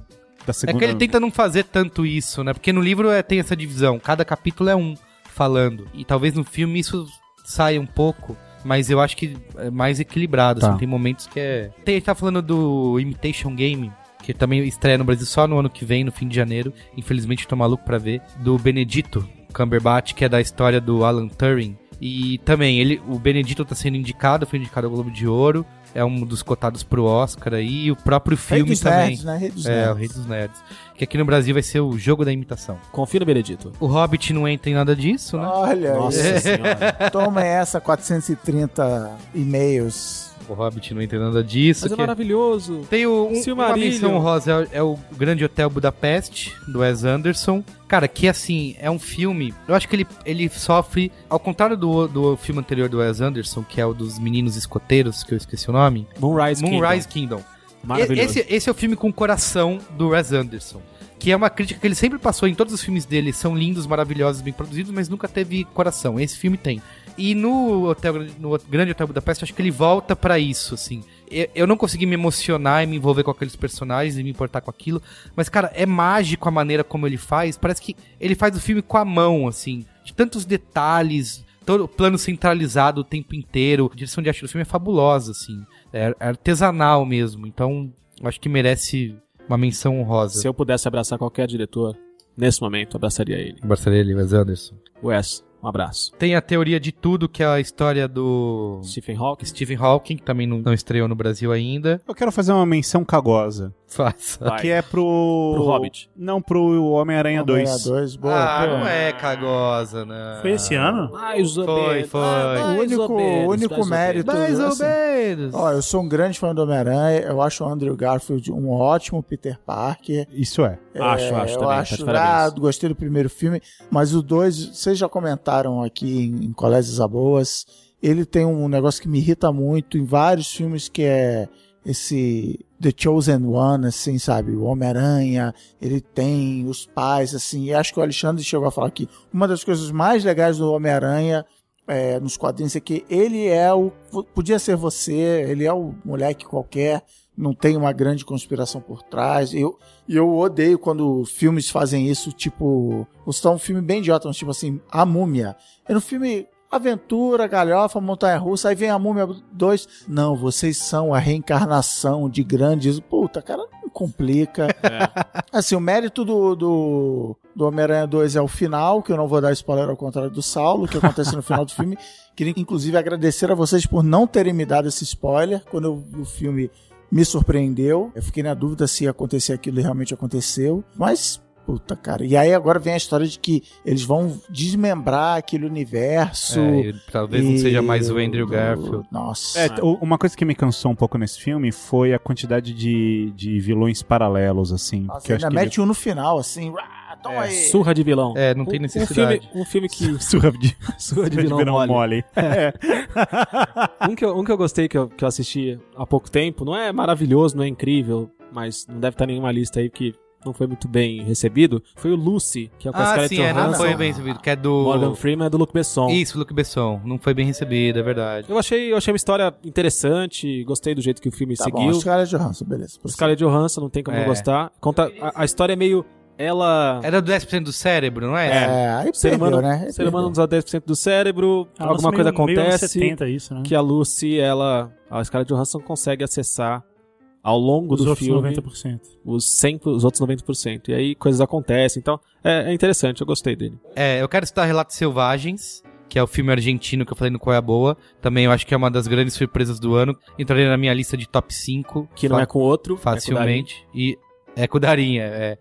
Speaker 5: da
Speaker 1: É
Speaker 5: segunda...
Speaker 1: que ele tenta não fazer tanto isso, né? Porque no livro é, tem essa divisão. Cada capítulo é um falando. E talvez no filme isso saia um pouco. Mas eu acho que é mais equilibrado.
Speaker 5: Tá.
Speaker 1: assim, tem momentos que é. Tem, ele tá falando do Imitation Game. Que também estreia no Brasil só no ano que vem, no fim de janeiro. Infelizmente, eu tô maluco pra ver. Do Benedito Cumberbatch, que é da história do Alan Turing. E também, ele, o Benedito tá sendo indicado, foi indicado ao Globo de Ouro. É um dos cotados pro Oscar aí. E o próprio
Speaker 2: Rei
Speaker 1: filme
Speaker 2: dos
Speaker 1: também.
Speaker 2: Nerds, né? Rei dos
Speaker 1: É, o
Speaker 2: Nerds.
Speaker 1: Rei dos Nerds. Que aqui no Brasil vai ser o jogo da imitação.
Speaker 3: Confia no Benedito.
Speaker 1: O Hobbit não entra em nada disso,
Speaker 3: Ah.
Speaker 1: né?
Speaker 2: Olha,
Speaker 3: Nossa senhora.
Speaker 2: aí. toma essa 430 e-mails.
Speaker 1: O Hobbit não entra em nada disso.
Speaker 3: Mas é
Speaker 1: que-
Speaker 3: maravilhoso.
Speaker 1: Tem o, um, uma
Speaker 3: Silmarillion.
Speaker 1: menção rosa é, o Grande Hotel Budapeste, do Wes Anderson. Cara, que assim, é um filme. Eu acho que ele, ele sofre. Ao contrário do, do filme anterior do Wes Anderson, que é o dos meninos escoteiros, que eu esqueci o nome.
Speaker 3: Moonrise
Speaker 1: Moonrise Kingdom.
Speaker 3: Kingdom. Maravilhoso.
Speaker 1: Esse, esse é o filme com o coração do Wes Anderson. Que é uma crítica que ele sempre passou em todos os filmes dele. São lindos, maravilhosos, bem produzidos, mas nunca teve coração. Esse filme tem. E no, hotel, no Grande Hotel Budapeste, acho que ele volta pra isso, assim. Eu, eu não consegui me emocionar e me envolver com aqueles personagens e me importar com aquilo. Mas, cara, é mágico a maneira como ele faz. Parece que ele faz o filme com a mão, assim. De tantos detalhes, todo o plano centralizado o tempo inteiro. A direção de arte do filme é fabulosa, assim. É artesanal mesmo. Então, eu acho que merece uma menção honrosa.
Speaker 3: Se eu pudesse abraçar qualquer diretor, nesse momento, abraçaria ele.
Speaker 1: Abraçaria ele, Wes Anderson.
Speaker 3: Wes, um abraço.
Speaker 1: Tem a teoria de tudo, que é a história do
Speaker 3: Stephen Hawking,
Speaker 1: Stephen Hawking, que também não, não estreou no Brasil ainda.
Speaker 5: Eu quero fazer uma menção cagosa.
Speaker 1: Faça.
Speaker 3: vai.
Speaker 5: Que é pro...
Speaker 3: Pro Hobbit.
Speaker 5: Não, pro Homem-Aranha 2.
Speaker 2: Homem-Aranha 2, boa.
Speaker 1: Ah, não é cagosa, né?
Speaker 4: Foi esse ano?
Speaker 3: Mais ou
Speaker 1: Foi,
Speaker 3: menos, Ah,
Speaker 1: foi.
Speaker 3: mais
Speaker 2: O único-
Speaker 3: ou menos,
Speaker 2: o único
Speaker 3: mais ou
Speaker 2: mérito-
Speaker 1: Mais ou
Speaker 2: Assim.
Speaker 1: menos.
Speaker 2: Ó, eu sou um grande fã do Homem-Aranha, eu acho o Andrew Garfield um ótimo Peter Parker.
Speaker 5: Isso é.
Speaker 2: É,
Speaker 3: Acho, acho
Speaker 2: eu
Speaker 3: também, tá
Speaker 2: acho
Speaker 3: de parabéns.
Speaker 2: irado, gostei do primeiro filme, mas o dois, vocês já comentaram aqui em, em Colégios a Boas, ele tem um negócio que me irrita muito em vários filmes que é esse The Chosen One, assim, sabe? O Homem-Aranha, ele tem os pais, assim, e acho que o Alexandre chegou a falar aqui. Uma das coisas mais legais do Homem-Aranha é, nos quadrinhos é que ele é o. Podia ser você, ele é o moleque qualquer, não tem uma grande conspiração por trás. Eu, e eu odeio quando filmes fazem isso, tipo. Você tá um filme bem idiota, mas tipo assim, A Múmia. Era um filme aventura, galhofa, montanha russa, aí vem a Múmia 2. Não, vocês são a reencarnação de grandes. Puta, cara, não complica.
Speaker 1: É.
Speaker 2: Assim, o mérito do, do, do Homem-Aranha 2 é o final, que eu não vou dar spoiler ao contrário do Saulo, que acontece no final do filme. Queria, inclusive, agradecer a vocês por não terem me dado esse spoiler. Quando eu vi o filme, me surpreendeu. Eu fiquei na dúvida se ia acontecer aquilo e realmente aconteceu. Mas, puta, cara. E aí agora vem a história de que eles vão desmembrar aquele universo.
Speaker 1: É, e talvez não
Speaker 2: e-
Speaker 1: seja mais o Andrew Garfield.
Speaker 2: Nossa.
Speaker 5: É, t- u- uma coisa que me cansou um pouco nesse filme foi a quantidade de, de vilões paralelos, assim.
Speaker 2: Nossa,
Speaker 5: que eu
Speaker 2: ainda
Speaker 5: acho que
Speaker 2: mete um no final, assim. Ah, toma aí.
Speaker 3: Surra de vilão.
Speaker 1: É, não tem
Speaker 3: Um-
Speaker 1: necessidade.
Speaker 3: Um filme, um filme que.
Speaker 5: Surra de, surra
Speaker 3: de vilão mole.
Speaker 5: É.
Speaker 3: Um que eu, um que eu gostei, que eu, que eu assisti há pouco tempo, não é maravilhoso, não é incrível, mas não deve estar em nenhuma lista aí que não foi muito bem recebido, foi o Lucy, que é com a
Speaker 1: Ah,
Speaker 3: Scarlett
Speaker 1: sim, é, não
Speaker 3: Johansson,
Speaker 1: foi bem recebido. Que é do.
Speaker 3: Morgan Freeman e do Luke Besson.
Speaker 1: Isso, Luke Besson. Não foi bem recebido, é verdade.
Speaker 3: Eu achei, eu achei uma história interessante, gostei do jeito que é o filme
Speaker 2: Tá bom,
Speaker 3: seguiu.
Speaker 2: os caras de Johansson, beleza.
Speaker 3: Scarlett Johansson, não tem como
Speaker 1: É.
Speaker 3: não gostar. Conta, a, a história é meio... Ela...
Speaker 1: Era do 10% do cérebro, não é?
Speaker 2: É, aí
Speaker 3: ser
Speaker 2: perdeu,
Speaker 3: humano,
Speaker 2: né? Aí
Speaker 3: ser humano
Speaker 2: perdeu.
Speaker 3: usa 10% do cérebro,
Speaker 4: Ah,
Speaker 3: alguma
Speaker 4: nossa,
Speaker 3: coisa
Speaker 4: meio- meio anos
Speaker 3: acontece...
Speaker 4: 70 isso, né?
Speaker 3: que a Lucy, ela, a Scarlett Johansson consegue acessar ao longo
Speaker 4: Os
Speaker 3: do
Speaker 4: outros
Speaker 3: filme
Speaker 4: 90%.
Speaker 3: os 100, os outros 90%. E aí coisas acontecem, então é, é interessante, eu gostei dele.
Speaker 1: É, eu quero citar Relatos Selvagens, que é o filme argentino que eu falei no Qual é a Boa. Também eu acho que é uma das grandes surpresas do ano. Entraria na minha lista de top 5.
Speaker 3: Que não é com outro,
Speaker 1: Facilmente. e é com o Darinha, é.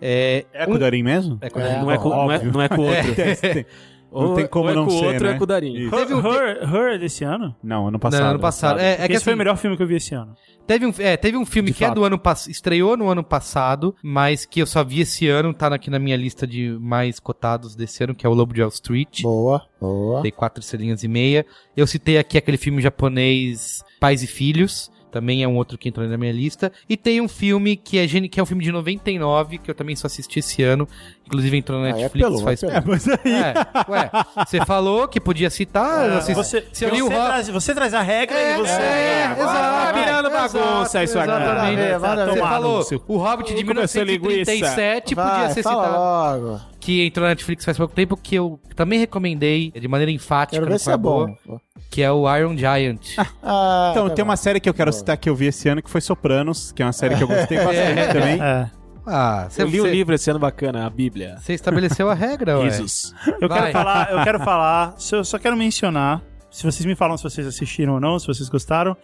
Speaker 1: É,
Speaker 5: É
Speaker 1: um-
Speaker 5: com o Darim mesmo?
Speaker 1: é com o
Speaker 3: é com
Speaker 1: Darinha.
Speaker 3: o Darim. não, é com, não, é, não é com outro.
Speaker 5: Tem- tem- Não
Speaker 3: Ou-
Speaker 5: tem como
Speaker 3: ou é
Speaker 5: não
Speaker 3: com o
Speaker 5: ser,
Speaker 3: outro
Speaker 5: né?
Speaker 3: é com o Darinho.
Speaker 5: Isso.
Speaker 4: Her,
Speaker 1: Teve um-
Speaker 4: Her, Her é desse ano?
Speaker 5: Não, ano
Speaker 1: Não,
Speaker 5: passado.
Speaker 1: ano passado. É, é que
Speaker 4: Esse foi o
Speaker 1: assim,
Speaker 4: melhor filme que eu vi esse ano.
Speaker 1: Teve um, é, teve um filme
Speaker 5: De
Speaker 1: que é
Speaker 5: fato.
Speaker 1: do ano passado, estreou no ano passado, mas que eu só vi esse ano, tá aqui na minha lista de mais cotados desse ano, que é o Lobo de Wall Street.
Speaker 2: Boa, boa.
Speaker 1: Dei quatro estrelinhas e meia. Eu citei aqui aquele filme japonês Pais e Filhos. Também é um outro que entrou na minha lista. E tem um filme que é, geni- que é um filme de 99, que eu também só assisti esse ano. Inclusive entrou na
Speaker 2: Ah, é
Speaker 1: Netflix
Speaker 2: apelou,
Speaker 1: faz
Speaker 2: apelou.
Speaker 5: É, mas aí.
Speaker 1: É, ué, você falou que podia citar. eu
Speaker 2: É,
Speaker 1: assisti-
Speaker 4: você,
Speaker 1: se eu li o
Speaker 4: você
Speaker 1: Ro-
Speaker 4: traz, você traz a regra e você.
Speaker 1: é,
Speaker 4: Ah,
Speaker 1: exato.
Speaker 3: virando bagunça isso aqui.
Speaker 2: Ah,
Speaker 1: Exatamente.
Speaker 2: Vai, vai,
Speaker 1: Você
Speaker 2: vai.
Speaker 1: falou,
Speaker 5: seu-
Speaker 1: o Hobbit de
Speaker 3: Começou a linguiça.
Speaker 1: 1937 podia
Speaker 2: Vai,
Speaker 1: ser
Speaker 2: fala
Speaker 1: citado.
Speaker 2: logo.
Speaker 1: Que entrou na Netflix faz pouco tempo, que eu também recomendei de maneira enfática,
Speaker 2: Quero ver
Speaker 1: não
Speaker 2: se
Speaker 1: foi
Speaker 2: é
Speaker 1: boa,
Speaker 2: bom.
Speaker 1: que é o Iron Giant.
Speaker 2: Ah,
Speaker 5: Então,
Speaker 2: tá
Speaker 5: tem
Speaker 2: bom.
Speaker 5: uma série que eu quero citar que eu vi esse ano, que foi Sopranos, que é uma série que eu gostei bastante também.
Speaker 4: É.
Speaker 1: Ah, você
Speaker 3: Eu li o
Speaker 1: você-
Speaker 3: livro esse ano bacana, a Bíblia.
Speaker 1: Você estabeleceu a regra, ué.
Speaker 3: Jesus.
Speaker 4: Eu
Speaker 1: Vai.
Speaker 4: quero falar, eu quero falar, se eu só quero mencionar, se vocês me falam se vocês assistiram ou não, se vocês gostaram,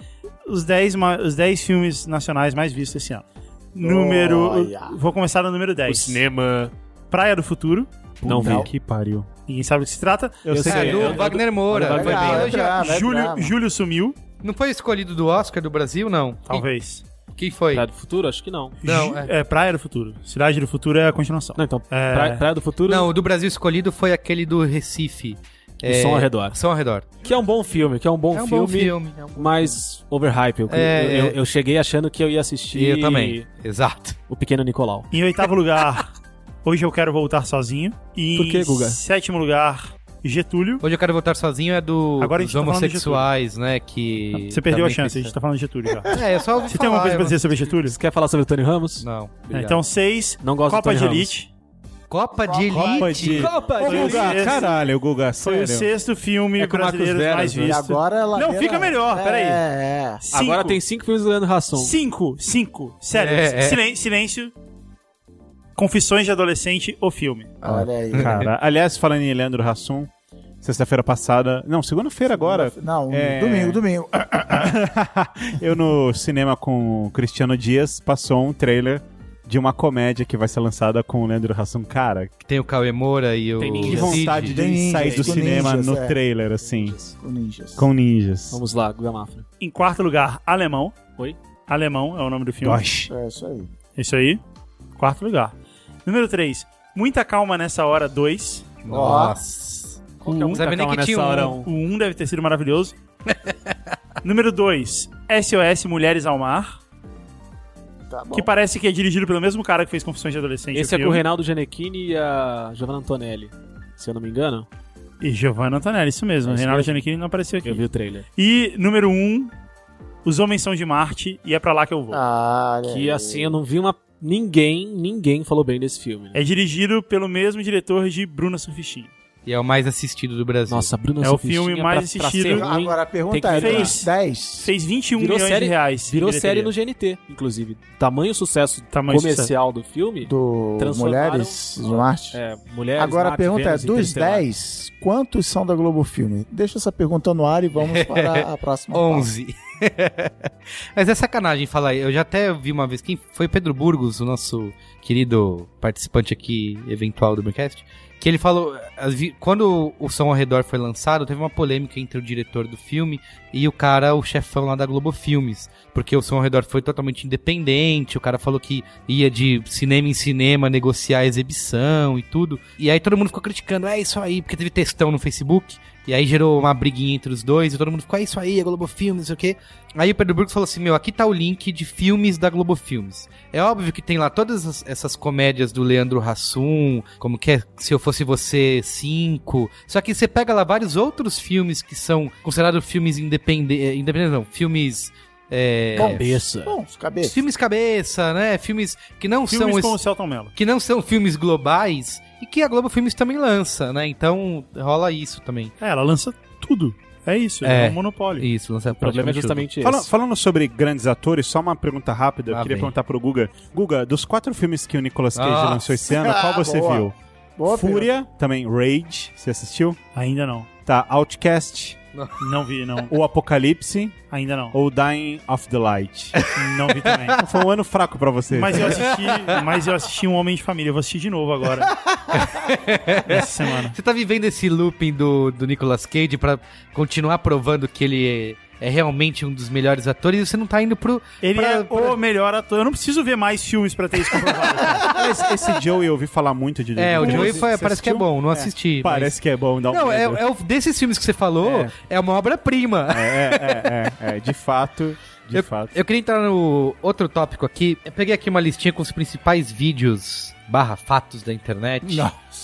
Speaker 4: os 10, ma- os 10 filmes nacionais mais vistos esse ano. Número.
Speaker 2: Olha.
Speaker 4: Vou começar no número 10.
Speaker 3: cinema.
Speaker 4: Praia do Futuro.
Speaker 3: Não vi.
Speaker 5: Que pariu.
Speaker 4: Ninguém sabe do que se trata.
Speaker 5: Eu sei.
Speaker 1: É, do
Speaker 3: eu-
Speaker 1: Wagner Moura.
Speaker 3: Olha,
Speaker 1: Foi
Speaker 3: vai
Speaker 1: bem
Speaker 3: bem.
Speaker 1: elogiado.
Speaker 2: né? Ah, Vai
Speaker 4: ah, Júlio,
Speaker 2: bravo.
Speaker 4: Júlio sumiu,
Speaker 1: Ah, Não foi escolhido do Oscar do Brasil, não?
Speaker 4: talvez. Tá
Speaker 1: Quem, quem foi?
Speaker 3: Praia do Futuro? Acho que não.
Speaker 1: Não,
Speaker 4: Ju-
Speaker 1: é.
Speaker 4: é. Praia do Futuro. Cidade do Futuro é a continuação.
Speaker 3: Não, então,
Speaker 4: É.
Speaker 3: Praia, Praia do Futuro
Speaker 1: Não, o do Brasil escolhido foi aquele do Recife.
Speaker 3: e Som ao Redor.
Speaker 1: São ao redor.
Speaker 3: Que é um bom filme, que é um bom,
Speaker 1: é um
Speaker 3: filme,
Speaker 1: bom filme. É um bom
Speaker 3: mas overhype. Eu,
Speaker 1: É,
Speaker 3: eu,
Speaker 1: é.
Speaker 3: eu- eu cheguei achando que eu ia assistir
Speaker 1: Eu também. Exato.
Speaker 3: O Pequeno Nicolau.
Speaker 4: Em oitavo lugar, Hoje Eu Quero Voltar Sozinho. E
Speaker 3: Por quê, Guga?
Speaker 4: em sétimo lugar, Getúlio.
Speaker 1: Hoje eu quero voltar sozinho é do,
Speaker 4: Agora a gente
Speaker 1: dos
Speaker 4: tá falando de
Speaker 1: homossexuais, né? Que.
Speaker 4: Você perdeu a
Speaker 1: também
Speaker 4: chance, a
Speaker 1: fez-
Speaker 4: gente tá falando de Getúlio já.
Speaker 1: É, eu só ouvi
Speaker 4: Você tem
Speaker 1: falar,
Speaker 4: alguma coisa pra
Speaker 1: eu-
Speaker 4: dizer sobre Getúlio?
Speaker 3: Você quer falar sobre o Tony Ramos?
Speaker 1: Não.
Speaker 4: É,
Speaker 1: obrigado.
Speaker 4: Então, seis.
Speaker 3: Não gosto
Speaker 4: Copa
Speaker 3: do
Speaker 4: de
Speaker 3: Tony
Speaker 4: Elite.
Speaker 1: Copa de
Speaker 5: Copa
Speaker 1: Elite.
Speaker 5: de-
Speaker 3: Copa
Speaker 5: Ô, Guga,
Speaker 4: Esse-
Speaker 5: caralho, Guga,
Speaker 4: Foi
Speaker 5: sério.
Speaker 4: o sexto filme
Speaker 5: É com o Marcos
Speaker 4: brasileiro
Speaker 5: Veras,
Speaker 4: mais
Speaker 5: né?
Speaker 2: E
Speaker 4: visto.
Speaker 2: agora ela.
Speaker 4: Não, fica melhor, peraí.
Speaker 2: É, é.
Speaker 4: Cinco.
Speaker 3: Agora tem cinco filmes do Leandro Hasson.
Speaker 4: Cinco, cinco. Sério,
Speaker 1: É, é.
Speaker 4: silen- silêncio. Confissões de Adolescente, o filme.
Speaker 2: Olha aí.
Speaker 5: Cara, aliás, falando em Leandro Hassum, sexta-feira passada. Não, segunda-feira agora.
Speaker 2: Não, um
Speaker 5: É.
Speaker 2: domingo, domingo.
Speaker 5: eu no cinema com o Cristiano Dias passou um trailer de uma comédia que vai ser lançada com o Leandro Hassum. Cara,
Speaker 1: Que tem o Cauê Moura e o.
Speaker 3: Tem ninguém.
Speaker 5: que
Speaker 1: Cid.
Speaker 5: vontade de
Speaker 2: Ninjas,
Speaker 5: sair do
Speaker 2: com
Speaker 5: cinema
Speaker 2: ninjas,
Speaker 5: no
Speaker 2: é.
Speaker 5: trailer, assim.
Speaker 2: Com ninjas.
Speaker 5: Com ninjas.
Speaker 3: Vamos lá, Guga Mafra.
Speaker 4: Em quarto lugar, Alemão.
Speaker 3: Oi?
Speaker 4: Alemão é o nome do filme.
Speaker 5: Gosh.
Speaker 2: É isso aí.
Speaker 4: Isso aí. Quarto lugar. Número 3. Muita calma nessa hora 2.
Speaker 1: Nossa.
Speaker 3: Qual que é o
Speaker 1: Não sabia nem
Speaker 3: Calma
Speaker 1: que tinha
Speaker 3: Nessa Hora
Speaker 1: um.
Speaker 4: O 1 deve ter sido maravilhoso. Número 2. SOS Mulheres ao Mar.
Speaker 2: Tá bom.
Speaker 4: Que parece que é dirigido pelo mesmo cara que fez Confissões de Adolescente.
Speaker 3: Esse é com o
Speaker 4: filme.
Speaker 3: Reinaldo Gianecchini e a Giovanna Antonelli. Se eu não me engano,
Speaker 4: E Giovanna Antonelli, isso mesmo.
Speaker 3: É isso
Speaker 4: Reinaldo
Speaker 3: mesmo.
Speaker 4: Giannichini não apareceu aqui.
Speaker 3: eu vi o trailer.
Speaker 4: E número 1. Um, Os Homens São de Marte e é pra lá que eu vou.
Speaker 2: Ah, olha
Speaker 3: Que
Speaker 2: aí.
Speaker 3: assim, eu não vi uma. Ninguém, ninguém falou bem desse filme. né?
Speaker 4: É dirigido pelo mesmo diretor de Bruna Surfistinha.
Speaker 1: E é o mais assistido do Brasil.
Speaker 3: Nossa, Bruno
Speaker 4: É o
Speaker 3: Surfistinha
Speaker 4: filme mais
Speaker 3: pra- pra ser
Speaker 4: assistido.
Speaker 3: ruim,
Speaker 2: Agora a
Speaker 3: tem que
Speaker 2: pergunta é:
Speaker 3: melhorar.
Speaker 4: Fez.
Speaker 2: 10.
Speaker 4: Fez 21
Speaker 3: Virou
Speaker 4: milhões
Speaker 3: série-
Speaker 4: de reais.
Speaker 3: Virou
Speaker 4: de
Speaker 3: série no
Speaker 4: bilheteria.
Speaker 3: GNT, inclusive. Tamanho sucesso
Speaker 4: é Tamanho
Speaker 3: comercial do filme.
Speaker 2: Do
Speaker 3: Transformaram-
Speaker 2: Mulheres de Marte.
Speaker 3: É, mulheres,
Speaker 2: Agora a
Speaker 3: Marte,
Speaker 2: pergunta
Speaker 3: Vênus,
Speaker 2: é: dos
Speaker 3: Interestelar.
Speaker 2: 10, quantos são da Globo Filme? Deixa essa pergunta no ar e vamos para a próxima. pauta.
Speaker 1: 11. Mas é sacanagem falar. Eu já até vi uma vez. Quem foi Pedro Burgos, o nosso querido participante aqui, eventual do Braincast, que ele falou. as vi- Quando o Som ao Redor foi lançado, teve uma polêmica entre o diretor do filme e o cara, o chefão lá da Globo Filmes. Porque o Som ao Redor foi totalmente independente, o cara falou que ia de cinema em cinema negociar a exibição e tudo. E aí todo mundo ficou criticando, é isso aí, porque teve textão no Facebook. E aí gerou uma briguinha entre os dois e todo mundo ficou, é isso aí, é Globo Filmes, não sei o quê. Aí o Pedro Burgos falou assim, meu, aqui tá o link de filmes da Globo Filmes. É óbvio que tem lá todas as- essas comédias do Leandro Hassum, como que é Se Eu Fosse Você 5. Só que você pega lá vários outros filmes que são considerados filmes independentes, independentes não, filmes... É,
Speaker 3: Cabeça.
Speaker 2: Bom, cabeça.
Speaker 1: filmes cabeça, né? Filmes que não
Speaker 4: Filmes
Speaker 1: são...
Speaker 4: com o
Speaker 1: esses-
Speaker 4: Celton Mello.
Speaker 1: que não são filmes globais e que a Globo Filmes também lança, né? Então rola isso também.
Speaker 4: É, ela lança tudo. É isso,
Speaker 1: É.
Speaker 4: é, um monopólio.
Speaker 1: Isso, lança
Speaker 3: O problema é justamente esse.
Speaker 5: Fala- falando sobre grandes atores, só uma pergunta rápida. eu
Speaker 1: Lá
Speaker 5: queria
Speaker 1: vem. Ah.
Speaker 5: perguntar pro Guga. Guga, dos quatro filmes que o Nicolas Cage
Speaker 1: Nossa.
Speaker 5: lançou esse ano, qual você
Speaker 2: Boa.
Speaker 5: viu?
Speaker 2: Boa
Speaker 5: Fúria, também Rage, você assistiu?
Speaker 4: Ainda não.
Speaker 5: Tá, Outcast,
Speaker 4: Não vi, não.
Speaker 5: ou Apocalipse,
Speaker 4: Ainda não.
Speaker 5: ou Dying of the Light.
Speaker 4: Não vi também.
Speaker 5: Foi um ano fraco pra vocês.
Speaker 4: Mas eu assisti, mas eu assisti um Homem de Família. Eu vou assistir de novo agora. Essa semana.
Speaker 1: Você tá vivendo esse looping do, do Nicolas Cage pra continuar provando que ele é, é realmente um dos melhores atores e você não tá indo pro.
Speaker 4: Ele
Speaker 1: pra-
Speaker 4: é
Speaker 1: pra-
Speaker 4: o melhor ator. Eu não preciso ver mais filmes pra ter isso comprovado. cara.
Speaker 5: Mas esse Joey eu ouvi falar muito de
Speaker 1: É, o
Speaker 5: 2011.
Speaker 1: Joey foi,
Speaker 5: Você
Speaker 1: parece que é
Speaker 5: assistiu?
Speaker 1: bom, não assisti. mas-
Speaker 5: Parece que é bom, dá um
Speaker 1: Não, é,
Speaker 5: medo.
Speaker 1: é o- desses filmes que você falou, é,
Speaker 5: É.
Speaker 1: uma obra-prima.
Speaker 5: É, é, é, é, de fato, de fato.
Speaker 1: Eu queria entrar no outro tópico aqui. Eu peguei aqui uma listinha com os principais vídeos barra fatos da internet.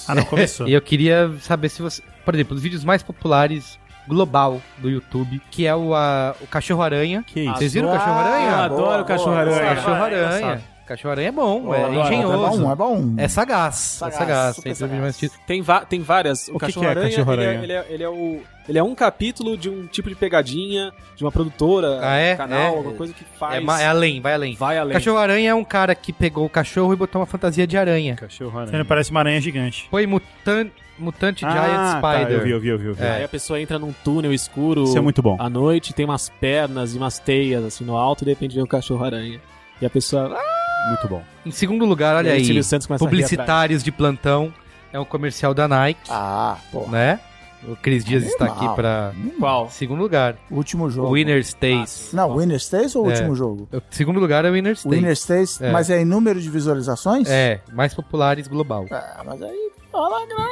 Speaker 4: Ah, não, começou.
Speaker 1: E eu queria saber se você. Por exemplo, os vídeos mais populares global do YouTube, que é o, a- o Cachorro-Aranha.
Speaker 5: Que isso?
Speaker 1: Vocês viram o Cachorro-Aranha?
Speaker 3: Eu Ah, adoro o cachorro-aranha.
Speaker 1: Cachorro-Aranha. Cachorro-Aranha é bom, é
Speaker 3: adoro,
Speaker 1: engenhoso.
Speaker 2: É bom, é bom.
Speaker 1: É sagaz,
Speaker 2: Sagaz,
Speaker 1: é sagaz.
Speaker 2: super
Speaker 1: Tem
Speaker 2: sagaz.
Speaker 1: filme mais tido.
Speaker 3: Tem, va- tem várias.
Speaker 5: O
Speaker 3: O,
Speaker 5: que que é
Speaker 3: Cachorro-Aranha,
Speaker 5: Cachorro-Aranha?
Speaker 3: ele, é, ele, é, ele é o... Ele é um capítulo de um tipo de pegadinha, de uma produtora, um
Speaker 1: Ah, é?
Speaker 3: canal,
Speaker 1: É.
Speaker 3: alguma coisa que faz...
Speaker 1: É, ma- é além, vai além.
Speaker 3: Vai além.
Speaker 1: Cachorro-Aranha é um cara que pegou o cachorro e botou uma fantasia de aranha.
Speaker 4: Ele parece uma aranha gigante.
Speaker 1: Foi mutan Mutante Giant
Speaker 5: Ah, tá,
Speaker 1: Spider. É.
Speaker 5: eu vi, eu vi, eu vi. eu vi.
Speaker 3: Aí a pessoa entra num túnel escuro
Speaker 5: Isso é muito bom.
Speaker 3: à noite, tem umas pernas e umas teias assim no alto, e de repente vem um cachorro-aranha. E a pessoa... "Ah!"
Speaker 5: Muito bom.
Speaker 1: Em segundo lugar, olha
Speaker 3: E
Speaker 1: aí.
Speaker 3: Silvio Santos começa a rir atrás.
Speaker 1: Publicitários de plantão. É um comercial da Nike,
Speaker 2: Ah, porra.
Speaker 1: né? O Cris Dias está
Speaker 2: Animal.
Speaker 1: aqui pra
Speaker 3: Qual?
Speaker 1: segundo lugar.
Speaker 2: Hum, Último jogo.
Speaker 1: Winner Stays.
Speaker 2: Não, Winner Stays ou
Speaker 1: É.
Speaker 2: último jogo?
Speaker 1: O segundo lugar é o Winner Stays.
Speaker 2: Winner Stays,
Speaker 1: É.
Speaker 2: mas é em número de visualizações?
Speaker 1: É, mais populares global.
Speaker 2: Ah, mas aí. Olha, não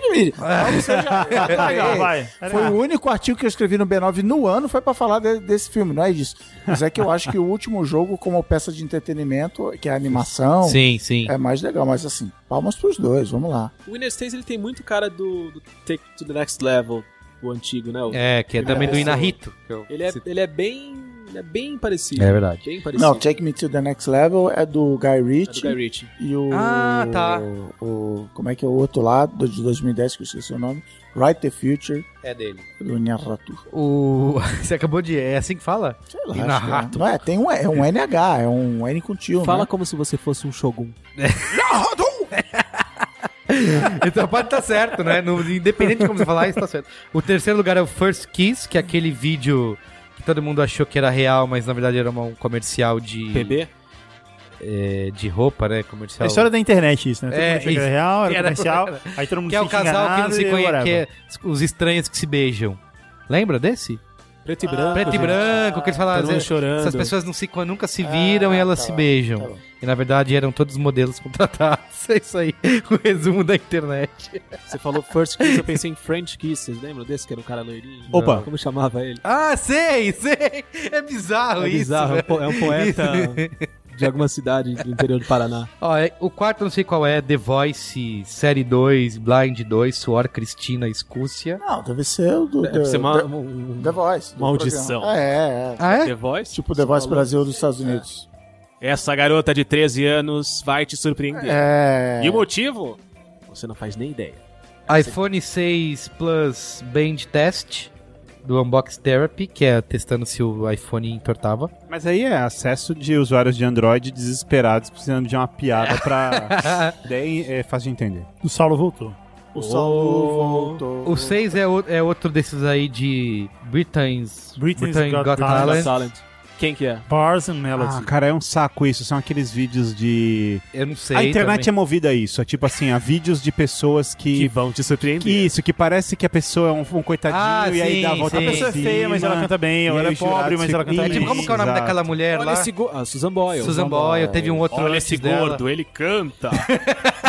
Speaker 2: de mídia. Então, você já-
Speaker 4: Legal, É. vai.
Speaker 2: Foi o único artigo que eu escrevi no B9 no ano foi pra falar de- desse filme, não é disso. Mas é que eu acho que o último jogo, como peça de entretenimento, que é a animação,
Speaker 1: Sim, sim.
Speaker 2: é mais legal. Mas assim, palmas pros dois, vamos lá.
Speaker 3: O Winner Stays, ele tem muito cara do, do Take to the Next Level, o antigo, né? O-
Speaker 1: É, que é também do
Speaker 3: pessoa.
Speaker 1: Inarito. que eu
Speaker 3: Ele, é,
Speaker 1: citei.
Speaker 3: ele é bem... Ele é bem parecido.
Speaker 1: É verdade.
Speaker 3: Bem parecido.
Speaker 2: Não, Take Me to the Next Level é do Guy
Speaker 3: É do
Speaker 2: Ritchie. né?
Speaker 3: Guy Ritchie.
Speaker 2: E o.
Speaker 1: Ah, tá.
Speaker 2: O, como é que é o outro lá, do, de 2010, que eu esqueci o nome? Write the Future,
Speaker 1: É dele.
Speaker 2: do Nyarratu.
Speaker 1: O... Você acabou de. É assim que fala?
Speaker 2: Sei lá.
Speaker 1: Inarritu.
Speaker 2: acho que é. Não é, tem um, é um NH, é um N com tio.
Speaker 3: Fala
Speaker 2: né?
Speaker 3: como se você fosse um Shogun.
Speaker 1: Então pode estar certo, né? No- independente de como você falar, está certo. O terceiro lugar é o First Kiss, que é aquele vídeo que todo mundo achou que era real, mas na verdade era uma- um comercial de,
Speaker 3: PB?
Speaker 1: é, de roupa, né? Comercial.
Speaker 4: É a história da internet isso, né? Todo
Speaker 1: É,
Speaker 4: mundo achou que era
Speaker 1: isso.
Speaker 4: real, era,
Speaker 1: Era-
Speaker 4: comercial, aí todo mundo
Speaker 1: Que é o
Speaker 4: se
Speaker 1: casal que não se conhece, que
Speaker 4: conhece.
Speaker 1: é os estranhos que se beijam. Lembra desse?
Speaker 3: Preto e branco.
Speaker 1: Preto e
Speaker 3: gente.
Speaker 1: branco, que eles falaram.
Speaker 3: Todo mundo
Speaker 1: "Essas-
Speaker 3: chorando.
Speaker 1: Essas pessoas não se, nunca se viram e elas
Speaker 2: tá
Speaker 1: se
Speaker 2: lá,
Speaker 1: beijam.
Speaker 2: tá lá.
Speaker 1: e na verdade eram todos modelos contratados. É isso aí. O resumo da internet.
Speaker 3: Você falou First Kiss, eu pensei em French Kiss. Vocês lembram desse que era um cara loirinho?
Speaker 5: Opa.
Speaker 3: Como chamava ele?
Speaker 1: Ah, sei, sei. É bizarro
Speaker 3: É
Speaker 1: isso. né?
Speaker 3: bizarro, é um po- é um poeta de alguma cidade do interior do Paraná.
Speaker 1: Ó, é- o quarto não sei qual é, The Voice, Série 2, Blind 2, Suor, Cristina, Escúcia.
Speaker 2: Não, deve ser o do.
Speaker 3: Deve
Speaker 2: do-
Speaker 3: ser uma,
Speaker 2: do-
Speaker 3: É, um-
Speaker 2: The Voice. do
Speaker 3: uma audição.
Speaker 2: programa. É, é, é.
Speaker 1: Ah, é?
Speaker 3: The Voice?
Speaker 2: Tipo The Voice
Speaker 3: Você falou,
Speaker 2: Brasil dos Estados Unidos.
Speaker 3: Essa garota de 13 anos vai te surpreender.
Speaker 2: É.
Speaker 3: E o motivo? Você não faz nem ideia.
Speaker 1: iPhone 6 Plus Band Test, do Unbox Therapy, que é testando se o iPhone entortava.
Speaker 5: Mas aí é acesso de usuários de Android desesperados, precisando de uma piada pra... Daí é fácil de entender.
Speaker 4: O Saulo voltou.
Speaker 1: Ah,
Speaker 2: O Saulo voltou.
Speaker 1: O 6 é, o- é outro desses aí de Britain's,
Speaker 4: Britain's
Speaker 1: Britain
Speaker 4: Got
Speaker 1: Got, Talent.
Speaker 4: Talent.
Speaker 3: Silent. Quem que é?
Speaker 4: Bars and
Speaker 5: Ah,
Speaker 4: Melodies.
Speaker 5: cara, é um saco isso. São aqueles vídeos de...
Speaker 1: Eu não sei.
Speaker 5: a internet
Speaker 1: também.
Speaker 5: é movida a isso. É tipo assim, há vídeos de pessoas que...
Speaker 3: vão te surpreender.
Speaker 5: Isso, que parece que a pessoa é um, um coitadinho
Speaker 1: Ah,
Speaker 5: e aí
Speaker 1: sim,
Speaker 5: dá a volta
Speaker 1: sim.
Speaker 5: pra
Speaker 4: a pessoa é feia, mas
Speaker 5: cima.
Speaker 4: ela canta bem.
Speaker 5: E
Speaker 4: Ela
Speaker 5: aí
Speaker 4: é
Speaker 5: os
Speaker 4: pobre,
Speaker 5: jurados
Speaker 4: mas ela
Speaker 5: ficam-
Speaker 4: canta
Speaker 1: É tipo,
Speaker 4: bem.
Speaker 1: como que é o nome
Speaker 5: Exato.
Speaker 1: daquela mulher
Speaker 3: Olha
Speaker 1: lá?
Speaker 3: esse go... ah, Susan Boyle.
Speaker 1: Susan Boyle, teve um outro
Speaker 7: Olha
Speaker 1: antes
Speaker 7: esse
Speaker 1: dela.
Speaker 7: gordo, ele canta.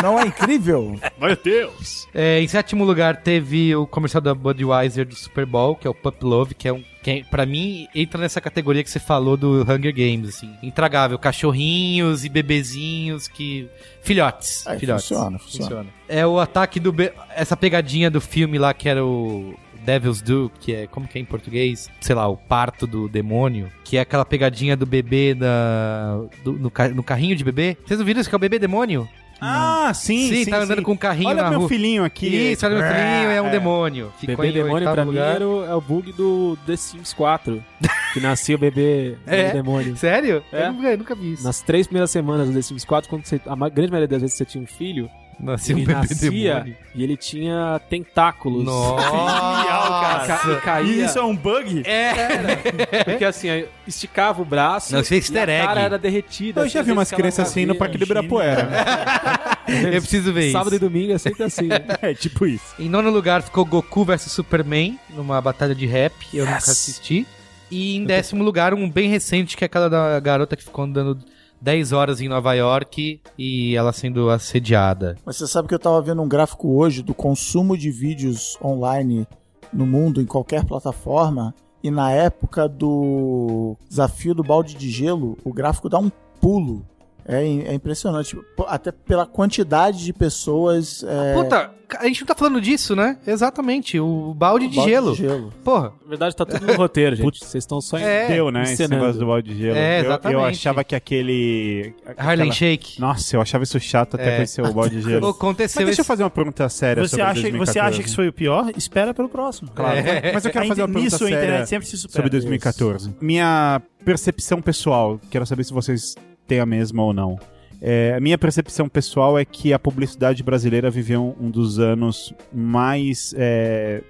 Speaker 2: Não é incrível?
Speaker 7: Meu Deus.
Speaker 1: É, em sétimo lugar teve o comercial da Budweiser do Super Bowl, que é o Pup Love, que é um que para mim entra nessa categoria que você falou do Hunger Games, assim, intragável, cachorrinhos e bebezinhos que filhotes,
Speaker 2: Aí,
Speaker 1: filhotes.
Speaker 2: É, funciona, funciona.
Speaker 1: É o ataque do be- essa pegadinha do filme lá que era o Devil's Do, que é como que é em português, sei lá, o parto do demônio, que é aquela pegadinha do bebê na do- no, ca- no carrinho de bebê. Vocês não viram isso que é o bebê demônio?
Speaker 5: Ah, sim, sim.
Speaker 1: tá
Speaker 5: sim.
Speaker 1: andando com um carrinho
Speaker 5: Olha
Speaker 1: na
Speaker 5: meu
Speaker 1: rua.
Speaker 5: filhinho aqui.
Speaker 1: Isso, olha meu filhinho, é um demônio.
Speaker 3: Bebê
Speaker 1: em
Speaker 3: Demônio
Speaker 1: oitavo
Speaker 3: pra mim era o- é o bug do The Sims 4. Que nascia o bebê,
Speaker 1: É?
Speaker 3: bebê Demônio.
Speaker 1: Sério?
Speaker 3: É.
Speaker 1: Eu, nunca, eu nunca vi isso.
Speaker 3: Nas três primeiras semanas do The Sims 4, quando você, a ma- grande maioria das vezes você tinha um filho,
Speaker 1: Nasci
Speaker 3: ele nascia e ele tinha tentáculos.
Speaker 1: Nossa! Nossa.
Speaker 3: e caía.
Speaker 4: E isso é um bug?
Speaker 1: É.
Speaker 3: Porque assim, aí esticava o braço.
Speaker 1: Não, isso é
Speaker 3: e
Speaker 1: easter
Speaker 3: A
Speaker 1: egg.
Speaker 3: cara era derretida.
Speaker 5: Eu já vi umas crianças
Speaker 1: tá
Speaker 5: assim no Parque do Ibirapuera. né?
Speaker 1: Eu preciso ver
Speaker 3: Sábado e
Speaker 1: isso.
Speaker 3: domingo é sempre assim. Né?
Speaker 5: É tipo isso.
Speaker 1: Em nono lugar ficou Goku vs Superman, numa batalha de rap, eu nunca
Speaker 3: Yes.
Speaker 1: assisti. E em décimo lugar, um bem recente, que é aquela da garota que ficou andando 10 horas em Nova York e ela sendo assediada.
Speaker 2: Mas você sabe que eu tava vendo um gráfico hoje do consumo de vídeos online no mundo, em qualquer plataforma, e na época do desafio do balde de gelo, o gráfico dá um pulo. É, im- é impressionante, pô, até pela quantidade de pessoas. é,
Speaker 1: Puta, a gente não tá falando disso, né? Exatamente, o balde de
Speaker 2: balde
Speaker 1: gelo.
Speaker 2: de gelo.
Speaker 1: Porra,
Speaker 3: Na verdade, tá tudo no roteiro, gente. Vocês estão só em.
Speaker 1: É.
Speaker 5: Deu, né? Esse
Speaker 3: encenando.
Speaker 5: negócio do balde de gelo.
Speaker 1: É,
Speaker 5: Eu- eu,
Speaker 1: exatamente.
Speaker 5: achava que aquele.
Speaker 1: Harlem
Speaker 5: É aquela-
Speaker 1: Shake.
Speaker 5: Nossa, eu achava isso chato até
Speaker 1: É.
Speaker 5: conhecer o balde de gelo.
Speaker 1: Aconteceu
Speaker 5: Mas deixa eu
Speaker 1: esse...
Speaker 5: fazer uma pergunta séria
Speaker 4: Você
Speaker 5: sobre
Speaker 4: acha,
Speaker 5: 2014.
Speaker 4: você acha que isso foi o pior? Espera pelo próximo. É,
Speaker 5: Claro.
Speaker 1: É.
Speaker 5: né? Mas eu quero
Speaker 4: A
Speaker 5: fazer uma
Speaker 4: inter-
Speaker 5: pergunta
Speaker 4: Nisso a
Speaker 5: séria
Speaker 4: internet sempre se supera.
Speaker 5: sobre 2014. Minha percepção pessoal, quero saber se vocês têm a mesma ou não. É, a minha percepção pessoal é que a publicidade brasileira viveu um dos anos mais é,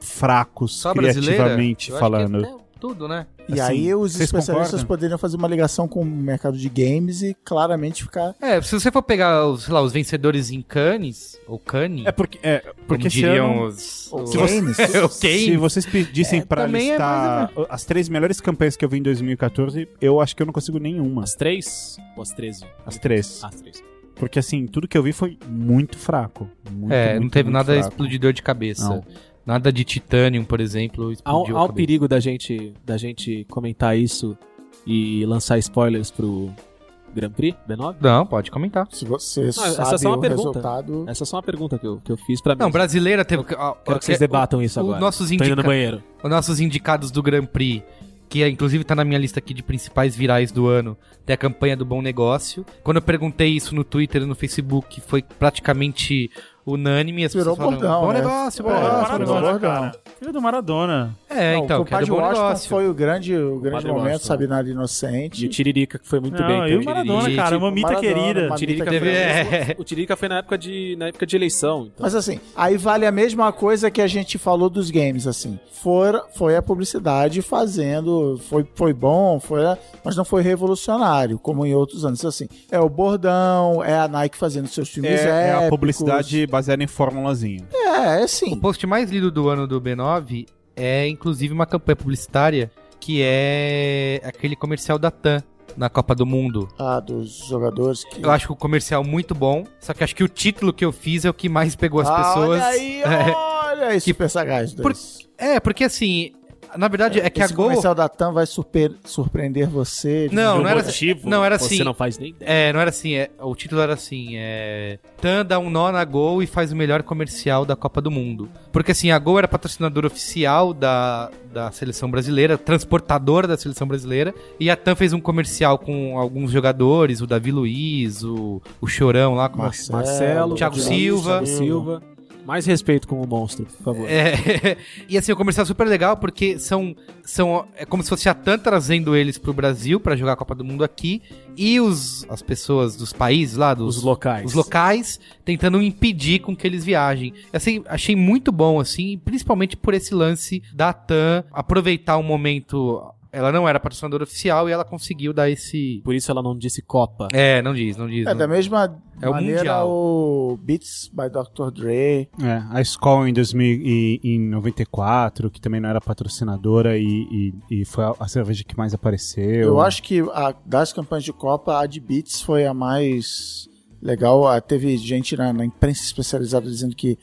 Speaker 5: fracos
Speaker 1: Só brasileira?
Speaker 5: criativamente
Speaker 1: Eu acho
Speaker 5: falando.
Speaker 1: que é tudo, né?
Speaker 2: E
Speaker 5: Assim,
Speaker 2: aí os
Speaker 5: vocês
Speaker 2: especialistas
Speaker 5: concordam?
Speaker 2: poderiam fazer uma ligação com o mercado de games e claramente ficar.
Speaker 1: É, se você for pegar, os, sei lá, os vencedores em Cannes, ou Cannes,
Speaker 5: É porque, é,
Speaker 1: como
Speaker 5: porque esse
Speaker 1: diriam
Speaker 5: ano,
Speaker 1: os...
Speaker 2: "Oh,
Speaker 1: os-
Speaker 2: games.
Speaker 1: Ok.
Speaker 5: se vocês pedissem
Speaker 1: É,
Speaker 5: pra
Speaker 1: também é
Speaker 5: listar as três melhores campanhas que eu vi em 2014, eu acho que eu não consigo nenhuma.
Speaker 3: As três? Ou as treze?
Speaker 5: As três.
Speaker 3: As três.
Speaker 5: Porque, assim, tudo que eu vi foi muito fraco. Muito,
Speaker 1: É, não
Speaker 5: muito,
Speaker 1: teve
Speaker 5: muito
Speaker 1: nada
Speaker 5: fraco.
Speaker 1: explodidor de cabeça.
Speaker 5: Não.
Speaker 1: Nada de titânio, por exemplo,
Speaker 3: Há um,
Speaker 1: explodiu
Speaker 3: há um
Speaker 1: a cabeça.
Speaker 3: perigo da gente, da gente comentar isso e lançar spoilers pro Grand Prix B9?
Speaker 1: Não, pode comentar.
Speaker 2: Se você
Speaker 3: essa é
Speaker 2: sabe
Speaker 3: só uma
Speaker 2: o
Speaker 3: pergunta.
Speaker 2: resultado.
Speaker 3: Essa é só uma pergunta que eu, que eu fiz pra mim.
Speaker 1: Não, é, brasileira teve...
Speaker 3: Quero que vocês debatam isso agora.
Speaker 1: Nossos,
Speaker 3: Tô indo no
Speaker 1: indica-
Speaker 3: banheiro.
Speaker 1: os nossos indicados do Grand Prix, que é, inclusive tá na minha lista aqui de principais virais do ano, tem a campanha do Bom Negócio. Quando eu perguntei isso no Twitter e no Facebook, foi praticamente unânime. As
Speaker 2: Virou
Speaker 1: pessoas falaram,
Speaker 2: bordão,
Speaker 1: Bom
Speaker 2: né?
Speaker 1: negócio, bom
Speaker 4: Pô,
Speaker 2: É,
Speaker 1: negócio.
Speaker 2: foi
Speaker 1: bom
Speaker 2: bom.
Speaker 1: negócio."
Speaker 4: Maradona, cara. Filho do Maradona.
Speaker 1: É,
Speaker 2: Não,
Speaker 1: então,
Speaker 2: o
Speaker 1: que era
Speaker 2: Padre
Speaker 1: do bom
Speaker 2: Washington
Speaker 1: negócio.
Speaker 2: foi o grande, o grande
Speaker 3: Padre
Speaker 2: momento,
Speaker 3: Washington.
Speaker 2: sabe, nada
Speaker 3: E o
Speaker 2: inocente.
Speaker 3: Tiririca, que foi muito
Speaker 4: Não,
Speaker 3: bem. então,
Speaker 4: e o
Speaker 3: Tiririca.
Speaker 4: Maradona, cara, uma mita
Speaker 2: Maradona,
Speaker 4: querida.
Speaker 2: uma
Speaker 3: O Tiririca,
Speaker 2: Teve-
Speaker 3: foi,
Speaker 1: é.
Speaker 3: o Tiririca foi na época de, na época de eleição. Então.
Speaker 2: Mas assim, aí vale a mesma coisa que a gente falou dos games, assim. For, foi a publicidade fazendo, foi, foi bom, foi, a- mas não foi revolucionário, como em outros anos. Assim, é o bordão, é a Nike fazendo seus
Speaker 5: É,
Speaker 2: filmes
Speaker 5: é a
Speaker 2: épicos.
Speaker 5: publicidade baseada em formulazinha.
Speaker 2: É, é
Speaker 1: O
Speaker 2: sim.
Speaker 1: post mais lido do ano do B9 é inclusive uma campanha publicitária que é aquele comercial da TAM na Copa do Mundo.
Speaker 2: Ah, dos jogadores que...
Speaker 1: Eu acho o comercial muito bom, só que acho que o título que eu fiz é o que mais pegou as
Speaker 2: Ah,
Speaker 1: pessoas.
Speaker 2: Olha aí,
Speaker 1: É.
Speaker 2: olha aí,
Speaker 1: Que-
Speaker 2: super sagaz. dois.
Speaker 1: Por- É, porque assim, na verdade é, que a
Speaker 2: Esse
Speaker 1: Gol.
Speaker 2: comercial da TAM vai surpre- surpreender você. de
Speaker 1: Não,
Speaker 2: um
Speaker 1: não era-
Speaker 7: Motivo.
Speaker 1: Não, era
Speaker 3: Você
Speaker 1: assim.
Speaker 3: não faz nem ideia.
Speaker 1: É, não era assim, é, o título era assim, é... Tan dá um nó na Gol e faz o melhor comercial da Copa do Mundo. Porque assim, a Gol era patrocinadora oficial da, da seleção brasileira, transportadora da seleção brasileira, e a Tan fez um comercial com alguns jogadores, o Davi Luiz, o, o Chorão lá, com
Speaker 2: Marcelo,
Speaker 3: Marcelo,
Speaker 1: Thiago
Speaker 3: Thiago
Speaker 1: Silva.
Speaker 3: Thiago Silva. Mais respeito com o monstro, por favor.
Speaker 1: É, e assim, o comercial é super legal porque são, são. É como se fosse a TAM trazendo eles pro Brasil pra jogar a Copa do Mundo aqui. E os, as pessoas dos países lá, dos,
Speaker 3: Os locais.
Speaker 1: É, os locais, tentando impedir com que eles viajem. Assim, achei muito bom, assim, principalmente por esse lance da TAM aproveitar o momento. Ela não era patrocinadora oficial e ela conseguiu dar esse.
Speaker 3: Por isso ela não disse Copa.
Speaker 1: É, não diz, não diz.
Speaker 2: É,
Speaker 1: não-
Speaker 2: da mesma
Speaker 1: É o
Speaker 2: maneira
Speaker 1: Mundial.
Speaker 2: o Beats by Dr. Dre.
Speaker 5: É, a Skoll em, 2000 e- em 94, que também não era patrocinadora e, e- e foi a, a cerveja que mais apareceu.
Speaker 2: Eu, acho que a- das campanhas de Copa, a de Beats foi a mais legal. Ah, Teve gente na, na imprensa especializada dizendo que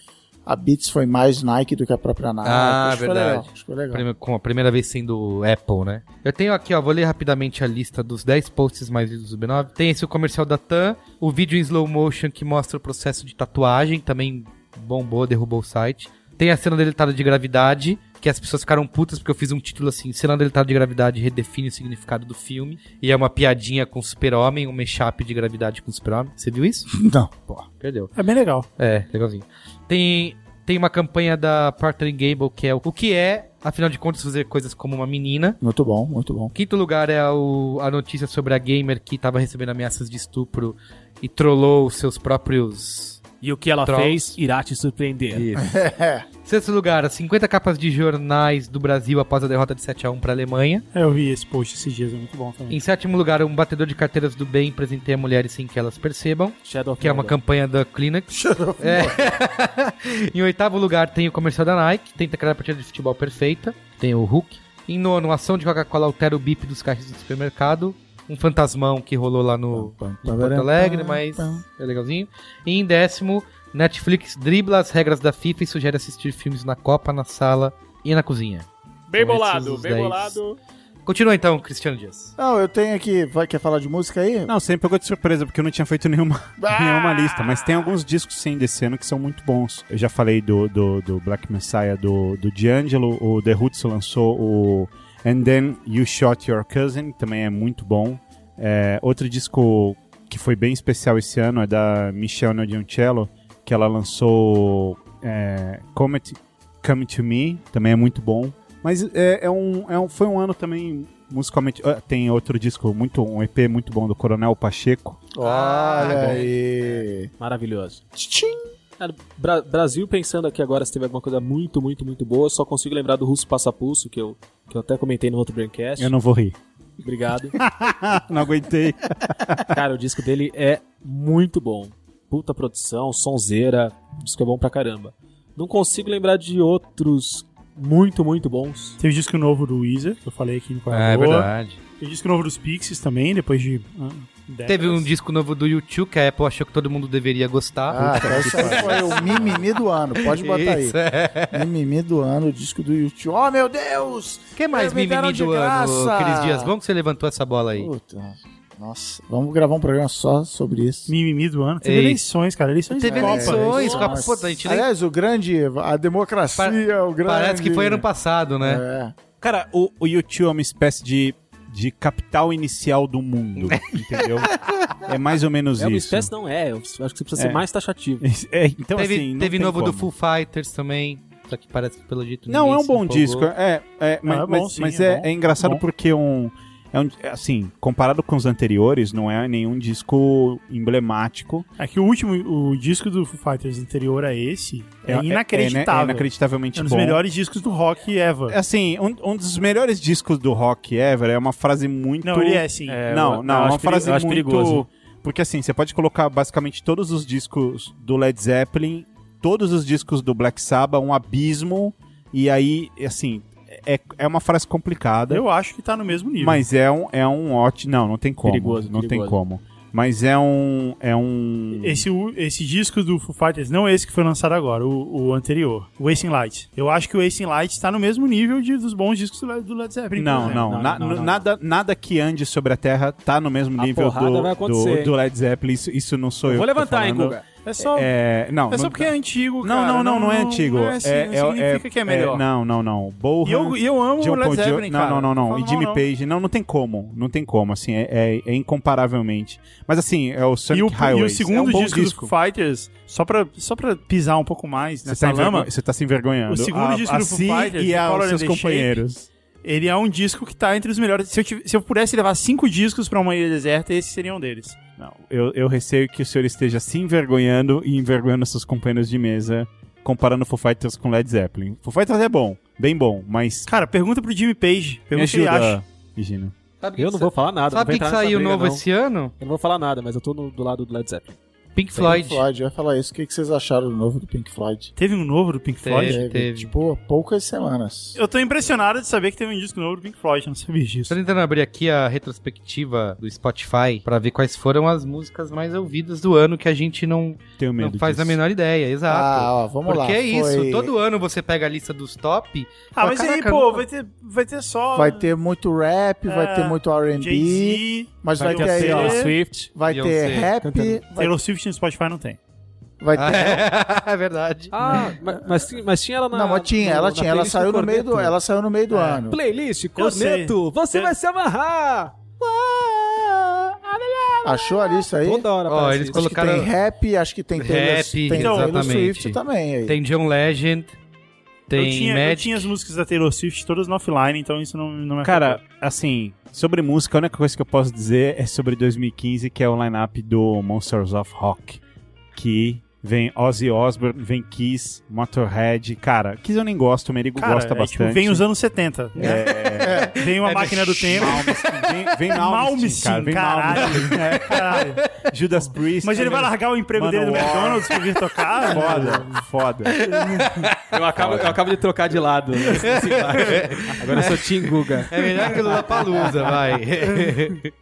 Speaker 2: a Beats foi mais Nike do que a própria Nike.
Speaker 1: Ah,
Speaker 2: Acho que foi
Speaker 1: verdade.
Speaker 2: legal, Acho que foi legal.
Speaker 1: Prime- Com a primeira vez sendo Apple, né? Eu tenho aqui, ó, vou ler rapidamente a lista dos 10 posts mais lidos do B9. Tem esse o comercial da TAM, o vídeo em slow motion que mostra o processo de tatuagem, também bombou, derrubou o site. Tem a cena deletada de gravidade, que as pessoas ficaram putas porque eu fiz um título assim, cena deletada de gravidade redefine o significado do filme, e é uma piadinha com o super-homem, um mashup de gravidade com o super-homem. Você viu isso?
Speaker 2: Não.
Speaker 1: Perdeu.
Speaker 4: É bem legal.
Speaker 1: É, legalzinho. Tem, tem uma campanha da Procter Gamble que é o, o que é, afinal de contas, fazer coisas como uma menina.
Speaker 2: Muito bom, muito bom.
Speaker 1: Quinto lugar é o- a notícia sobre a gamer que tava recebendo ameaças de estupro e trollou os seus próprios
Speaker 3: E o que ela
Speaker 1: Trolls.
Speaker 3: fez irá te surpreender.
Speaker 1: Isso. Sexto lugar, as 50 capas de jornais do Brasil após a derrota de 7x1 para a um Alemanha.
Speaker 4: É, Eu vi esse post esses dias, é muito bom também.
Speaker 1: Em sétimo lugar, um batedor de carteiras do bem presenteia mulheres sem que elas percebam.
Speaker 3: Shadow of
Speaker 1: Que é uma
Speaker 3: Mordor.
Speaker 1: campanha da Kleenex. É. em oitavo lugar tem o comercial da Nike, tenta criar a partida de futebol perfeita, tem o Hulk. Em nono, ação de Coca-Cola altera o bip dos caixas do supermercado. Um fantasmão que rolou lá no, em Porto Alegre, mas é legalzinho. E em décimo, Netflix dribla as regras da FIFA e sugere assistir filmes na Copa, na sala e na cozinha.
Speaker 7: Bem
Speaker 1: Então, esses
Speaker 7: bolado,
Speaker 1: os
Speaker 7: bem
Speaker 1: dez.
Speaker 7: bolado.
Speaker 1: Continua então, Cristiano Dias.
Speaker 2: Não, eu tenho aqui. Vai, quer falar de música aí?
Speaker 5: Não, sempre pegou de surpresa, porque eu não tinha feito nenhuma, nenhuma
Speaker 2: Ah!
Speaker 5: lista. Mas tem alguns discos sim desse ano que são muito bons. Eu já falei do, do, do Black Messiah do, do D'Angelo, o The Roots lançou o And Then You Shot Your Cousin, que também é muito bom. É, outro disco que foi bem especial esse ano é da Michelle Nodiancello, que ela lançou é, Comet Come To Me, também é muito bom. Mas é, é um, é um- foi um ano também musicalmente. ah, tem outro disco, muito um EP muito bom do Coronel Pacheco.
Speaker 2: Olha
Speaker 1: bom.
Speaker 2: aí.
Speaker 3: Maravilhoso.
Speaker 2: Tchim.
Speaker 3: Cara, Bra- Brasil, pensando aqui agora se teve alguma coisa muito, muito, muito boa, eu só consigo lembrar do Russo Passapulso, que eu, que eu até comentei no outro Braincast.
Speaker 5: Eu não vou rir.
Speaker 3: Obrigado.
Speaker 5: não aguentei.
Speaker 3: Cara, o disco dele é muito bom. Puta produção, sonzeira, o disco é bom pra caramba. Não consigo lembrar de outros muito, muito bons.
Speaker 4: Teve disco novo do Weezer, que eu falei aqui no Paraná.
Speaker 1: É, Ah, verdade.
Speaker 4: Teve disco novo dos Pixies também, depois de. ah, décadas.
Speaker 1: Teve um disco novo do YouTube que a Apple achou que todo mundo deveria gostar.
Speaker 2: Ah, então isso aí foi o mimimi do ano. Pode botar
Speaker 1: Isso,
Speaker 2: aí.
Speaker 1: é.
Speaker 2: Mimimi do ano, o disco do YouTube. Oh, meu Deus!
Speaker 1: Quem mais
Speaker 2: Me deram
Speaker 1: mimimi
Speaker 2: de
Speaker 1: do ano,
Speaker 2: graça. É.
Speaker 1: Cris Dias? Bom que você levantou essa bola aí.
Speaker 2: Puta. Nossa, vamos gravar um programa só sobre isso.
Speaker 4: Mimimi do ano. Teve
Speaker 1: Ei.
Speaker 4: eleições, cara. Eleições
Speaker 1: Teve
Speaker 4: de Copa.
Speaker 1: eleições,
Speaker 2: Nossa. É
Speaker 1: Copa. Pô, a gente nem-
Speaker 2: Aliás, o grande, a democracia, o grande.
Speaker 1: Parece que foi ano passado, né?
Speaker 2: É.
Speaker 5: Cara, o, o YouTube é uma espécie de, de capital inicial do mundo, entendeu? É mais ou menos
Speaker 3: É uma
Speaker 5: isso.
Speaker 3: espécie, não é. Eu acho que você precisa ser
Speaker 5: É.
Speaker 3: mais taxativo.
Speaker 5: É, então,
Speaker 1: teve
Speaker 5: assim, não
Speaker 1: teve
Speaker 5: tem
Speaker 1: novo do
Speaker 5: como.
Speaker 1: Full Fighters também. Só que parece que pelo jeito.
Speaker 5: Não,
Speaker 1: ninguém
Speaker 5: é um
Speaker 1: se
Speaker 5: bom
Speaker 1: empolgou.
Speaker 5: disco. É, é, mas,
Speaker 4: bom,
Speaker 5: mas-
Speaker 4: sim,
Speaker 5: mas
Speaker 4: é
Speaker 5: é,
Speaker 4: bom,
Speaker 5: é engraçado
Speaker 4: bom.
Speaker 5: porque um, é um. é Assim, comparado com os anteriores, não é nenhum disco emblemático.
Speaker 4: É que o último, o disco do Foo Fighters anterior a esse é,
Speaker 5: né,
Speaker 4: inacreditável. É,
Speaker 5: É, inacreditavelmente
Speaker 4: um dos
Speaker 5: bom.
Speaker 4: melhores discos do rock ever.
Speaker 5: Assim, um, um dos melhores discos do rock ever é uma frase muito.
Speaker 4: Não, ele é sim.
Speaker 5: não,
Speaker 3: eu-
Speaker 5: não,
Speaker 3: eu
Speaker 5: é
Speaker 3: acho
Speaker 5: uma
Speaker 3: peri-
Speaker 5: frase
Speaker 3: eu acho
Speaker 5: muito.
Speaker 3: perigoso.
Speaker 5: Porque assim, você pode colocar basicamente todos os discos do Led Zeppelin, todos os discos do Black Sabbath, um abismo, e aí, assim, é, é uma frase complicada.
Speaker 4: Eu acho que tá no mesmo nível.
Speaker 5: Mas é um, é um ótimo. Não, não tem como.
Speaker 3: né? Perigoso,
Speaker 5: não tem
Speaker 3: perigoso.
Speaker 5: como. Mas é um. É um.
Speaker 4: Esse, u- esse disco do Foo Fighters, não é esse que foi lançado agora, o, o anterior, o Wasting Light. Eu acho que o Wasting Light tá no mesmo nível de, dos bons discos do Le- do Led Zeppelin. por
Speaker 5: Não,
Speaker 4: exemplo.
Speaker 5: não,
Speaker 3: né? Não,
Speaker 5: na-
Speaker 3: não, não, não.
Speaker 5: Nada, nada que ande sobre a Terra tá no mesmo
Speaker 3: A
Speaker 5: nível
Speaker 3: porrada
Speaker 5: do,
Speaker 3: vai acontecer,
Speaker 5: do, do Led Zeppelin. Isso, isso não sou eu.
Speaker 3: Vou
Speaker 5: que tô
Speaker 3: levantar, hein,
Speaker 5: falando.
Speaker 3: Guga.
Speaker 4: É só, é,
Speaker 5: É, não,
Speaker 4: só
Speaker 5: não-
Speaker 4: porque é antigo,
Speaker 5: Não,
Speaker 4: cara.
Speaker 5: não, não, não é antigo.
Speaker 4: Não, é assim, não significa que é melhor.
Speaker 5: não, não, não. Bohan,
Speaker 4: E eu, e eu amo
Speaker 5: John
Speaker 4: o Led
Speaker 5: Paul Jo-
Speaker 4: Zeppelin,
Speaker 5: não,
Speaker 4: cara.
Speaker 5: não, não, não.
Speaker 4: Falo
Speaker 5: E Jimmy
Speaker 4: não.
Speaker 5: Page, não, não tem como. Não tem como, assim, é, é- é incomparavelmente. Mas assim, é o Sonic
Speaker 4: E o,
Speaker 5: Highways.
Speaker 4: e
Speaker 5: é
Speaker 4: o
Speaker 5: um
Speaker 4: segundo
Speaker 5: bom
Speaker 4: disco, do Foo Fighters, só pra, só pra pisar um pouco mais
Speaker 5: Você
Speaker 4: nessa
Speaker 5: tá,
Speaker 4: lama,
Speaker 5: envergo- você tá se envergonhando.
Speaker 4: O segundo
Speaker 5: A-
Speaker 4: disco
Speaker 5: a
Speaker 4: do Foo
Speaker 5: si
Speaker 4: Fighters,
Speaker 5: e
Speaker 4: The Color
Speaker 5: aos
Speaker 4: and
Speaker 5: seus
Speaker 4: the
Speaker 5: companheiros.
Speaker 4: ele é um disco que tá entre os melhores. Se eu, tive- se eu pudesse levar cinco discos pra uma ilha deserta, esse seria um deles.
Speaker 5: Não, eu, eu receio que o senhor esteja se envergonhando e envergonhando seus companheiros de mesa comparando Foo Fighters com Led Zeppelin. Foo Fighters é bom, bem bom, mas
Speaker 4: Cara, pergunta pro Jimmy Page.
Speaker 5: me
Speaker 4: Pergunta o que ele acha.
Speaker 5: ajuda, Regina.
Speaker 1: Sabe
Speaker 3: Eu
Speaker 1: que
Speaker 3: não vou falar nada.
Speaker 1: Sabe
Speaker 3: não
Speaker 1: o
Speaker 3: vou
Speaker 1: que, que
Speaker 3: entrar nessa
Speaker 1: saiu
Speaker 3: briga,
Speaker 1: novo
Speaker 3: não.
Speaker 1: esse ano?
Speaker 3: Eu não vou falar nada, mas eu tô no- do lado do Led Zeppelin.
Speaker 1: Pink Floyd.
Speaker 2: Pink Floyd, eu ia falar isso. O que que vocês acharam do novo do Pink Floyd?
Speaker 4: Teve um novo do Pink Floyd?
Speaker 1: Teve, teve.
Speaker 2: Tipo, poucas semanas.
Speaker 4: Eu tô impressionado de saber que teve um disco novo do Pink Floyd, eu não sabia disso.
Speaker 1: Estou tentando abrir aqui a retrospectiva do Spotify pra ver quais foram as músicas mais ouvidas do ano que a gente não,
Speaker 5: Tenho
Speaker 1: não
Speaker 5: medo
Speaker 1: faz
Speaker 5: disso.
Speaker 1: a menor ideia, exato.
Speaker 2: Ah, ó, vamos lá.
Speaker 1: Porque é isso,
Speaker 2: foi-
Speaker 1: todo ano você pega a lista dos top.
Speaker 4: Ah, mas aí,
Speaker 1: Caraca,
Speaker 4: pô,
Speaker 1: nunca-
Speaker 4: vai ter, vai ter só.
Speaker 2: Vai ter muito rap, vai ter muito R&B,
Speaker 4: Jay-Z.
Speaker 2: mas vai,
Speaker 4: vai
Speaker 2: ter,
Speaker 4: ter
Speaker 2: aí,
Speaker 4: Taylor
Speaker 2: ó,
Speaker 3: Swift.
Speaker 2: vai ter
Speaker 1: Beyoncé
Speaker 2: rap, vai,
Speaker 4: Taylor Swift no Spotify não tem.
Speaker 2: vai
Speaker 1: Ah,
Speaker 2: ter...
Speaker 1: é, é verdade.
Speaker 3: Ah, mas, mas, tinha- mas tinha ela na.
Speaker 2: Né? Não, mas tinha,
Speaker 3: no-
Speaker 2: ela
Speaker 3: na
Speaker 2: tinha, ela
Speaker 3: playlist
Speaker 2: saiu no meio do,
Speaker 3: Corneto.
Speaker 2: ela saiu no meio do ano.
Speaker 3: Playlist
Speaker 4: sei.
Speaker 3: Corneto, você
Speaker 4: Eu-
Speaker 3: vai se amarrar!
Speaker 2: Achou a lista aí?
Speaker 3: Toda hora
Speaker 1: Ó,
Speaker 3: aparece
Speaker 1: eles
Speaker 3: isso.
Speaker 2: Acho que
Speaker 1: colocaram-
Speaker 2: tem rap, acho que tem Taylor,
Speaker 1: Rap,
Speaker 2: tem Taylor
Speaker 1: exatamente.
Speaker 2: Swift também aí.
Speaker 1: Tem John Legend, tem
Speaker 4: eu, tinha, eu
Speaker 1: Magic.
Speaker 4: tinha as músicas da Taylor Swift todas no offline, então isso não, não é.
Speaker 5: Cara, assim, sobre música, a única coisa que eu posso dizer é sobre 2015, que é o line-up do Monsters of Rock, que vem Ozzy Osbourne, vem Kiss, Motorhead. Cara, Kiss eu nem gosto, o Merigo
Speaker 4: Cara,
Speaker 5: gosta
Speaker 4: é,
Speaker 5: bastante.
Speaker 4: tipo, vem os anos 70.
Speaker 5: É,
Speaker 4: Vem uma
Speaker 5: É,
Speaker 4: máquina do tempo.
Speaker 5: Malmsteen, vem, vem Malmsteen,
Speaker 4: Malmsteen,
Speaker 5: cara, vem
Speaker 4: caralho.
Speaker 5: Malmsteen, é,
Speaker 4: Caralho.
Speaker 5: Judas Priest.
Speaker 4: Mas ele vai
Speaker 5: também.
Speaker 4: largar o emprego dele no
Speaker 5: Manowar.
Speaker 4: McDonald's pra vir tocar?
Speaker 5: Foda, foda.
Speaker 3: Eu acabo, eu acabo de trocar de lado. né? Esqueci que lá. Agora eu sou Tim Guga.
Speaker 1: É melhor que o Lollapalooza, vai.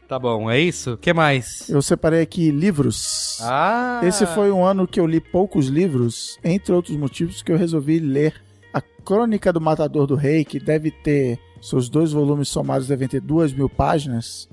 Speaker 1: tá bom, é isso? O que mais?
Speaker 2: Eu separei aqui livros.
Speaker 1: Ah!
Speaker 2: Esse foi um ano que eu li poucos livros, entre outros motivos que eu resolvi ler a Crônica do Matador do Rei, que deve ter seus dois volumes somados devem ter duas mil páginas.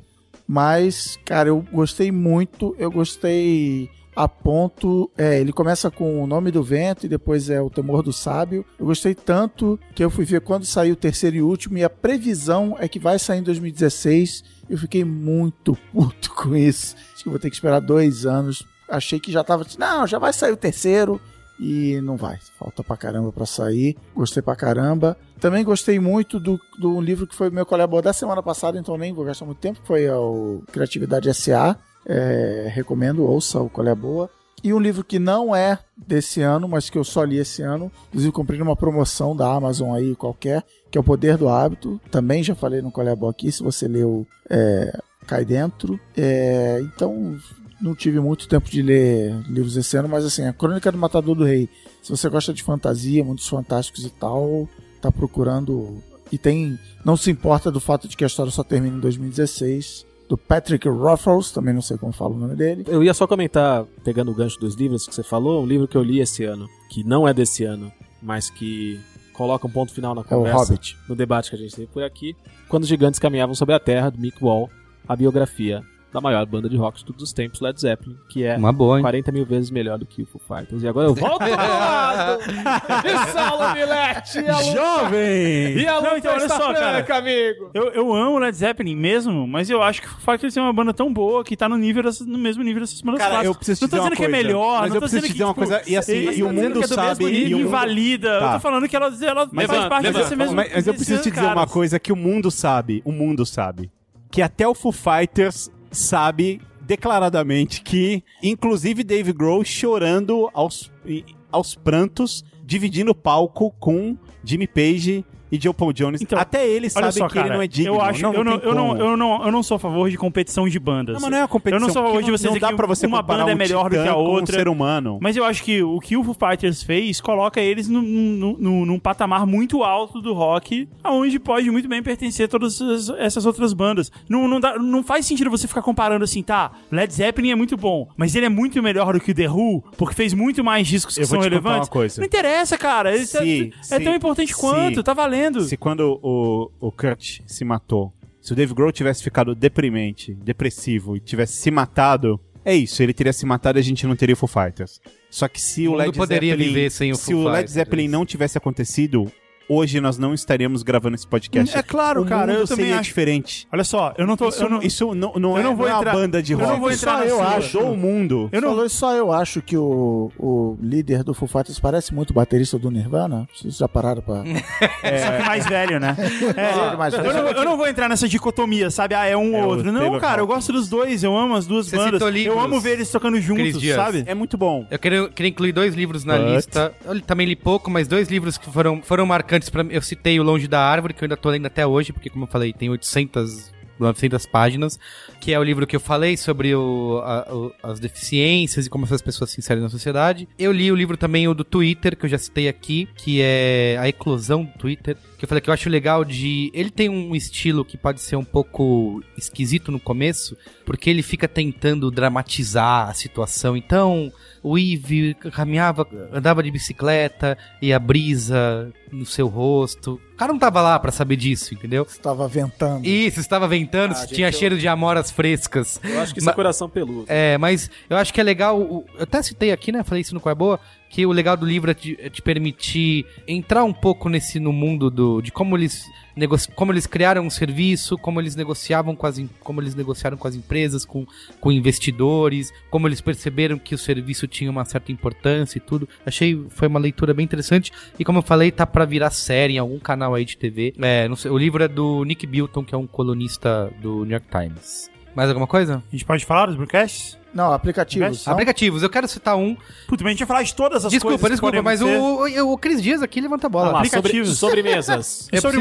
Speaker 2: Mas, cara, eu gostei muito. Eu gostei a ponto. é, ele começa com o nome do vento e depois é o temor do sábio. Eu gostei tanto que eu fui ver quando saiu o terceiro e último e a previsão é que vai sair em 2016. Eu fiquei muito puto com isso. Acho que eu vou ter que esperar dois anos. Achei que já tava. Não, já vai sair o terceiro. E não vai. Falta pra caramba pra sair. Gostei pra caramba. Também gostei muito do, do livro que foi meu colaborador da semana passada, então nem vou gastar muito tempo, que foi o Criatividade SA. É, recomendo, ouça o Qual é a Boa. E um livro que não é desse ano, mas que eu só li esse ano. Inclusive, comprei numa promoção da Amazon aí qualquer, que é O Poder do Hábito. Também já falei no Qual é a Boa aqui, se você leu, é, cai dentro. É, então, não tive muito tempo de ler livros esse ano, mas assim, a Crônica do Matador do Rei. Se você gosta de fantasia, mundos fantásticos e tal, tá procurando e tem não se importa do fato de que a história só termina em 2016 do Patrick Ruffles, também não sei como fala o nome dele.
Speaker 3: Eu ia só comentar, pegando o gancho dos livros que você falou, um livro que eu li esse ano, que não é desse ano, mas que coloca um ponto final na
Speaker 2: É o
Speaker 3: conversa.
Speaker 2: Hobbit.
Speaker 3: no debate que a gente teve por aqui, quando os gigantes caminhavam sobre a Terra, do Mick Wall, a biografia da maior banda de rock de todos os tempos, Led Zeppelin, que é
Speaker 1: Uma boa, hein?
Speaker 3: 40 mil vezes melhor do que o Foo Fighters. E agora eu volto ao lado de Saulo Milete! E a luta,
Speaker 5: Jovem!
Speaker 3: e a luta
Speaker 4: Não, então, olha
Speaker 3: está
Speaker 4: só, cara.
Speaker 3: franca, amigo!
Speaker 4: Eu, eu amo Led Zeppelin mesmo, mas eu acho que o fato de ele ser uma banda tão boa que tá no, nível dessas- no mesmo nível dessas bandas
Speaker 5: Cara,
Speaker 4: clássicas.
Speaker 5: eu preciso te
Speaker 4: Não tô
Speaker 5: dizer
Speaker 4: dizendo
Speaker 5: uma
Speaker 4: que é
Speaker 5: coisa.
Speaker 4: melhor,
Speaker 5: Mas
Speaker 4: não
Speaker 5: eu
Speaker 4: tô
Speaker 5: preciso
Speaker 4: dizendo
Speaker 5: te
Speaker 4: que,
Speaker 5: dizer uma
Speaker 4: tipo,
Speaker 5: coisa, e assim,
Speaker 4: eles
Speaker 5: e o
Speaker 4: estão dizendo
Speaker 5: mundo
Speaker 4: que é do
Speaker 5: sabe, e
Speaker 4: mesmo
Speaker 5: o
Speaker 4: nível,
Speaker 5: mundo-
Speaker 4: invalida.
Speaker 5: Tá.
Speaker 4: Eu tô falando que ela, ela
Speaker 5: Mas,
Speaker 4: faz
Speaker 5: ah,
Speaker 4: parte
Speaker 5: levanta,
Speaker 4: desse mesmo.
Speaker 5: Mas, mas eu preciso te
Speaker 4: desses
Speaker 5: dizer uma
Speaker 4: caras.
Speaker 5: coisa que o mundo sabe, o mundo sabe, que até o Foo Fighters sabe declaradamente que, inclusive Dave Grohl chorando aos, e- aos prantos, dividindo o palco com Jimmy Page e Joe Paul Jones.
Speaker 4: Então,
Speaker 5: até ele
Speaker 4: Olha
Speaker 5: sabe
Speaker 4: só,
Speaker 5: que
Speaker 4: cara,
Speaker 5: ele não é digno.
Speaker 4: Eu acho,
Speaker 5: não,
Speaker 4: eu, não,
Speaker 5: tem
Speaker 4: eu, não,
Speaker 5: como.
Speaker 4: eu, não, eu não sou a favor de competição de bandas.
Speaker 5: Não, mas não é uma competição.
Speaker 4: Eu não sou a favor
Speaker 5: porque
Speaker 4: de você
Speaker 5: não
Speaker 4: dizer
Speaker 5: dá
Speaker 4: que
Speaker 5: pra você
Speaker 4: uma
Speaker 5: comparar
Speaker 4: banda é
Speaker 5: um
Speaker 4: melhor do
Speaker 5: titã
Speaker 4: que a
Speaker 5: com
Speaker 4: outra.
Speaker 5: Um ser humano.
Speaker 4: Mas eu acho que o que o Foo Fighters fez coloca eles num, num, num- num patamar muito alto do rock, aonde pode muito bem pertencer todas essas- essas outras bandas. Não, não, dá- não faz sentido você ficar comparando assim, tá, Led Zeppelin é muito bom, mas ele é muito melhor do que o The Who, porque fez muito mais discos que
Speaker 5: Eu vou
Speaker 4: são
Speaker 5: te contar
Speaker 4: relevantes.
Speaker 5: uma coisa.
Speaker 4: Não interessa, cara. Ele tá-
Speaker 5: Se-
Speaker 4: é
Speaker 5: se-
Speaker 4: tão importante quanto,
Speaker 5: se-
Speaker 4: tá valendo.
Speaker 5: Se quando o, o Kurt se matou, se o Dave Grohl tivesse ficado deprimente, depressivo e tivesse se matado, é isso, ele teria se matado e a gente não teria o Foo Fighters. Só que se
Speaker 1: O
Speaker 5: o
Speaker 1: mundo
Speaker 5: Led
Speaker 1: poderia
Speaker 5: Zeppelin,
Speaker 1: viver sem o
Speaker 5: se
Speaker 1: Foo
Speaker 5: o Led
Speaker 1: Fighters.
Speaker 5: Zeppelin não tivesse acontecido, hoje nós não estaríamos gravando esse podcast.
Speaker 4: É claro,
Speaker 5: o
Speaker 4: cara,
Speaker 5: mundo
Speaker 4: eu também
Speaker 5: seria
Speaker 4: acho.
Speaker 5: diferente.
Speaker 4: Olha só, eu não tô.
Speaker 5: Isso,
Speaker 4: eu não,
Speaker 5: isso não, não
Speaker 4: eu
Speaker 5: é,
Speaker 4: não vou
Speaker 5: é uma
Speaker 4: entrar-
Speaker 5: banda de
Speaker 4: eu
Speaker 5: rock.
Speaker 4: não vou entrar
Speaker 2: Só eu
Speaker 4: na sua.
Speaker 2: acho.
Speaker 5: Mudou o mundo.
Speaker 4: Eu não-
Speaker 2: Falou isso, só eu acho que o, o líder do Foo Fighters parece muito o baterista do Nirvana. Vocês já pararam pra...
Speaker 4: Só que mais velho, né? É,
Speaker 2: Só que mais
Speaker 4: eu,
Speaker 2: velho.
Speaker 4: não, eu não vou entrar nessa dicotomia, sabe? Ah, é um
Speaker 5: É o
Speaker 4: ou outro. Não,
Speaker 5: Taylor
Speaker 4: cara, eu
Speaker 5: Hawkins.
Speaker 4: gosto dos dois, eu amo as duas
Speaker 1: Você
Speaker 4: bandas.
Speaker 1: citou livros,
Speaker 4: eu amo ver eles tocando juntos,
Speaker 1: Dias.
Speaker 4: sabe?
Speaker 5: É muito bom.
Speaker 1: Eu queria, queria incluir dois livros na
Speaker 5: But-
Speaker 1: lista. Eu também li pouco, mas dois livros que foram, foram marcantes para mim. Eu citei O Longe da Árvore, que eu ainda tô lendo até hoje, porque, como eu falei, tem 800, 900 páginas, que é o livro que eu falei sobre o- a- o- as deficiências e como essas pessoas se inserem na sociedade. Eu li o livro também, o do Twitter, que eu já citei aqui, que é A Eclosão do Twitter, que eu falei que eu acho legal de... Ele tem um estilo que pode ser um pouco esquisito no começo, porque ele fica tentando dramatizar a situação. Então, o Eve caminhava,
Speaker 3: É.
Speaker 1: andava de bicicleta e a brisa no seu rosto. O cara não tava lá pra saber disso, entendeu?
Speaker 2: Estava ventando.
Speaker 1: Isso, estava ventando,
Speaker 3: Uhum. Ah, gente,
Speaker 1: tinha
Speaker 3: eu-
Speaker 1: cheiro de amoras frescas.
Speaker 3: Eu acho que isso
Speaker 1: Ma-
Speaker 3: é coração peludo.
Speaker 1: É, mas eu acho que é legal. o- Eu até citei aqui, né? Falei isso no Qual é Boa. Que o legal do livro é te, é te permitir entrar um pouco nesse no mundo do, de como eles, nego- como eles criaram um serviço, como eles negociavam com as, em- como eles negociaram com as empresas, com, com investidores, como eles perceberam que o serviço tinha uma certa importância e tudo. Achei foi uma leitura bem interessante. E como eu falei, tá pra virar série em algum canal aí de TV. É, não sei, o livro é do Nick Bilton, que é um colunista do New York Times. Mais alguma coisa?
Speaker 4: A gente pode falar dos broadcasts?
Speaker 2: Não, aplicativos. não?
Speaker 1: Aplicativos, eu quero citar um.
Speaker 4: Putz, mas a gente ia falar de todas as
Speaker 1: desculpa,
Speaker 4: coisas.
Speaker 1: desculpa, mas o, o, o Cris Dias aqui levanta a bola.
Speaker 3: Vamos lá, sobre,
Speaker 4: aplicativos.
Speaker 3: sobremesas.
Speaker 4: E
Speaker 1: eu
Speaker 4: É sobre
Speaker 1: preciso-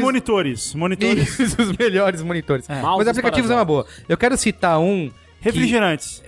Speaker 4: monitores. Monitores.
Speaker 1: Isso, os melhores monitores. Mas
Speaker 3: Mouses
Speaker 1: aplicativos
Speaker 3: para
Speaker 1: é uma boa. Eu quero citar um.
Speaker 4: Refrigerantes.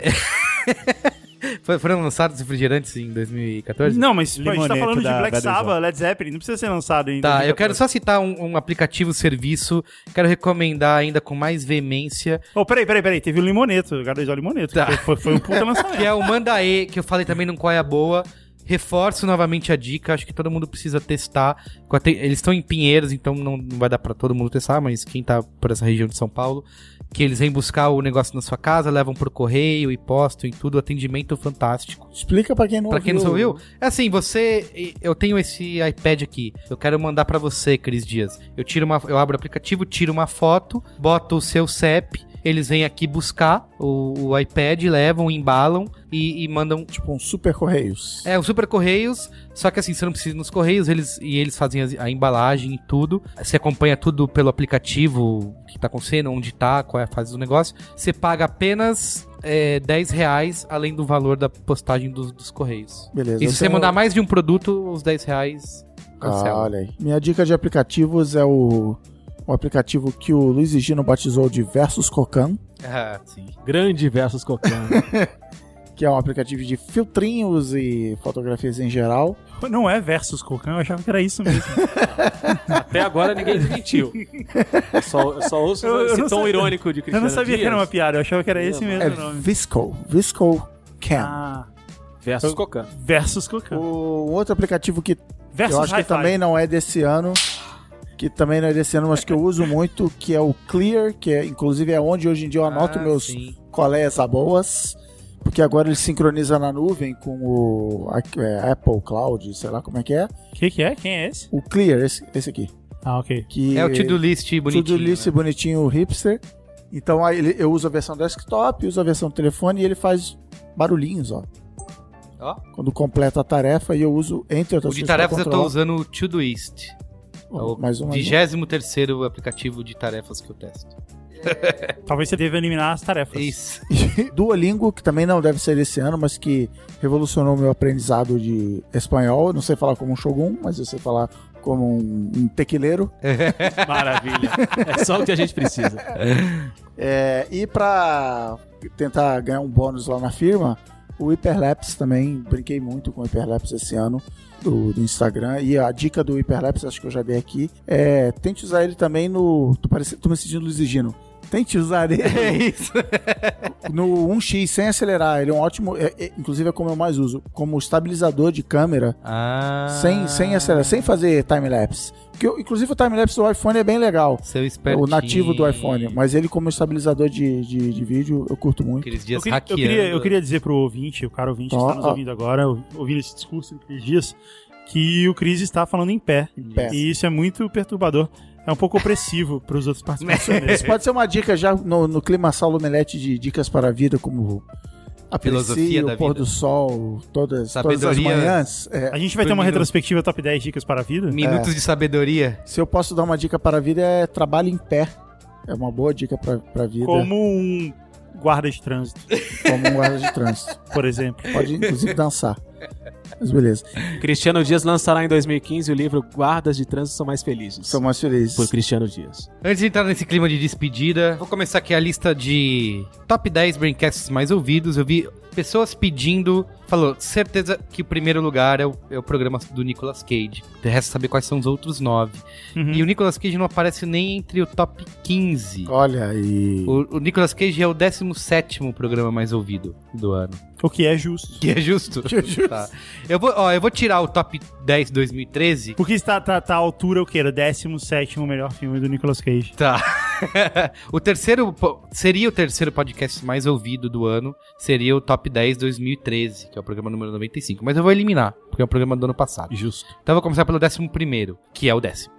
Speaker 1: Foi- Foram lançados refrigerantes em 2014?
Speaker 4: Não, mas pô, a gente tá
Speaker 5: Limonete
Speaker 4: falando de
Speaker 5: da-
Speaker 4: Black
Speaker 5: da
Speaker 4: Sabbath,
Speaker 5: Deezer.
Speaker 4: Led Zeppelin, não precisa ser lançado ainda.
Speaker 1: Tá, eu quero só citar um, um aplicativo serviço. Quero recomendar ainda com mais veemência,
Speaker 4: Oh, peraí, peraí, peraí. Teve o Limoneto, o Gardejo Limoneto.
Speaker 1: Tá.
Speaker 4: que Foi, foi um puta lançamento.
Speaker 1: que é o Mandaê, que eu falei também no Qual é a Boa. Reforço novamente a dica, acho que todo mundo precisa testar. Com a te- Eles estão em Pinheiros, então não não vai dar pra todo mundo testar, mas quem tá por essa região de São Paulo, que eles vêm buscar o negócio na sua casa, levam por correio e postam e tudo, atendimento fantástico.
Speaker 2: Explica pra quem não
Speaker 1: Pra quem não
Speaker 2: ouviu.
Speaker 1: ouviu, é assim, você, eu tenho esse iPad aqui. Eu quero mandar pra você, Cris Dias. Eu tiro uma, eu abro o aplicativo, tiro uma foto, boto o seu CEP, eles vêm aqui buscar o, o iPad, levam, embalam e, e mandam
Speaker 2: Tipo um super correios.
Speaker 1: é, o Super Correios, só que assim, você não precisa ir nos Correios, eles e eles fazem as- a embalagem e tudo. Você acompanha tudo pelo aplicativo, o que tá acontecendo, onde tá, qual é a fase do negócio. Você paga apenas é, 10 reais, além do valor da postagem dos, dos Correios.
Speaker 2: Beleza.
Speaker 1: E
Speaker 2: eu
Speaker 1: se você
Speaker 2: tenho-
Speaker 1: mandar mais de um produto, os 10 reais
Speaker 2: Ah,
Speaker 1: cancela.
Speaker 2: olha aí. Minha dica de aplicativos é o, o aplicativo que o Luiz Gino batizou de Versus Cocan,
Speaker 1: Ah, sim.
Speaker 3: Grande versus Cocan.
Speaker 2: que é um aplicativo de filtrinhos e fotografias em geral.
Speaker 4: Não é versus Cocan, eu achava que era isso mesmo.
Speaker 3: Até agora ninguém mentiu. Eu só, eu só ouço
Speaker 4: Eu- eu
Speaker 3: esse
Speaker 4: não
Speaker 3: tom
Speaker 4: sabia-
Speaker 3: irônico de
Speaker 4: Eu
Speaker 3: Cristiano
Speaker 4: não sabia que
Speaker 3: Dias
Speaker 4: era uma piada, eu achava que era esse
Speaker 3: É,
Speaker 4: mesmo
Speaker 2: É
Speaker 4: o nome.
Speaker 2: Visco. Visco Can.
Speaker 4: Ah,
Speaker 3: versus Cocan.
Speaker 4: versus Cocan.
Speaker 2: O outro aplicativo que
Speaker 4: Versus
Speaker 2: eu acho que
Speaker 4: Hi-Fi.
Speaker 2: também não é desse ano, que também não é desse ano, mas que eu uso muito, que é o Clear, que é, inclusive é onde hoje em dia eu anoto
Speaker 1: Ah,
Speaker 2: meus
Speaker 1: sim.
Speaker 2: colegas a boas, porque agora ele sincroniza na nuvem com o a- é, Apple Cloud, sei lá como é que é.
Speaker 4: Que que é? Quem é esse?
Speaker 2: O Clear, esse, esse aqui.
Speaker 4: Ah, ok.
Speaker 2: Que
Speaker 1: É o to-do list bonitinho.
Speaker 2: Tudo list
Speaker 1: né?
Speaker 2: bonitinho, hipster. Então aí ele- eu uso a versão desktop, uso a versão telefone e ele faz barulhinhos, ó.
Speaker 1: Ó.
Speaker 2: Quando completa a tarefa e eu uso, entre
Speaker 1: O
Speaker 2: outras
Speaker 1: de
Speaker 2: coisas, pra
Speaker 1: tarefas eu tô
Speaker 2: controlar-
Speaker 1: usando o Todoist.
Speaker 2: Oh, mais um, mais um.
Speaker 1: 23º aplicativo de tarefas que eu testo. É
Speaker 4: Talvez você deva eliminar as tarefas.
Speaker 1: Isso.
Speaker 2: Duolingo, que também não deve ser esse ano, mas que revolucionou meu aprendizado de espanhol. Eu Não sei falar como um shogun, mas eu sei falar como um, um tequileiro.
Speaker 3: Maravilha. É só o que a gente precisa.
Speaker 2: É, e pra tentar ganhar um bônus lá na firma, o Hyperlapse também, brinquei muito com o Hyperlapse esse ano do, do Instagram. E a dica do Hyperlapse, acho que eu já dei aqui, é tente usar ele também no. Tô, parecendo, tô me sentindo Luiz Egino. Tente usar ele
Speaker 1: É isso.
Speaker 2: no 1x sem acelerar. Ele é um ótimo. é- é- inclusive é como eu mais uso, como estabilizador de câmera.
Speaker 1: Ah.
Speaker 2: Sem, sem acelerar, sem fazer time-lapse. Porque, Inclusive o time-lapse do iPhone é bem legal.
Speaker 1: Seu espertinho.
Speaker 2: O nativo do iPhone. Mas ele como estabilizador de, de, de vídeo, eu curto muito.
Speaker 1: Aqueles
Speaker 4: Eu
Speaker 1: dias
Speaker 4: queria, eu,
Speaker 1: hackeando.
Speaker 4: queria, eu queria dizer pro ouvinte, o cara ouvinte que
Speaker 2: Ó,
Speaker 4: está nos
Speaker 2: ó.
Speaker 4: ouvindo agora, ouvindo esse discurso do Cris Dias, que o Cris está falando em pé.
Speaker 2: Pé.
Speaker 4: E isso é muito perturbador. É um pouco opressivo para os outros participantes.
Speaker 2: Isso pode ser uma dica já no, no clima Saulo Melete de dicas para a vida, como aprecie
Speaker 1: Filosofia da
Speaker 2: o pôr
Speaker 1: vida.
Speaker 2: do sol todas, todas as
Speaker 1: Sabedoria.
Speaker 2: manhãs. É,
Speaker 4: A gente vai ter uma retrospectiva top 10 dicas para a vida.
Speaker 1: Minutos de sabedoria.
Speaker 2: se eu posso dar uma dica para a vida, é trabalho em pé. É uma boa dica para para a vida, como,
Speaker 4: Como um guarda de trânsito,
Speaker 2: um guarda de trânsito.
Speaker 4: por exemplo.
Speaker 2: Pode, inclusive, dançar. Mas beleza.
Speaker 3: Cristiano Dias lançará em 2015 o livro Guardas de Trânsito São Mais Felizes.
Speaker 2: Sou mais feliz.
Speaker 3: Por Cristiano Dias.
Speaker 1: Antes de entrar nesse clima de despedida, vou começar aqui a lista de top 10 braincasts mais ouvidos. Eu vi pessoas pedindo, falou, certeza que o primeiro lugar é o, é o programa do Nicolas Cage. Resta saber quais são os outros nove.
Speaker 4: Uhum.
Speaker 1: E o Nicolas Cage não aparece nem entre o top 15.
Speaker 2: Olha aí.
Speaker 1: O, o Nicolas Cage é o 17º programa mais ouvido do ano.
Speaker 4: O que é justo.
Speaker 1: Que é justo. Tá. Eu, vou, ó, eu vou tirar o top 10 2013.
Speaker 4: Porque está tá, tá à altura o quê? Era o 17 melhor filme do Nicolas Cage.
Speaker 1: Tá. o terceiro. po- Seria o terceiro podcast mais ouvido do ano. Seria o Top 10 2013, que é o programa número 95. Mas eu vou eliminar, porque é o programa do ano passado.
Speaker 3: Justo.
Speaker 1: Então eu vou começar pelo décimo primeiro, que é o décimo.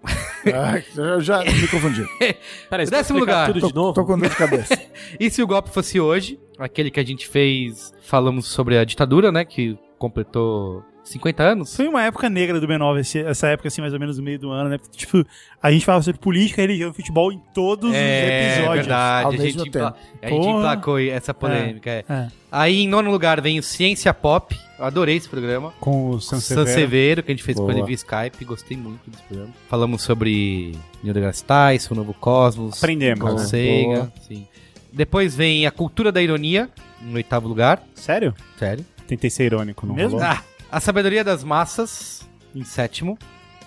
Speaker 2: Ai, eu já me confundi.
Speaker 3: Peraí, você pode
Speaker 1: Décimo lugar.
Speaker 3: explicar tudo
Speaker 2: Tô,
Speaker 3: de novo?
Speaker 2: tô com dor de cabeça.
Speaker 1: E se o golpe fosse hoje, aquele que a gente fez. Falamos sobre a ditadura, né? Que completou 50 anos?
Speaker 4: Foi uma época negra do B9, esse- essa época, assim, mais ou menos no meio do ano, né? Porque, Tipo, a gente falava sobre política, religião e futebol em todos os
Speaker 1: É
Speaker 4: episódios.
Speaker 1: verdade,
Speaker 2: ao
Speaker 1: a gente,
Speaker 2: mesmo
Speaker 1: empla... a gente
Speaker 4: Porra.
Speaker 1: emplacou essa polêmica. é.
Speaker 4: É.
Speaker 1: Aí, em nono lugar, vem o Ciência Pop. Eu adorei esse programa.
Speaker 5: Com o
Speaker 1: San
Speaker 5: Sansevero.
Speaker 1: Severo, que a gente fez com ele
Speaker 5: Boa.
Speaker 1: via Skype. Gostei muito desse programa. Falamos sobre Neil deGrasse Tyson, Novo Cosmos.
Speaker 5: Aprendemos,
Speaker 1: Carl
Speaker 5: né?
Speaker 1: Sagan,
Speaker 5: Boa.
Speaker 1: sim. Depois vem A Cultura da Ironia, em oitavo lugar.
Speaker 5: Sério?
Speaker 1: Sério.
Speaker 5: Tentei ser irônico, não
Speaker 4: Mesmo?
Speaker 5: rolou.
Speaker 1: Ah, a Sabedoria das Massas, em sétimo.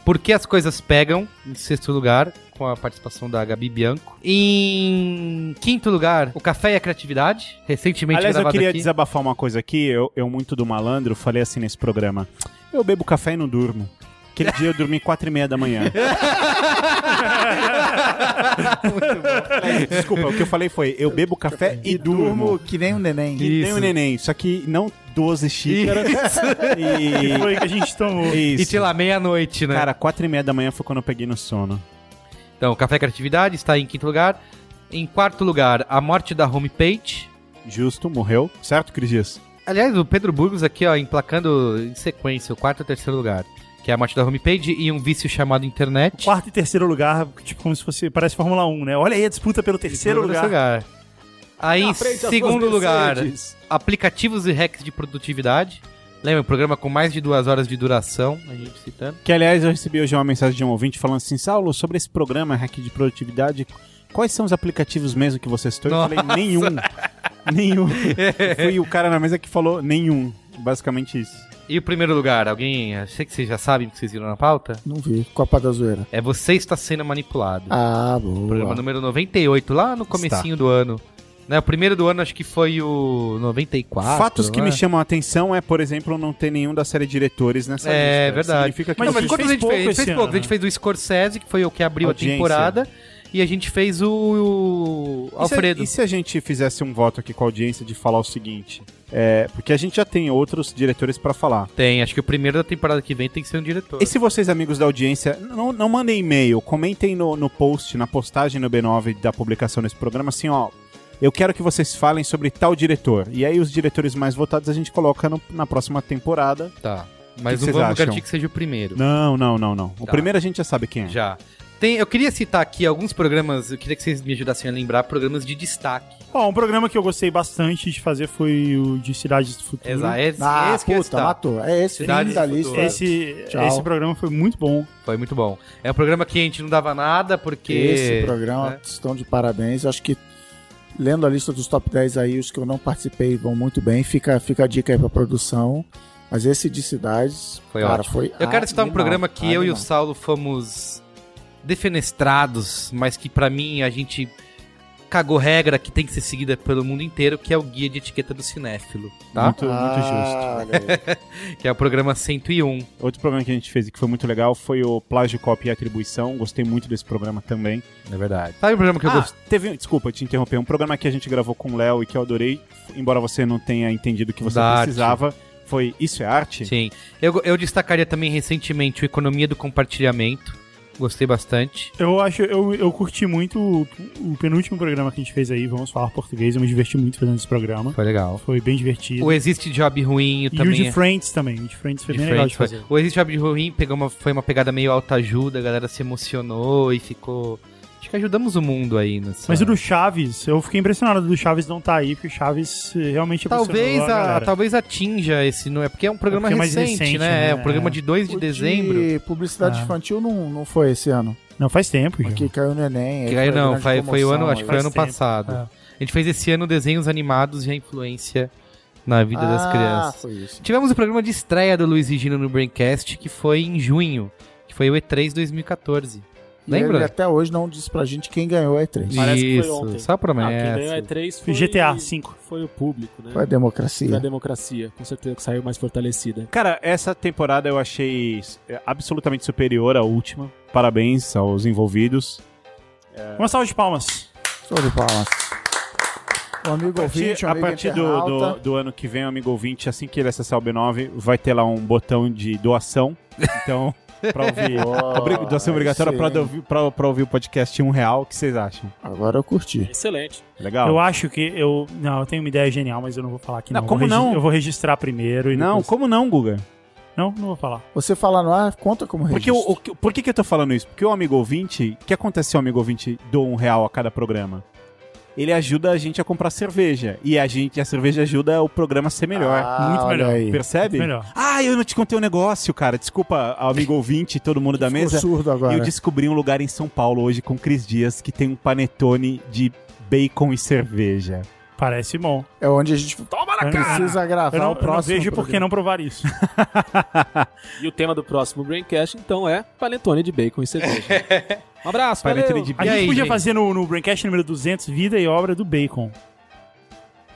Speaker 1: Por que as coisas pegam, em sexto lugar, com a participação da Gabi Bianco. Em quinto lugar, o Café e a Criatividade, recentemente
Speaker 5: Aliás, eu
Speaker 1: gravado
Speaker 5: queria
Speaker 1: aqui.
Speaker 5: desabafar uma coisa aqui. Eu, eu, muito do malandro, falei assim nesse programa. Eu bebo café e não durmo. Aquele dia eu dormi quatro e meia da manhã. Aliás, Desculpa, o que eu falei foi, eu bebo café e durmo.
Speaker 2: Durmo que nem um neném.
Speaker 5: Que nem
Speaker 1: Isso.
Speaker 5: o neném, só que não 12 xícaras.
Speaker 4: E
Speaker 5: E...
Speaker 4: foi o que a gente tomou.
Speaker 5: Isso.
Speaker 1: E te lá meia-noite, né?
Speaker 5: Cara, quatro e meia da manhã foi quando eu peguei no sono.
Speaker 1: Então, Café e Criatividade está em quinto lugar. Em quarto lugar, A Morte da Homepage.
Speaker 5: Justo, morreu. Certo, Cris Dias?
Speaker 1: Aliás, o Pedro Burgos aqui, ó, emplacando em sequência o quarto e o terceiro lugar, que é A Morte da Homepage e Um Vício Chamado Internet.
Speaker 4: Quarto e terceiro lugar, tipo, como se fosse. Parece Fórmula 1, né? Olha aí a disputa pelo terceiro
Speaker 1: Segundo
Speaker 4: lugar.
Speaker 1: lugar. Aí, em
Speaker 5: Na frente, as
Speaker 1: segundo
Speaker 5: duas
Speaker 1: lugar,
Speaker 5: Mercedes.
Speaker 1: aplicativos e hacks de produtividade. Lembra, um programa com mais de duas horas de duração, a gente citando.
Speaker 5: Que, aliás, eu recebi hoje uma mensagem de um ouvinte falando assim, Saulo, sobre esse programa Hack de Produtividade, quais são os aplicativos mesmo que você citou? Eu
Speaker 1: Nossa.
Speaker 5: falei, nenhum. nenhum. Foi o cara na mesa que falou, nenhum. Basicamente isso.
Speaker 1: E o primeiro lugar, alguém, eu sei que vocês já sabem, porque vocês viram na pauta,
Speaker 2: Não vi. Copa da Zoeira.
Speaker 1: é Você Está Sendo Manipulado.
Speaker 2: Ah,
Speaker 1: Programa
Speaker 2: boa.
Speaker 1: número 98, lá no comecinho do ano. Né, o primeiro do ano acho que foi o 94.
Speaker 5: Fatos que
Speaker 1: né?
Speaker 5: me chamam a atenção é, por exemplo, não ter nenhum da série diretores nessa lista.
Speaker 1: É verdade.
Speaker 5: Significa que
Speaker 1: Mas, não,
Speaker 4: Mas
Speaker 1: mas
Speaker 4: a gente
Speaker 1: quantos a
Speaker 4: fez
Speaker 1: gente fez? A
Speaker 4: pouco
Speaker 1: gente fez
Speaker 4: esse
Speaker 1: pouco.
Speaker 4: ano, né?
Speaker 1: A gente fez o Scorsese, que foi o que abriu a
Speaker 5: Audiência.
Speaker 1: temporada. E a gente fez o, o
Speaker 5: E se a-
Speaker 1: Alfredo.
Speaker 5: E se a gente fizesse um voto aqui com a audiência de falar o seguinte? É, porque a gente já tem outros diretores pra falar.
Speaker 1: Tem, acho que o primeiro da temporada que vem tem que ser um diretor.
Speaker 5: E se vocês, amigos da audiência, não, não mandem e-mail, comentem no, no post, na postagem no B9 da publicação desse programa, assim, ó. Eu quero que vocês falem sobre tal diretor. E aí, os diretores mais votados a gente coloca no- na próxima temporada.
Speaker 1: Tá. Mas
Speaker 5: que
Speaker 1: não
Speaker 5: vocês
Speaker 1: vamos
Speaker 5: acham?
Speaker 1: garantir que seja o primeiro.
Speaker 5: Não, não, não, não. O
Speaker 1: Tá.
Speaker 5: primeiro a gente já sabe quem é.
Speaker 1: Já. Tem, eu queria citar aqui alguns programas, eu queria que vocês me ajudassem a lembrar, programas de destaque.
Speaker 4: Ó, um programa que eu gostei bastante de fazer foi o de Cidades do Futuro.
Speaker 5: Hum.
Speaker 1: Exato, esse,
Speaker 2: Ah,
Speaker 1: esse que eu ia
Speaker 2: puta,
Speaker 1: citar.
Speaker 2: matou. É esse fim
Speaker 1: Cidade
Speaker 2: da
Speaker 1: do
Speaker 2: lista.
Speaker 1: Futuro.
Speaker 4: Esse,
Speaker 2: Tchau.
Speaker 4: esse programa foi muito bom.
Speaker 1: Foi muito bom. É um programa que a gente não dava nada, porque...
Speaker 2: Esse programa
Speaker 1: né?
Speaker 2: estão de parabéns. Eu acho que lendo a lista dos top 10 aí, os que eu não participei vão muito bem. Fica, fica a dica aí pra produção. Mas esse de cidades,
Speaker 1: Foi
Speaker 2: cara,
Speaker 1: ótimo.
Speaker 2: foi.
Speaker 1: Eu
Speaker 4: Ah,
Speaker 1: quero citar um
Speaker 2: animal,
Speaker 1: programa que eu e o
Speaker 2: animal.
Speaker 1: Saulo fomos defenestrados, mas que pra mim a gente cagou regra que tem que ser seguida pelo mundo inteiro, que é o Guia de Etiqueta do Cinéfilo, tá?
Speaker 5: Muito, muito justo.
Speaker 2: Ah, olha aí.
Speaker 1: Que é o programa 101.
Speaker 5: Outro programa que a gente fez e que foi muito legal foi o Plágio, Cópia e Atribuição. Gostei muito desse programa também.
Speaker 1: É verdade. Sabe o programa que eu
Speaker 5: ah,
Speaker 1: gostei?
Speaker 5: teve, um- desculpa te interromper, um programa que a gente gravou com o Léo e que eu adorei, embora você não tenha entendido o que você
Speaker 1: Da arte.
Speaker 5: precisava, foi Isso é Arte?
Speaker 1: Sim. Eu, eu destacaria também recentemente o Economia do Compartilhamento. Gostei bastante.
Speaker 4: Eu acho, eu, eu curti muito o, o penúltimo programa que a gente fez aí, Vamos Falar Português. Eu me diverti muito fazendo esse programa.
Speaker 1: Foi legal.
Speaker 4: Foi bem divertido.
Speaker 1: O Existe Job Ruim eu
Speaker 4: e o de
Speaker 1: também. é-
Speaker 4: Friends também. O de Friends foi
Speaker 1: de
Speaker 4: bem legal
Speaker 1: frente,
Speaker 4: de fazer.
Speaker 1: foi- O Existe Job Ruim pegou uma, foi uma pegada meio autoajuda, a galera se emocionou e ficou. Acho que ajudamos o mundo aí nessa.
Speaker 4: Mas o do Chaves, eu fiquei impressionado do Chaves não tá aí, porque o Chaves eh, realmente
Speaker 1: Tá Talvez,
Speaker 4: emocionou
Speaker 1: a,
Speaker 4: galera.
Speaker 1: talvez atinja esse. Não é porque é um programa
Speaker 4: porque é mais
Speaker 1: recente,
Speaker 4: recente,
Speaker 1: né?
Speaker 4: né?
Speaker 1: É um programa de 2 de
Speaker 2: O
Speaker 1: dezembro.
Speaker 2: publicidade
Speaker 4: Ah.
Speaker 2: infantil não, não foi esse ano.
Speaker 4: Não, faz tempo, já.
Speaker 2: Porque caiu no Enem. aí
Speaker 1: Que aí
Speaker 2: é, a
Speaker 1: não,
Speaker 2: grande
Speaker 1: foi, foi o ano,
Speaker 2: comoção
Speaker 1: acho que foi
Speaker 2: aí.
Speaker 4: faz
Speaker 1: ano
Speaker 4: tempo.
Speaker 1: passado.
Speaker 4: É.
Speaker 1: A gente fez esse ano desenhos animados e a influência na vida das
Speaker 2: Ah,
Speaker 1: crianças.
Speaker 2: Foi isso.
Speaker 1: Tivemos o programa de estreia do Luiz e Gino no Braincast, que foi em junho, que foi o E3 2014.
Speaker 2: E Ele é-
Speaker 1: Lembra?
Speaker 2: até hoje não disse pra gente quem ganhou a E3.
Speaker 3: Parece que foi
Speaker 1: Isso,
Speaker 3: ontem.
Speaker 1: só
Speaker 3: Ah, quem ganhou a
Speaker 1: promessa.
Speaker 3: E3
Speaker 4: Foi
Speaker 3: foi...
Speaker 4: GTA V.
Speaker 3: Foi o público,
Speaker 2: Foi
Speaker 3: né?
Speaker 2: a
Speaker 3: Foi a
Speaker 2: democracia.
Speaker 3: democracia. Com certeza que saiu mais fortalecida.
Speaker 5: Cara, essa temporada eu achei é, absolutamente superior à última. Parabéns aos envolvidos.
Speaker 4: Uma salva de palmas.
Speaker 2: Show de palmas. Um amigo ouvinte, um
Speaker 5: a
Speaker 2: amigo
Speaker 5: partir do,
Speaker 2: internauta.
Speaker 5: do, do ano que vem, amigo ouvinte, assim que ele acessar o B9, vai ter lá um botão de doação. Então, pra ouvir. Obri- doação obrigatória
Speaker 2: aí
Speaker 5: pra,
Speaker 2: Ah, sim.
Speaker 5: ouvir- pra, pra ouvir o podcast em um real. O que vocês acham?
Speaker 2: Agora eu curti.
Speaker 3: Excelente.
Speaker 5: Legal?
Speaker 4: Eu acho que eu. Não, eu tenho uma ideia genial, mas eu não vou falar aqui
Speaker 5: Não,
Speaker 4: não.
Speaker 5: como
Speaker 4: Vou regi-
Speaker 5: não?
Speaker 4: Eu vou registrar primeiro e
Speaker 5: Não,
Speaker 4: depois-
Speaker 5: como não, Guga?
Speaker 4: Não, não vou falar.
Speaker 2: Você falar no ar conta como
Speaker 5: Porque
Speaker 2: registro.
Speaker 5: o, o que- por que, que eu tô falando isso? Porque o amigo ouvinte, o que acontece se o amigo ouvinte doa um real a cada programa? Ele ajuda a gente a comprar cerveja. E a gente, a cerveja ajuda o programa a ser melhor.
Speaker 2: Ah,
Speaker 4: muito
Speaker 2: olha
Speaker 4: melhor.
Speaker 2: Aí.
Speaker 5: Percebe?
Speaker 4: Melhor.
Speaker 5: Ah, eu não te contei um negócio, cara. Desculpa, amigo ouvinte, todo mundo da
Speaker 2: Ficou
Speaker 5: mesa.
Speaker 2: surdo agora.
Speaker 5: Eu descobri um lugar em São Paulo hoje com o Cris Dias que tem um panetone de bacon e cerveja.
Speaker 4: Parece bom.
Speaker 2: É onde a gente
Speaker 7: Toma na cara!
Speaker 2: precisa gravar
Speaker 4: Eu não,
Speaker 2: o
Speaker 4: eu não
Speaker 2: próximo.
Speaker 4: vejo por que não provar isso.
Speaker 3: E o tema do próximo Braincast, então, é Panetone de Bacon e Cerveja. Um abraço,
Speaker 5: Panetone de
Speaker 3: valeu!
Speaker 4: A
Speaker 1: E
Speaker 4: gente
Speaker 1: aí,
Speaker 4: podia
Speaker 1: gente?
Speaker 4: fazer no, no Braincast número 200, Vida e Obra do Bacon.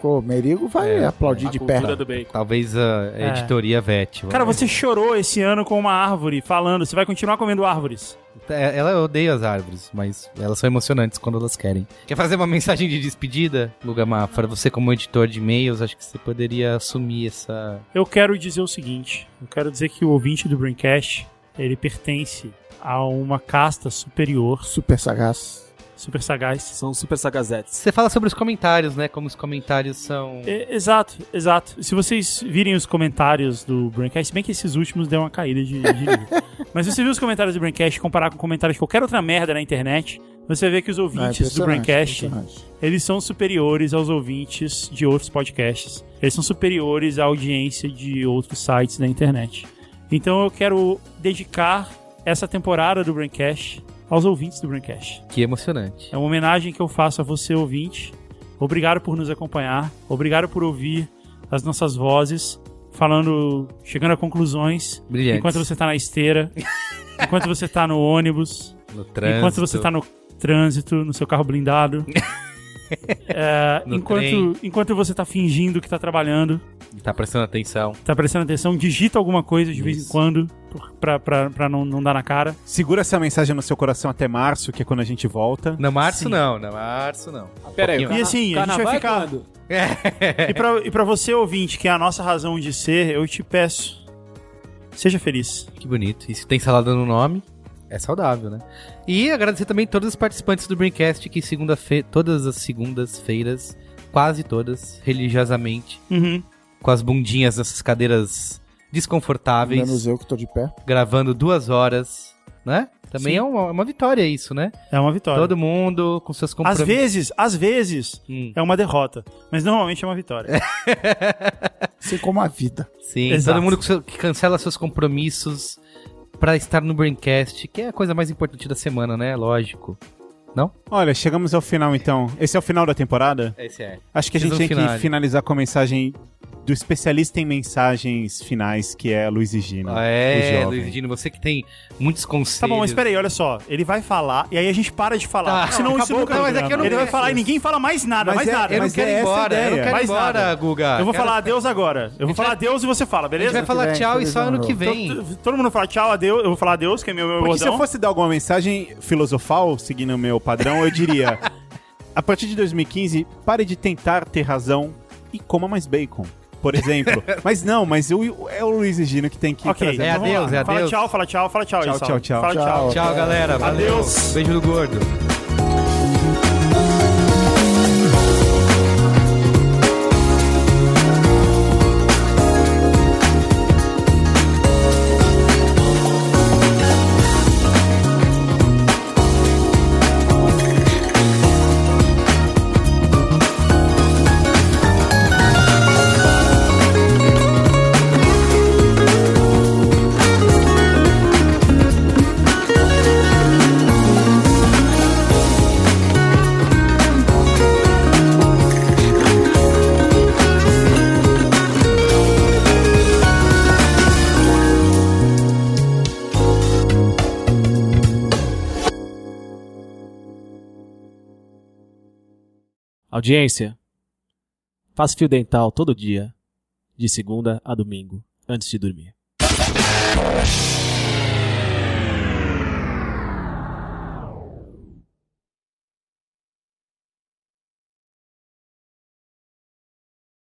Speaker 2: Pô, o Merigo vai
Speaker 1: É,
Speaker 2: aplaudir
Speaker 3: A
Speaker 2: de
Speaker 3: cultura
Speaker 2: perna.
Speaker 3: do bacon.
Speaker 1: Talvez a
Speaker 4: É.
Speaker 1: editoria vete.
Speaker 4: Cara, você chorou esse ano com uma árvore falando, você vai continuar comendo árvores.
Speaker 1: É, Ela odeia as árvores, mas elas são emocionantes quando elas querem. Quer fazer uma mensagem de despedida, Luga Mafra? Você como editor de e-mails, acho que você poderia assumir essa...
Speaker 4: Eu quero dizer o seguinte, eu quero dizer que o ouvinte do Braincast, ele pertence a uma casta superior,
Speaker 2: Super sagaz.
Speaker 4: super sagaz.
Speaker 3: São super sagazetes.
Speaker 1: Você fala sobre os comentários, né? Como os comentários são...
Speaker 4: É, exato, exato. Se vocês virem os comentários do Braincast, se bem que esses últimos deu uma caída de, de nível. Mas se você vir os comentários do Braincast e comparar com comentários de qualquer outra merda na internet, você vê que os
Speaker 2: Ah,
Speaker 4: ouvintes
Speaker 2: impressionante,
Speaker 4: do Braincast,
Speaker 2: impressionante.
Speaker 4: eles são superiores aos ouvintes de outros podcasts. Eles são superiores à audiência de outros sites da internet. Então eu quero dedicar essa temporada do Braincast aos ouvintes do Braincast.
Speaker 1: Que emocionante.
Speaker 4: É uma homenagem que eu faço a você, ouvinte. Obrigado por nos acompanhar. Obrigado por ouvir as nossas vozes, falando, chegando a conclusões.
Speaker 1: Brilhante.
Speaker 4: Enquanto você tá na esteira, enquanto você tá no ônibus,
Speaker 1: No trânsito.
Speaker 4: enquanto você tá no trânsito, no seu carro blindado. É,
Speaker 1: No trem.
Speaker 4: enquanto, enquanto você tá fingindo que tá trabalhando,
Speaker 1: Tá prestando atenção.
Speaker 4: tá prestando atenção, digita alguma coisa de vez em
Speaker 1: Isso.
Speaker 4: quando por- pra, pra, pra não, não dar na cara.
Speaker 5: Segura essa mensagem no seu coração até março, que é quando a gente volta.
Speaker 1: Na março
Speaker 4: Sim.
Speaker 1: não, na março não.
Speaker 3: Pera aí,
Speaker 1: pouquinho.
Speaker 3: o carna-
Speaker 4: E assim, a gente
Speaker 3: carnaval
Speaker 4: vai
Speaker 3: é
Speaker 4: ficar-
Speaker 3: quando?
Speaker 4: E pra, e pra você, ouvinte, que é a nossa razão de ser, eu te peço, seja feliz.
Speaker 1: Que bonito. E se tem salada no nome, é saudável, né? E agradecer também todos os participantes do Braincast que segunda-feira, todas as segundas-feiras, quase todas, religiosamente,
Speaker 4: Uhum.
Speaker 1: com as bundinhas nessas cadeiras desconfortáveis,
Speaker 2: Menos eu que tô de pé.
Speaker 1: gravando duas horas, né? Também
Speaker 4: Sim.
Speaker 1: é uma, é uma vitória isso, né?
Speaker 4: É uma vitória.
Speaker 1: Todo mundo com seus
Speaker 4: Às
Speaker 1: compromissos.
Speaker 4: vezes, às vezes,
Speaker 1: Hum,
Speaker 4: é uma derrota. Mas normalmente é uma vitória.
Speaker 2: Assim como a vida.
Speaker 1: sim,
Speaker 4: Exato.
Speaker 1: todo mundo com seu- que cancela seus compromissos pra estar no Braincast, que é a coisa mais importante da semana, né? Lógico.
Speaker 5: Olha, chegamos ao final então. Esse é o final da temporada?
Speaker 1: Esse é.
Speaker 5: Acho que a
Speaker 1: Fiz
Speaker 5: gente
Speaker 1: um
Speaker 5: tem que
Speaker 1: finale.
Speaker 5: finalizar com a mensagem do especialista em mensagens finais, que é Luiz e Gino.
Speaker 1: Ah, é,
Speaker 5: o jovem.
Speaker 1: Luiz Dino, você que tem muitos conselhos.
Speaker 4: Tá bom, mas peraí, olha só. Ele vai falar e aí a gente para de falar.
Speaker 1: Tá.
Speaker 4: porque Senão
Speaker 1: Não,
Speaker 4: isso
Speaker 1: acabou,
Speaker 4: nunca
Speaker 1: não, mas é que eu não
Speaker 4: Ele vai
Speaker 1: quero
Speaker 4: falar e
Speaker 1: isso.
Speaker 4: ninguém fala mais nada,
Speaker 5: Mas
Speaker 4: mais
Speaker 5: é-
Speaker 1: Eu
Speaker 4: nada.
Speaker 1: não
Speaker 5: Mas
Speaker 1: quero
Speaker 5: é
Speaker 1: ir
Speaker 5: essa a
Speaker 1: embora, eu não
Speaker 5: ideia.
Speaker 1: quero ir
Speaker 4: Mais
Speaker 1: embora,
Speaker 4: nada.
Speaker 1: Guga.
Speaker 4: Eu vou
Speaker 1: Quero-
Speaker 4: falar adeus agora. Eu vou falar adeus e você fala,
Speaker 1: A gente
Speaker 4: beleza?
Speaker 1: vai falar
Speaker 2: vem,
Speaker 1: tchau e
Speaker 2: feliz
Speaker 1: só ano
Speaker 2: ano
Speaker 1: que
Speaker 2: novo.
Speaker 1: é, vem.
Speaker 4: Todo- Todo mundo fala tchau, adeus. Eu vou falar adeus, que é meu, meu
Speaker 5: Porque se eu
Speaker 4: bordão.
Speaker 5: fosse dar alguma mensagem filosofal, seguindo o meu padrão, eu diria: a partir de 2015, pare de tentar ter razão e coma mais bacon, por exemplo. mas não, mas eu, é o Luiz e Gino que tem que
Speaker 4: Ok,
Speaker 5: trazer.
Speaker 1: É
Speaker 4: então vamos
Speaker 1: adeus,
Speaker 4: lá.
Speaker 1: é
Speaker 4: Fala
Speaker 1: adeus.
Speaker 4: tchau, fala tchau, fala tchau.
Speaker 5: Tchau,
Speaker 4: aí, Saulo.
Speaker 5: tchau, tchau.
Speaker 4: Fala tchau.
Speaker 1: Tchau, galera. Valeu.
Speaker 4: Adeus.
Speaker 1: Beijo do gordo.
Speaker 3: Audiência, faça fio dental todo dia, de segunda a domingo, antes de dormir.